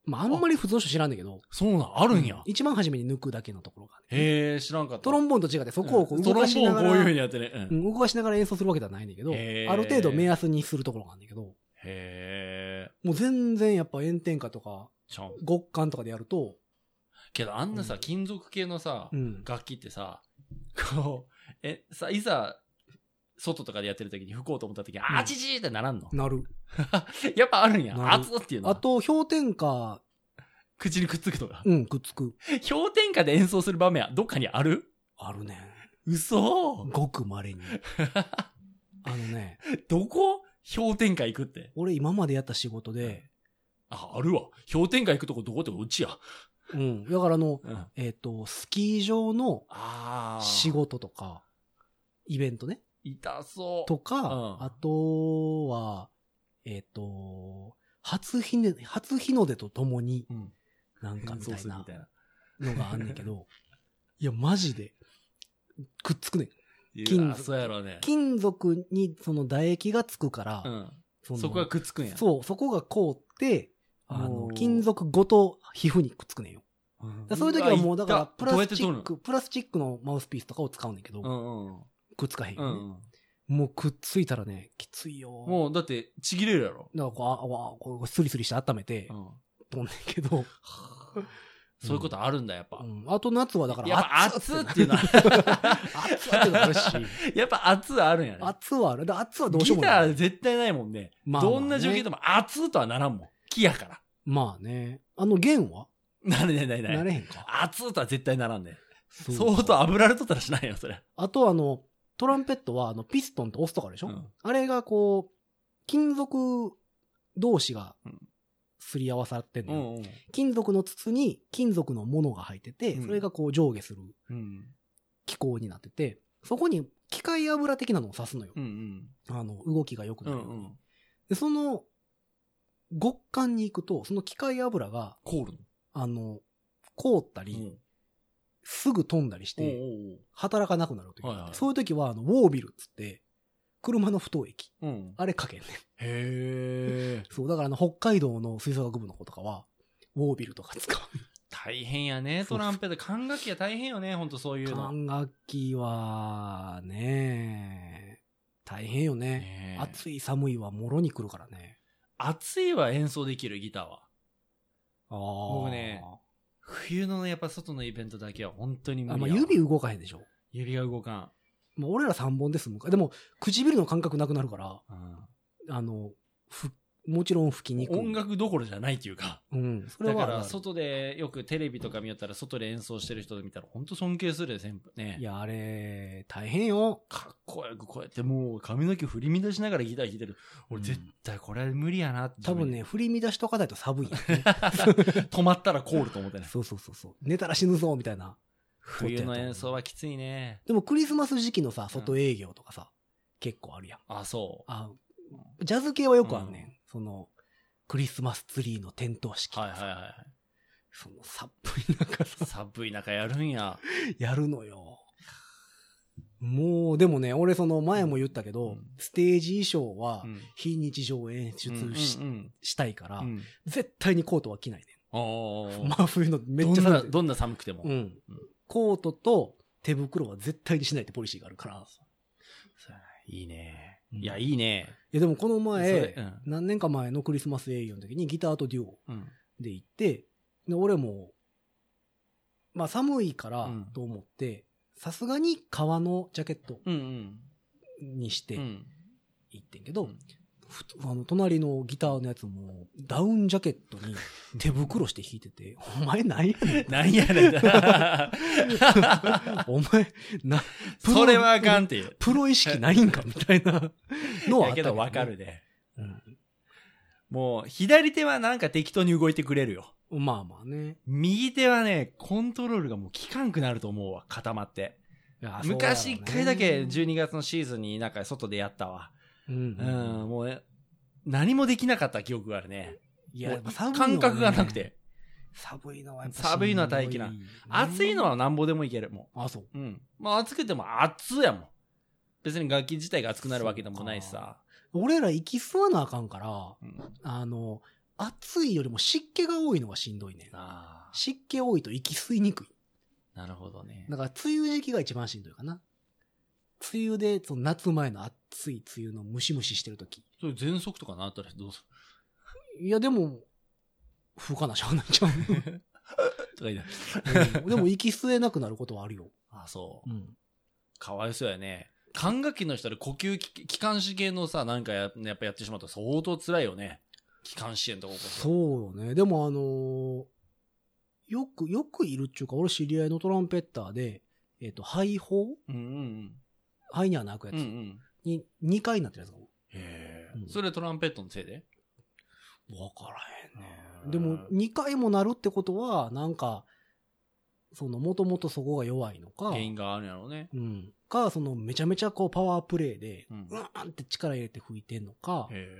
Speaker 2: まあ、あんまり普通の人知らんだけど、
Speaker 4: そうなん、あるんや。
Speaker 2: 一番初めに抜くだけのところがある、
Speaker 4: へえ、知らんかった。
Speaker 2: トロンボーンと違って、そこをこう動かしなが
Speaker 4: トロンボーンこういう
Speaker 2: ら、
Speaker 4: 風にやってね。うん
Speaker 2: うん動かしながら演奏するわけではないんだけど、
Speaker 4: へー
Speaker 2: ある程度目安にするところがあるんだけど、
Speaker 4: へえ。
Speaker 2: もう全然やっぱ炎天下とか、
Speaker 4: ちゃん。
Speaker 2: 極寒とかでやると、
Speaker 4: けどあんな
Speaker 2: う
Speaker 4: さ、
Speaker 2: ん
Speaker 4: 金属系のさ
Speaker 2: う、ん。
Speaker 4: 楽器ってさ、こう、え、さ、いざ、外とかでやってる時に吹こうと思った時に、
Speaker 2: ん
Speaker 4: あちちってならんの
Speaker 2: なる。
Speaker 4: やっぱあるんや。
Speaker 2: なる
Speaker 4: 熱っていうの
Speaker 2: あ
Speaker 4: は。
Speaker 2: と、氷点下、
Speaker 4: 口にくっつくとか。
Speaker 2: うん、くっつく。
Speaker 4: 氷点下で演奏する場面はどっかにある
Speaker 2: あるね。
Speaker 4: 嘘
Speaker 2: ごく稀 に。あのね、
Speaker 4: どこ氷点下行くって。
Speaker 2: 俺今までやった仕事で、
Speaker 4: あ、あるわ。氷点下行くとこどこってこうちや。
Speaker 2: うん。だからあの、
Speaker 4: うん。あ
Speaker 2: えっ、と、スキー場の
Speaker 4: あー
Speaker 2: 仕。事とか、イベントね。
Speaker 4: 痛そう。
Speaker 2: とか、
Speaker 4: うん
Speaker 2: あとは、えっ、と、初日ね、初日の出とともに、
Speaker 4: うん。
Speaker 2: なんかみ
Speaker 4: そ
Speaker 2: た
Speaker 4: う
Speaker 2: い
Speaker 4: するみ
Speaker 2: な
Speaker 4: たいな。
Speaker 2: のがあんねんけど、いや、マジで、くっつくねん。金
Speaker 4: いやそうやろうね。
Speaker 2: 金属にその唾液がつくから、
Speaker 4: うん。
Speaker 2: その
Speaker 4: そこがくっつくんや。
Speaker 2: そう、そこが凍って、あ
Speaker 4: も
Speaker 2: の
Speaker 4: う、
Speaker 2: 金属ごと皮膚にくっつくねんよ。
Speaker 4: うん。
Speaker 2: だからそういう時はもう、だから、プラスチ
Speaker 4: うわ
Speaker 2: ッ
Speaker 4: 痛っ
Speaker 2: ク、プラスチックのマウスピースとかを使うねんけど、
Speaker 4: どうやって取るの
Speaker 2: くっつかへん
Speaker 4: うんう
Speaker 2: よ
Speaker 4: んう
Speaker 2: ね、
Speaker 4: ん。うん
Speaker 2: もうくっついたらね、きついよ。も
Speaker 4: もう、だって、ちぎれるやろ。
Speaker 2: う。だからこう、あ、わ、こう、スリスリして温めて
Speaker 4: う、ん。
Speaker 2: 飛んねんけど、
Speaker 4: そう いうことあるんだ、やっぱ
Speaker 2: う。ん。あと夏はだから、
Speaker 4: やっぱ
Speaker 2: 熱
Speaker 4: 熱っていう のは、
Speaker 2: 熱ってなるし、
Speaker 4: やっぱ熱はあるんやね。
Speaker 2: 熱はある。だから熱はどうしよ
Speaker 4: ギ
Speaker 2: うも
Speaker 4: タ
Speaker 2: ない。
Speaker 4: ー絶対ないもんね。
Speaker 2: まあまあね
Speaker 4: どんな状況でも熱とはならんもん。木やから。
Speaker 2: まあね。あの弦は
Speaker 4: なれないない
Speaker 2: な
Speaker 4: ない。
Speaker 2: れへんか。
Speaker 4: 熱とは絶対ならんね。
Speaker 2: そ
Speaker 4: 相当油で取ったらしないよ、それ。
Speaker 2: あとあの、トランペットはあの、ピストンと押すとかあるでしょ、
Speaker 4: うん
Speaker 2: あれがこう、金属同士が
Speaker 4: うん
Speaker 2: すり合わさってんの
Speaker 4: う
Speaker 2: よ、
Speaker 4: んうん。
Speaker 2: 金属の筒に金属のものが入ってて、
Speaker 4: うん
Speaker 2: それがこう上下する
Speaker 4: うん。
Speaker 2: 機構になってて、そこに機械油的なのを刺すのよ。
Speaker 4: うん
Speaker 2: あの、動きが良く
Speaker 4: う
Speaker 2: なる
Speaker 4: ん
Speaker 2: よう。に、
Speaker 4: うんうん。
Speaker 2: で、その、極寒に行くと、その機械油が、
Speaker 4: 凍るの
Speaker 2: あの、凍ったり、すぐ飛んだりし
Speaker 4: うん。おう
Speaker 2: て、働かなくなるというか、
Speaker 4: はいはい
Speaker 2: そういう時は、あの、ウォービルっつって、車の不凍液。
Speaker 4: おうおううん。
Speaker 2: あれかけんねん。
Speaker 4: へえ。
Speaker 2: そう、だからあの、北海道の吹奏楽部の子とかは、ウォービルとか使。
Speaker 4: 大変やね、トランペット。管楽器は大変よね、ほんとそういううの。
Speaker 2: 管楽器は、ね大変よね。
Speaker 4: ねえ
Speaker 2: 暑い寒いはもろに来るからね。
Speaker 4: 暑いは演奏できる、ギターは。
Speaker 2: ああ。
Speaker 4: 僕ね冬のね、やっぱ外のイベントだけは本当に無
Speaker 2: あん
Speaker 4: 理
Speaker 2: ま
Speaker 4: やわ
Speaker 2: 指動かへんでしょ。
Speaker 4: 指が動かん。
Speaker 2: まあ、俺ら3本で済むか。でも、唇の感覚なくなるから、
Speaker 4: うん
Speaker 2: あの、ふ、もちろん吹きにくい。
Speaker 4: 音楽どころじゃないっていうか。
Speaker 2: うん。それ
Speaker 4: だ
Speaker 2: は
Speaker 4: か
Speaker 2: あるあ
Speaker 4: ら、
Speaker 2: る
Speaker 4: 外で、よくテレビとか見よったら、外で演奏してる人見たら、ほんと尊敬するで、先輩ね。
Speaker 2: いや、あれ、大変よ。
Speaker 4: かっこよくこうやってもう髪の毛振り乱しながらギター弾いてる。俺絶対これ無理やなって。
Speaker 2: 多分。ね、振り乱しとかないと寒いよね、
Speaker 4: 止まったら凍ると思ってね。
Speaker 2: そうそうそうそう。寝たら死ぬぞ、みたいな。
Speaker 4: 冬の演奏はきついね。
Speaker 2: でもクリスマス時期のさ、外営業とかさ、結構あるやん。
Speaker 4: あ、そう。
Speaker 2: あ、ジャズ系はよくあんねん。その、クリスマスツリーの点灯式と
Speaker 4: はい
Speaker 2: か
Speaker 4: はい
Speaker 2: さ、
Speaker 4: は
Speaker 2: そのサップになんかさ
Speaker 4: い。、寒い中やるんや。
Speaker 2: やるのよ。もう、でもね、俺その前も言ったけど、
Speaker 4: うん
Speaker 2: ステージ衣装は
Speaker 4: うん
Speaker 2: 非日常演出し,、
Speaker 4: うんうん
Speaker 2: したいから、
Speaker 4: うん。
Speaker 2: 絶対にコートは着ない
Speaker 4: お
Speaker 2: ね
Speaker 4: ー
Speaker 2: ん。真冬のめっちゃ
Speaker 4: どんな、
Speaker 2: 寒い。
Speaker 4: どんな寒くても。
Speaker 2: うん
Speaker 4: うん。
Speaker 2: コートと手袋は絶対にしないってポリシーがあるから。
Speaker 4: そうやないいね。
Speaker 2: うん
Speaker 4: いや、いいね。
Speaker 2: いやでもこの
Speaker 4: そ
Speaker 2: 前
Speaker 4: れ、うん
Speaker 2: 何年か前のクリスマス営業の時にギターとデュオ
Speaker 4: うん。
Speaker 2: で行って、で俺も、まあ寒いから
Speaker 4: うん
Speaker 2: と思って、さすがに革のジャケット
Speaker 4: うんうん。
Speaker 2: にして
Speaker 4: うん。
Speaker 2: 行ってんけど、
Speaker 4: うん
Speaker 2: ふとあの隣のギターのやつもダウンジャケット に手袋して弾いてて、お前何やねん。
Speaker 4: なんや ねん。
Speaker 2: お前、な、プロ
Speaker 4: それはあかんっていう。
Speaker 2: プロ意識ないんかみたいなのは
Speaker 4: い
Speaker 2: あ
Speaker 4: や
Speaker 2: った
Speaker 4: け
Speaker 2: ね
Speaker 4: どわかる。ね。
Speaker 2: うん
Speaker 4: もう、左手はなんか適当に動いてくれるよ。
Speaker 2: まあまあね。
Speaker 4: 右手はね、コントロールがもう効かんくなると思うわ、固まって。
Speaker 2: いや
Speaker 4: 昔一回だけ、
Speaker 2: そう
Speaker 4: 12月のシーズンになんか外でやったわ。
Speaker 2: やろうね
Speaker 4: う、
Speaker 2: うんん。
Speaker 4: もうね、何もできなかった記憶があるね。
Speaker 2: いや、やっぱ寒いのはね
Speaker 4: 感覚がなく。て。
Speaker 2: 寒いのはやっぱしんど
Speaker 4: 寒いのは大気な暑いのはなんぼでもいける、も
Speaker 2: あ、そう。
Speaker 4: う。うん。まあ暑くても暑やもん。別に楽器自体が熱くなるわけでもないしさ。
Speaker 2: 俺ら息吸わなあかんから、
Speaker 4: うん
Speaker 2: あの、暑いよりも湿気が多いのがしんどいねん。
Speaker 4: あ
Speaker 2: 湿気多いと息吸いにくい。
Speaker 4: あ、なるほどね
Speaker 2: だ。から、梅雨時期が一番しんどいかな。梅雨で、その夏前の暑い梅雨のムシムシしてる時。
Speaker 4: それ喘息とかなったらどうす
Speaker 2: いや、でも、風かなしゃあないじゃん。
Speaker 4: るとか言って。
Speaker 2: うんでも、息吸えなくなることはあるよ。
Speaker 4: あ、そう
Speaker 2: う。ん。
Speaker 4: かわいそうやね。管楽器の人で呼吸器気管支系のさ、なんかややっぱやってしまったら相当辛いよね。気管支炎とか起こすと
Speaker 2: そうよね。でもあのーよく、よくいるっちゅうか、俺知り合いのトランペッターで、えっ、と、肺胞
Speaker 4: うんうん
Speaker 2: 肺にはなくや
Speaker 4: うん。う
Speaker 2: つ
Speaker 4: んうん。
Speaker 2: に2回になってるやつが
Speaker 4: へ
Speaker 2: うん
Speaker 4: え。それトランペットのせいで
Speaker 2: わからへんね。でも、2回もなるってことは、なんか、その、もともとそこが弱いのか、
Speaker 4: 原因があるんやろうね。
Speaker 2: うん。か、そのめちゃめちゃこうパワープレイで、
Speaker 4: うん
Speaker 2: うわーんって力入れて吹いてんのか、
Speaker 4: へ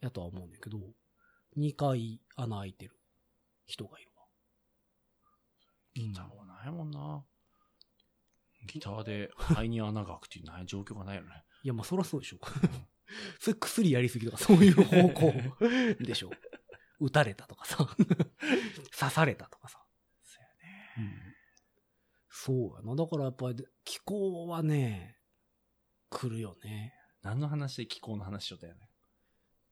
Speaker 2: やとは思うんだけど、2回穴開いてる人がいるわ。
Speaker 4: え。ギターはないもんな。ギターで肺に穴が開くっていうない状況がないよね。
Speaker 2: いや、まあそらそうでしょう。 それ薬やりすぎとかそういう方 向でしょう。撃たれたとかさ、刺されたとかさ。そうやな。だからやっぱり気候はね、来るよね。
Speaker 4: 何の話で気候の話しちゃったよね。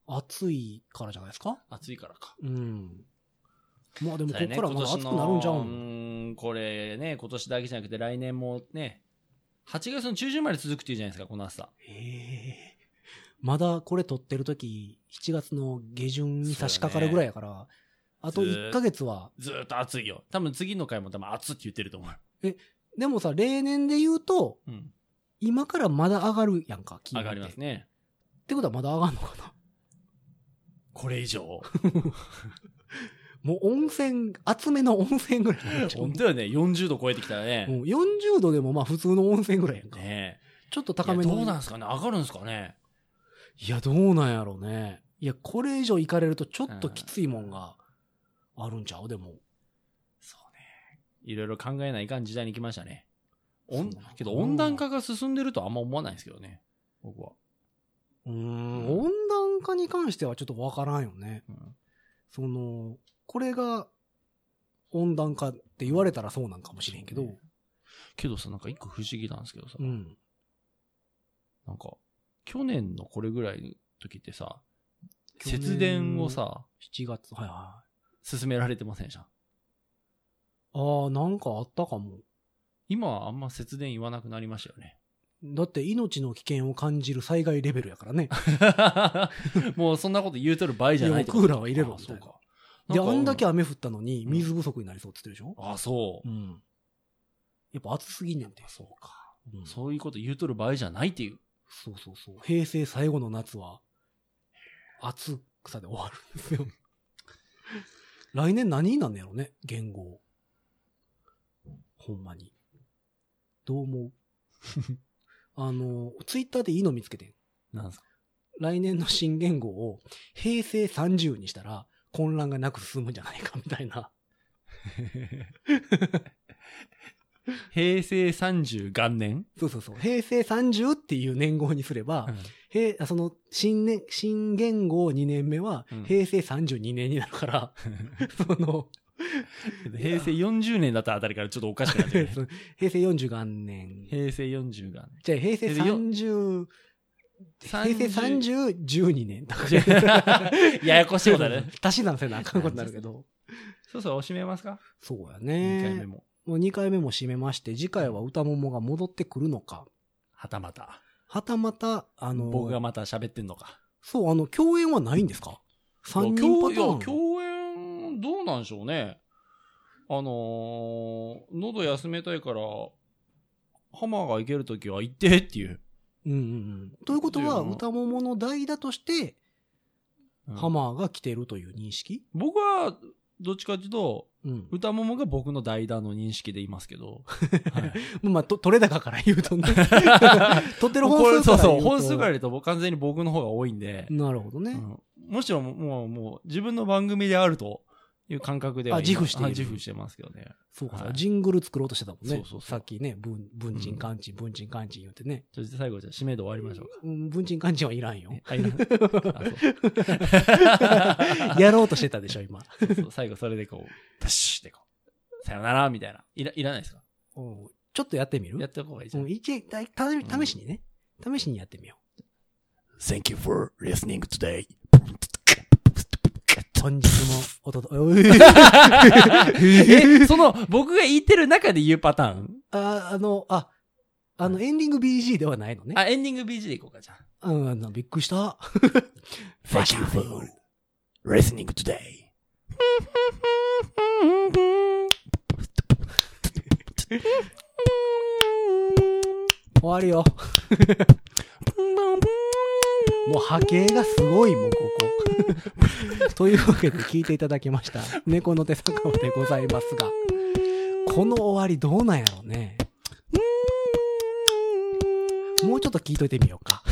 Speaker 2: 暑いからじゃないですか
Speaker 4: 暑いからか。
Speaker 2: うん。まあでもこ
Speaker 4: そう
Speaker 2: こか
Speaker 4: やね
Speaker 2: らまだ暑くなるんじゃ
Speaker 4: 今年
Speaker 2: ん。
Speaker 4: のうんこれね、今年だけじゃなくて来年もね、8月の中旬まで続くっていうじゃないですか、この暑さ。
Speaker 2: へえまだこれ撮ってる時、7月の下旬に差し掛かるぐらいやから、あと1ヶ月は、
Speaker 4: ずーっと暑いよ。多分次の回も多分暑って言ってると思う。
Speaker 2: でもさ、例年で言うと、
Speaker 4: うん。
Speaker 2: 今からまだ上がるやんか、気温
Speaker 4: 上がります
Speaker 2: ね。
Speaker 4: ね。
Speaker 2: ってことはまだ上がるのかな。
Speaker 4: これ以上。
Speaker 2: もう温泉、厚めの温泉ぐらいになっちゃう。
Speaker 4: 本当よね。40度超えてきたらね。
Speaker 2: もう40度でもまあ普通の温泉ぐらいやんか。
Speaker 4: ねえ
Speaker 2: ちょっと高め
Speaker 4: いや
Speaker 2: の。
Speaker 4: どうなんですかね上がるんですかね
Speaker 2: いや、どうなんやろうね。いや、これ以上行かれるとちょっときついもんがあるんちゃうでも。
Speaker 4: そうね。いろいろ考えないかん時代に来ましたね。おん
Speaker 2: そうなの
Speaker 4: けど温暖化が進んでるとはあんま思わないですけどね。僕は。
Speaker 2: うーん、温暖化に関してはちょっとわからんよね。
Speaker 4: うん
Speaker 2: その、これが温暖化って言われたらそうなんかもしれんけど。
Speaker 4: そうねけどさ、なんか一個不思議なんですけどさ。
Speaker 2: うん。
Speaker 4: なんか、去年のこれぐらいの時ってさ、
Speaker 2: 去年
Speaker 4: 節電をさ、
Speaker 2: 7月、はいは
Speaker 4: 進められてませんでした。
Speaker 2: い。ああ、なんかあったかも。
Speaker 4: 今はあんま節電言わなくなりましたよ ね。
Speaker 2: だって命の危険を感じる災害レベルやからね。
Speaker 4: もうそんなこと言うとる場合じゃない
Speaker 2: いやクーラーは入れろみたいな
Speaker 4: あそうか。
Speaker 2: で、あ
Speaker 4: なん
Speaker 2: だけ
Speaker 4: あ
Speaker 2: 雨降ったのに水不足になりそうって言ってるでしょ、
Speaker 4: あ、そうう。
Speaker 2: ん。やっぱ暑すぎんねんて。そうか。そう
Speaker 4: そういうこと言うとる場合じゃないっていう。
Speaker 2: そうそうそう。平成最後の夏は、暑さで終わるん ですよ。来年何になんねやろね言語。ほんまに。どう 思うあの、ツイッターでいいの見つけてん。
Speaker 4: なんすか
Speaker 2: 来年の新言語を平成30にしたら混乱がなく進むんじゃないかみたいな。
Speaker 4: 平成30元年
Speaker 2: そうそうそう。平成30っていう年号にすれば、へその新年、新言語2年目は
Speaker 4: うん
Speaker 2: 平成32年になる から、その、
Speaker 4: 平成40年だったあたりからちょっとおかしくなってくるね
Speaker 2: その平成40元年。
Speaker 4: 平成40元
Speaker 2: じゃあ平成30、平成30、12年とか。
Speaker 4: 年。 ややこしいことだね。。
Speaker 2: 足し算せなあかんことになるけど。
Speaker 4: そうそう、おしめますか
Speaker 2: そうや
Speaker 4: ?2 回目
Speaker 2: ね。
Speaker 4: も。
Speaker 2: もう2回目も締めまして、次回は歌ももが戻ってくるのか。
Speaker 4: はたまた。
Speaker 2: はたまた、あの、
Speaker 4: 僕がまた喋ってんのか。
Speaker 2: そう、あの、共演はないんですか ?3 人パターン。
Speaker 4: いや共演、どうなんでしょうね。あのー、喉休めたいから、ハマーが行けるときは行ってっていう。
Speaker 2: うんうんうん。ということは、
Speaker 4: というのは
Speaker 2: 歌ももの代だとして、
Speaker 4: うん
Speaker 2: ハマーが来てるという認識
Speaker 4: 僕は、どっちかっていうと、
Speaker 2: うん。
Speaker 4: 歌ももが僕の代打の認識でいますけど。はい
Speaker 2: まあ、と、取れ高から言う とね。取ってる
Speaker 4: こ れ
Speaker 2: 本数から言うと。
Speaker 4: そうそう、本数から入れると完全に僕の方が多いんで、
Speaker 2: なるほどね。
Speaker 4: うんもちろんもう、もう、自分の番組であるという感覚では
Speaker 2: あ自負している
Speaker 4: はい自負してますけどね。
Speaker 2: そうか、
Speaker 4: はい
Speaker 2: ジングル作ろうとしてたもんね。
Speaker 4: そうそうそう
Speaker 2: さっきね、文、文人漢人、文人漢人言ってね。
Speaker 4: ちょっと最後、じゃあ、締めで終わりましょうか。
Speaker 2: うん、文人漢人はいらんよ。
Speaker 4: えあいらんあ
Speaker 2: やろうとしてたでしょ、今。
Speaker 4: そうそうそう最後それでこう、プッシュってこう、さよならみたいな。いらいらないですか
Speaker 2: うんちょっとやってみる
Speaker 4: やっておこうがいいじゃ。
Speaker 2: うんん、一たた試しにね。試しにやってみよ
Speaker 3: Thank you for listening today.
Speaker 2: う。本日もおとと、おい
Speaker 4: え、その、僕が言ってる中で言うパターン
Speaker 2: あ、あの、あ、あの、エンディング BG ではないのね。
Speaker 4: あ、エンディング BG でいこうか、じゃあ。
Speaker 2: うん、あのびっくりした。
Speaker 3: Thank you for listening today.
Speaker 2: 終わるよ。もう波形がすごい、もうここ。 というわけで聞いていただきました。猫の手坂本でございますが、この終わりどうなんやろうね。ょっと聞いといてみようか。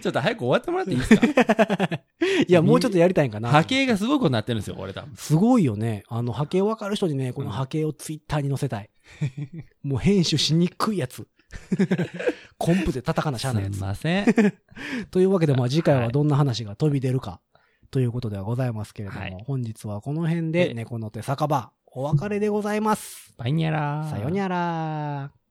Speaker 4: ちょっと早く終わってもらっていいですか
Speaker 2: いや、もうちょっとやりたいんかな。
Speaker 4: 波形がすごいことになってるんですよ、これ多分。
Speaker 2: すごいよね。あの、波形分かる人にね、この波形をツイッターに載せたい。もう編集しにくいや つ。コンプで叩かなしゃあないや
Speaker 4: す
Speaker 2: つ
Speaker 4: ん。ません。
Speaker 2: というわけで、まあ次回
Speaker 4: は
Speaker 2: はいどんな話が飛び出るか、ということではございますけれども、
Speaker 4: はい
Speaker 2: 本日はこの辺
Speaker 4: え
Speaker 2: で、猫の手酒場、お別れでございます。
Speaker 4: バイニャラー
Speaker 2: さよにゃらー。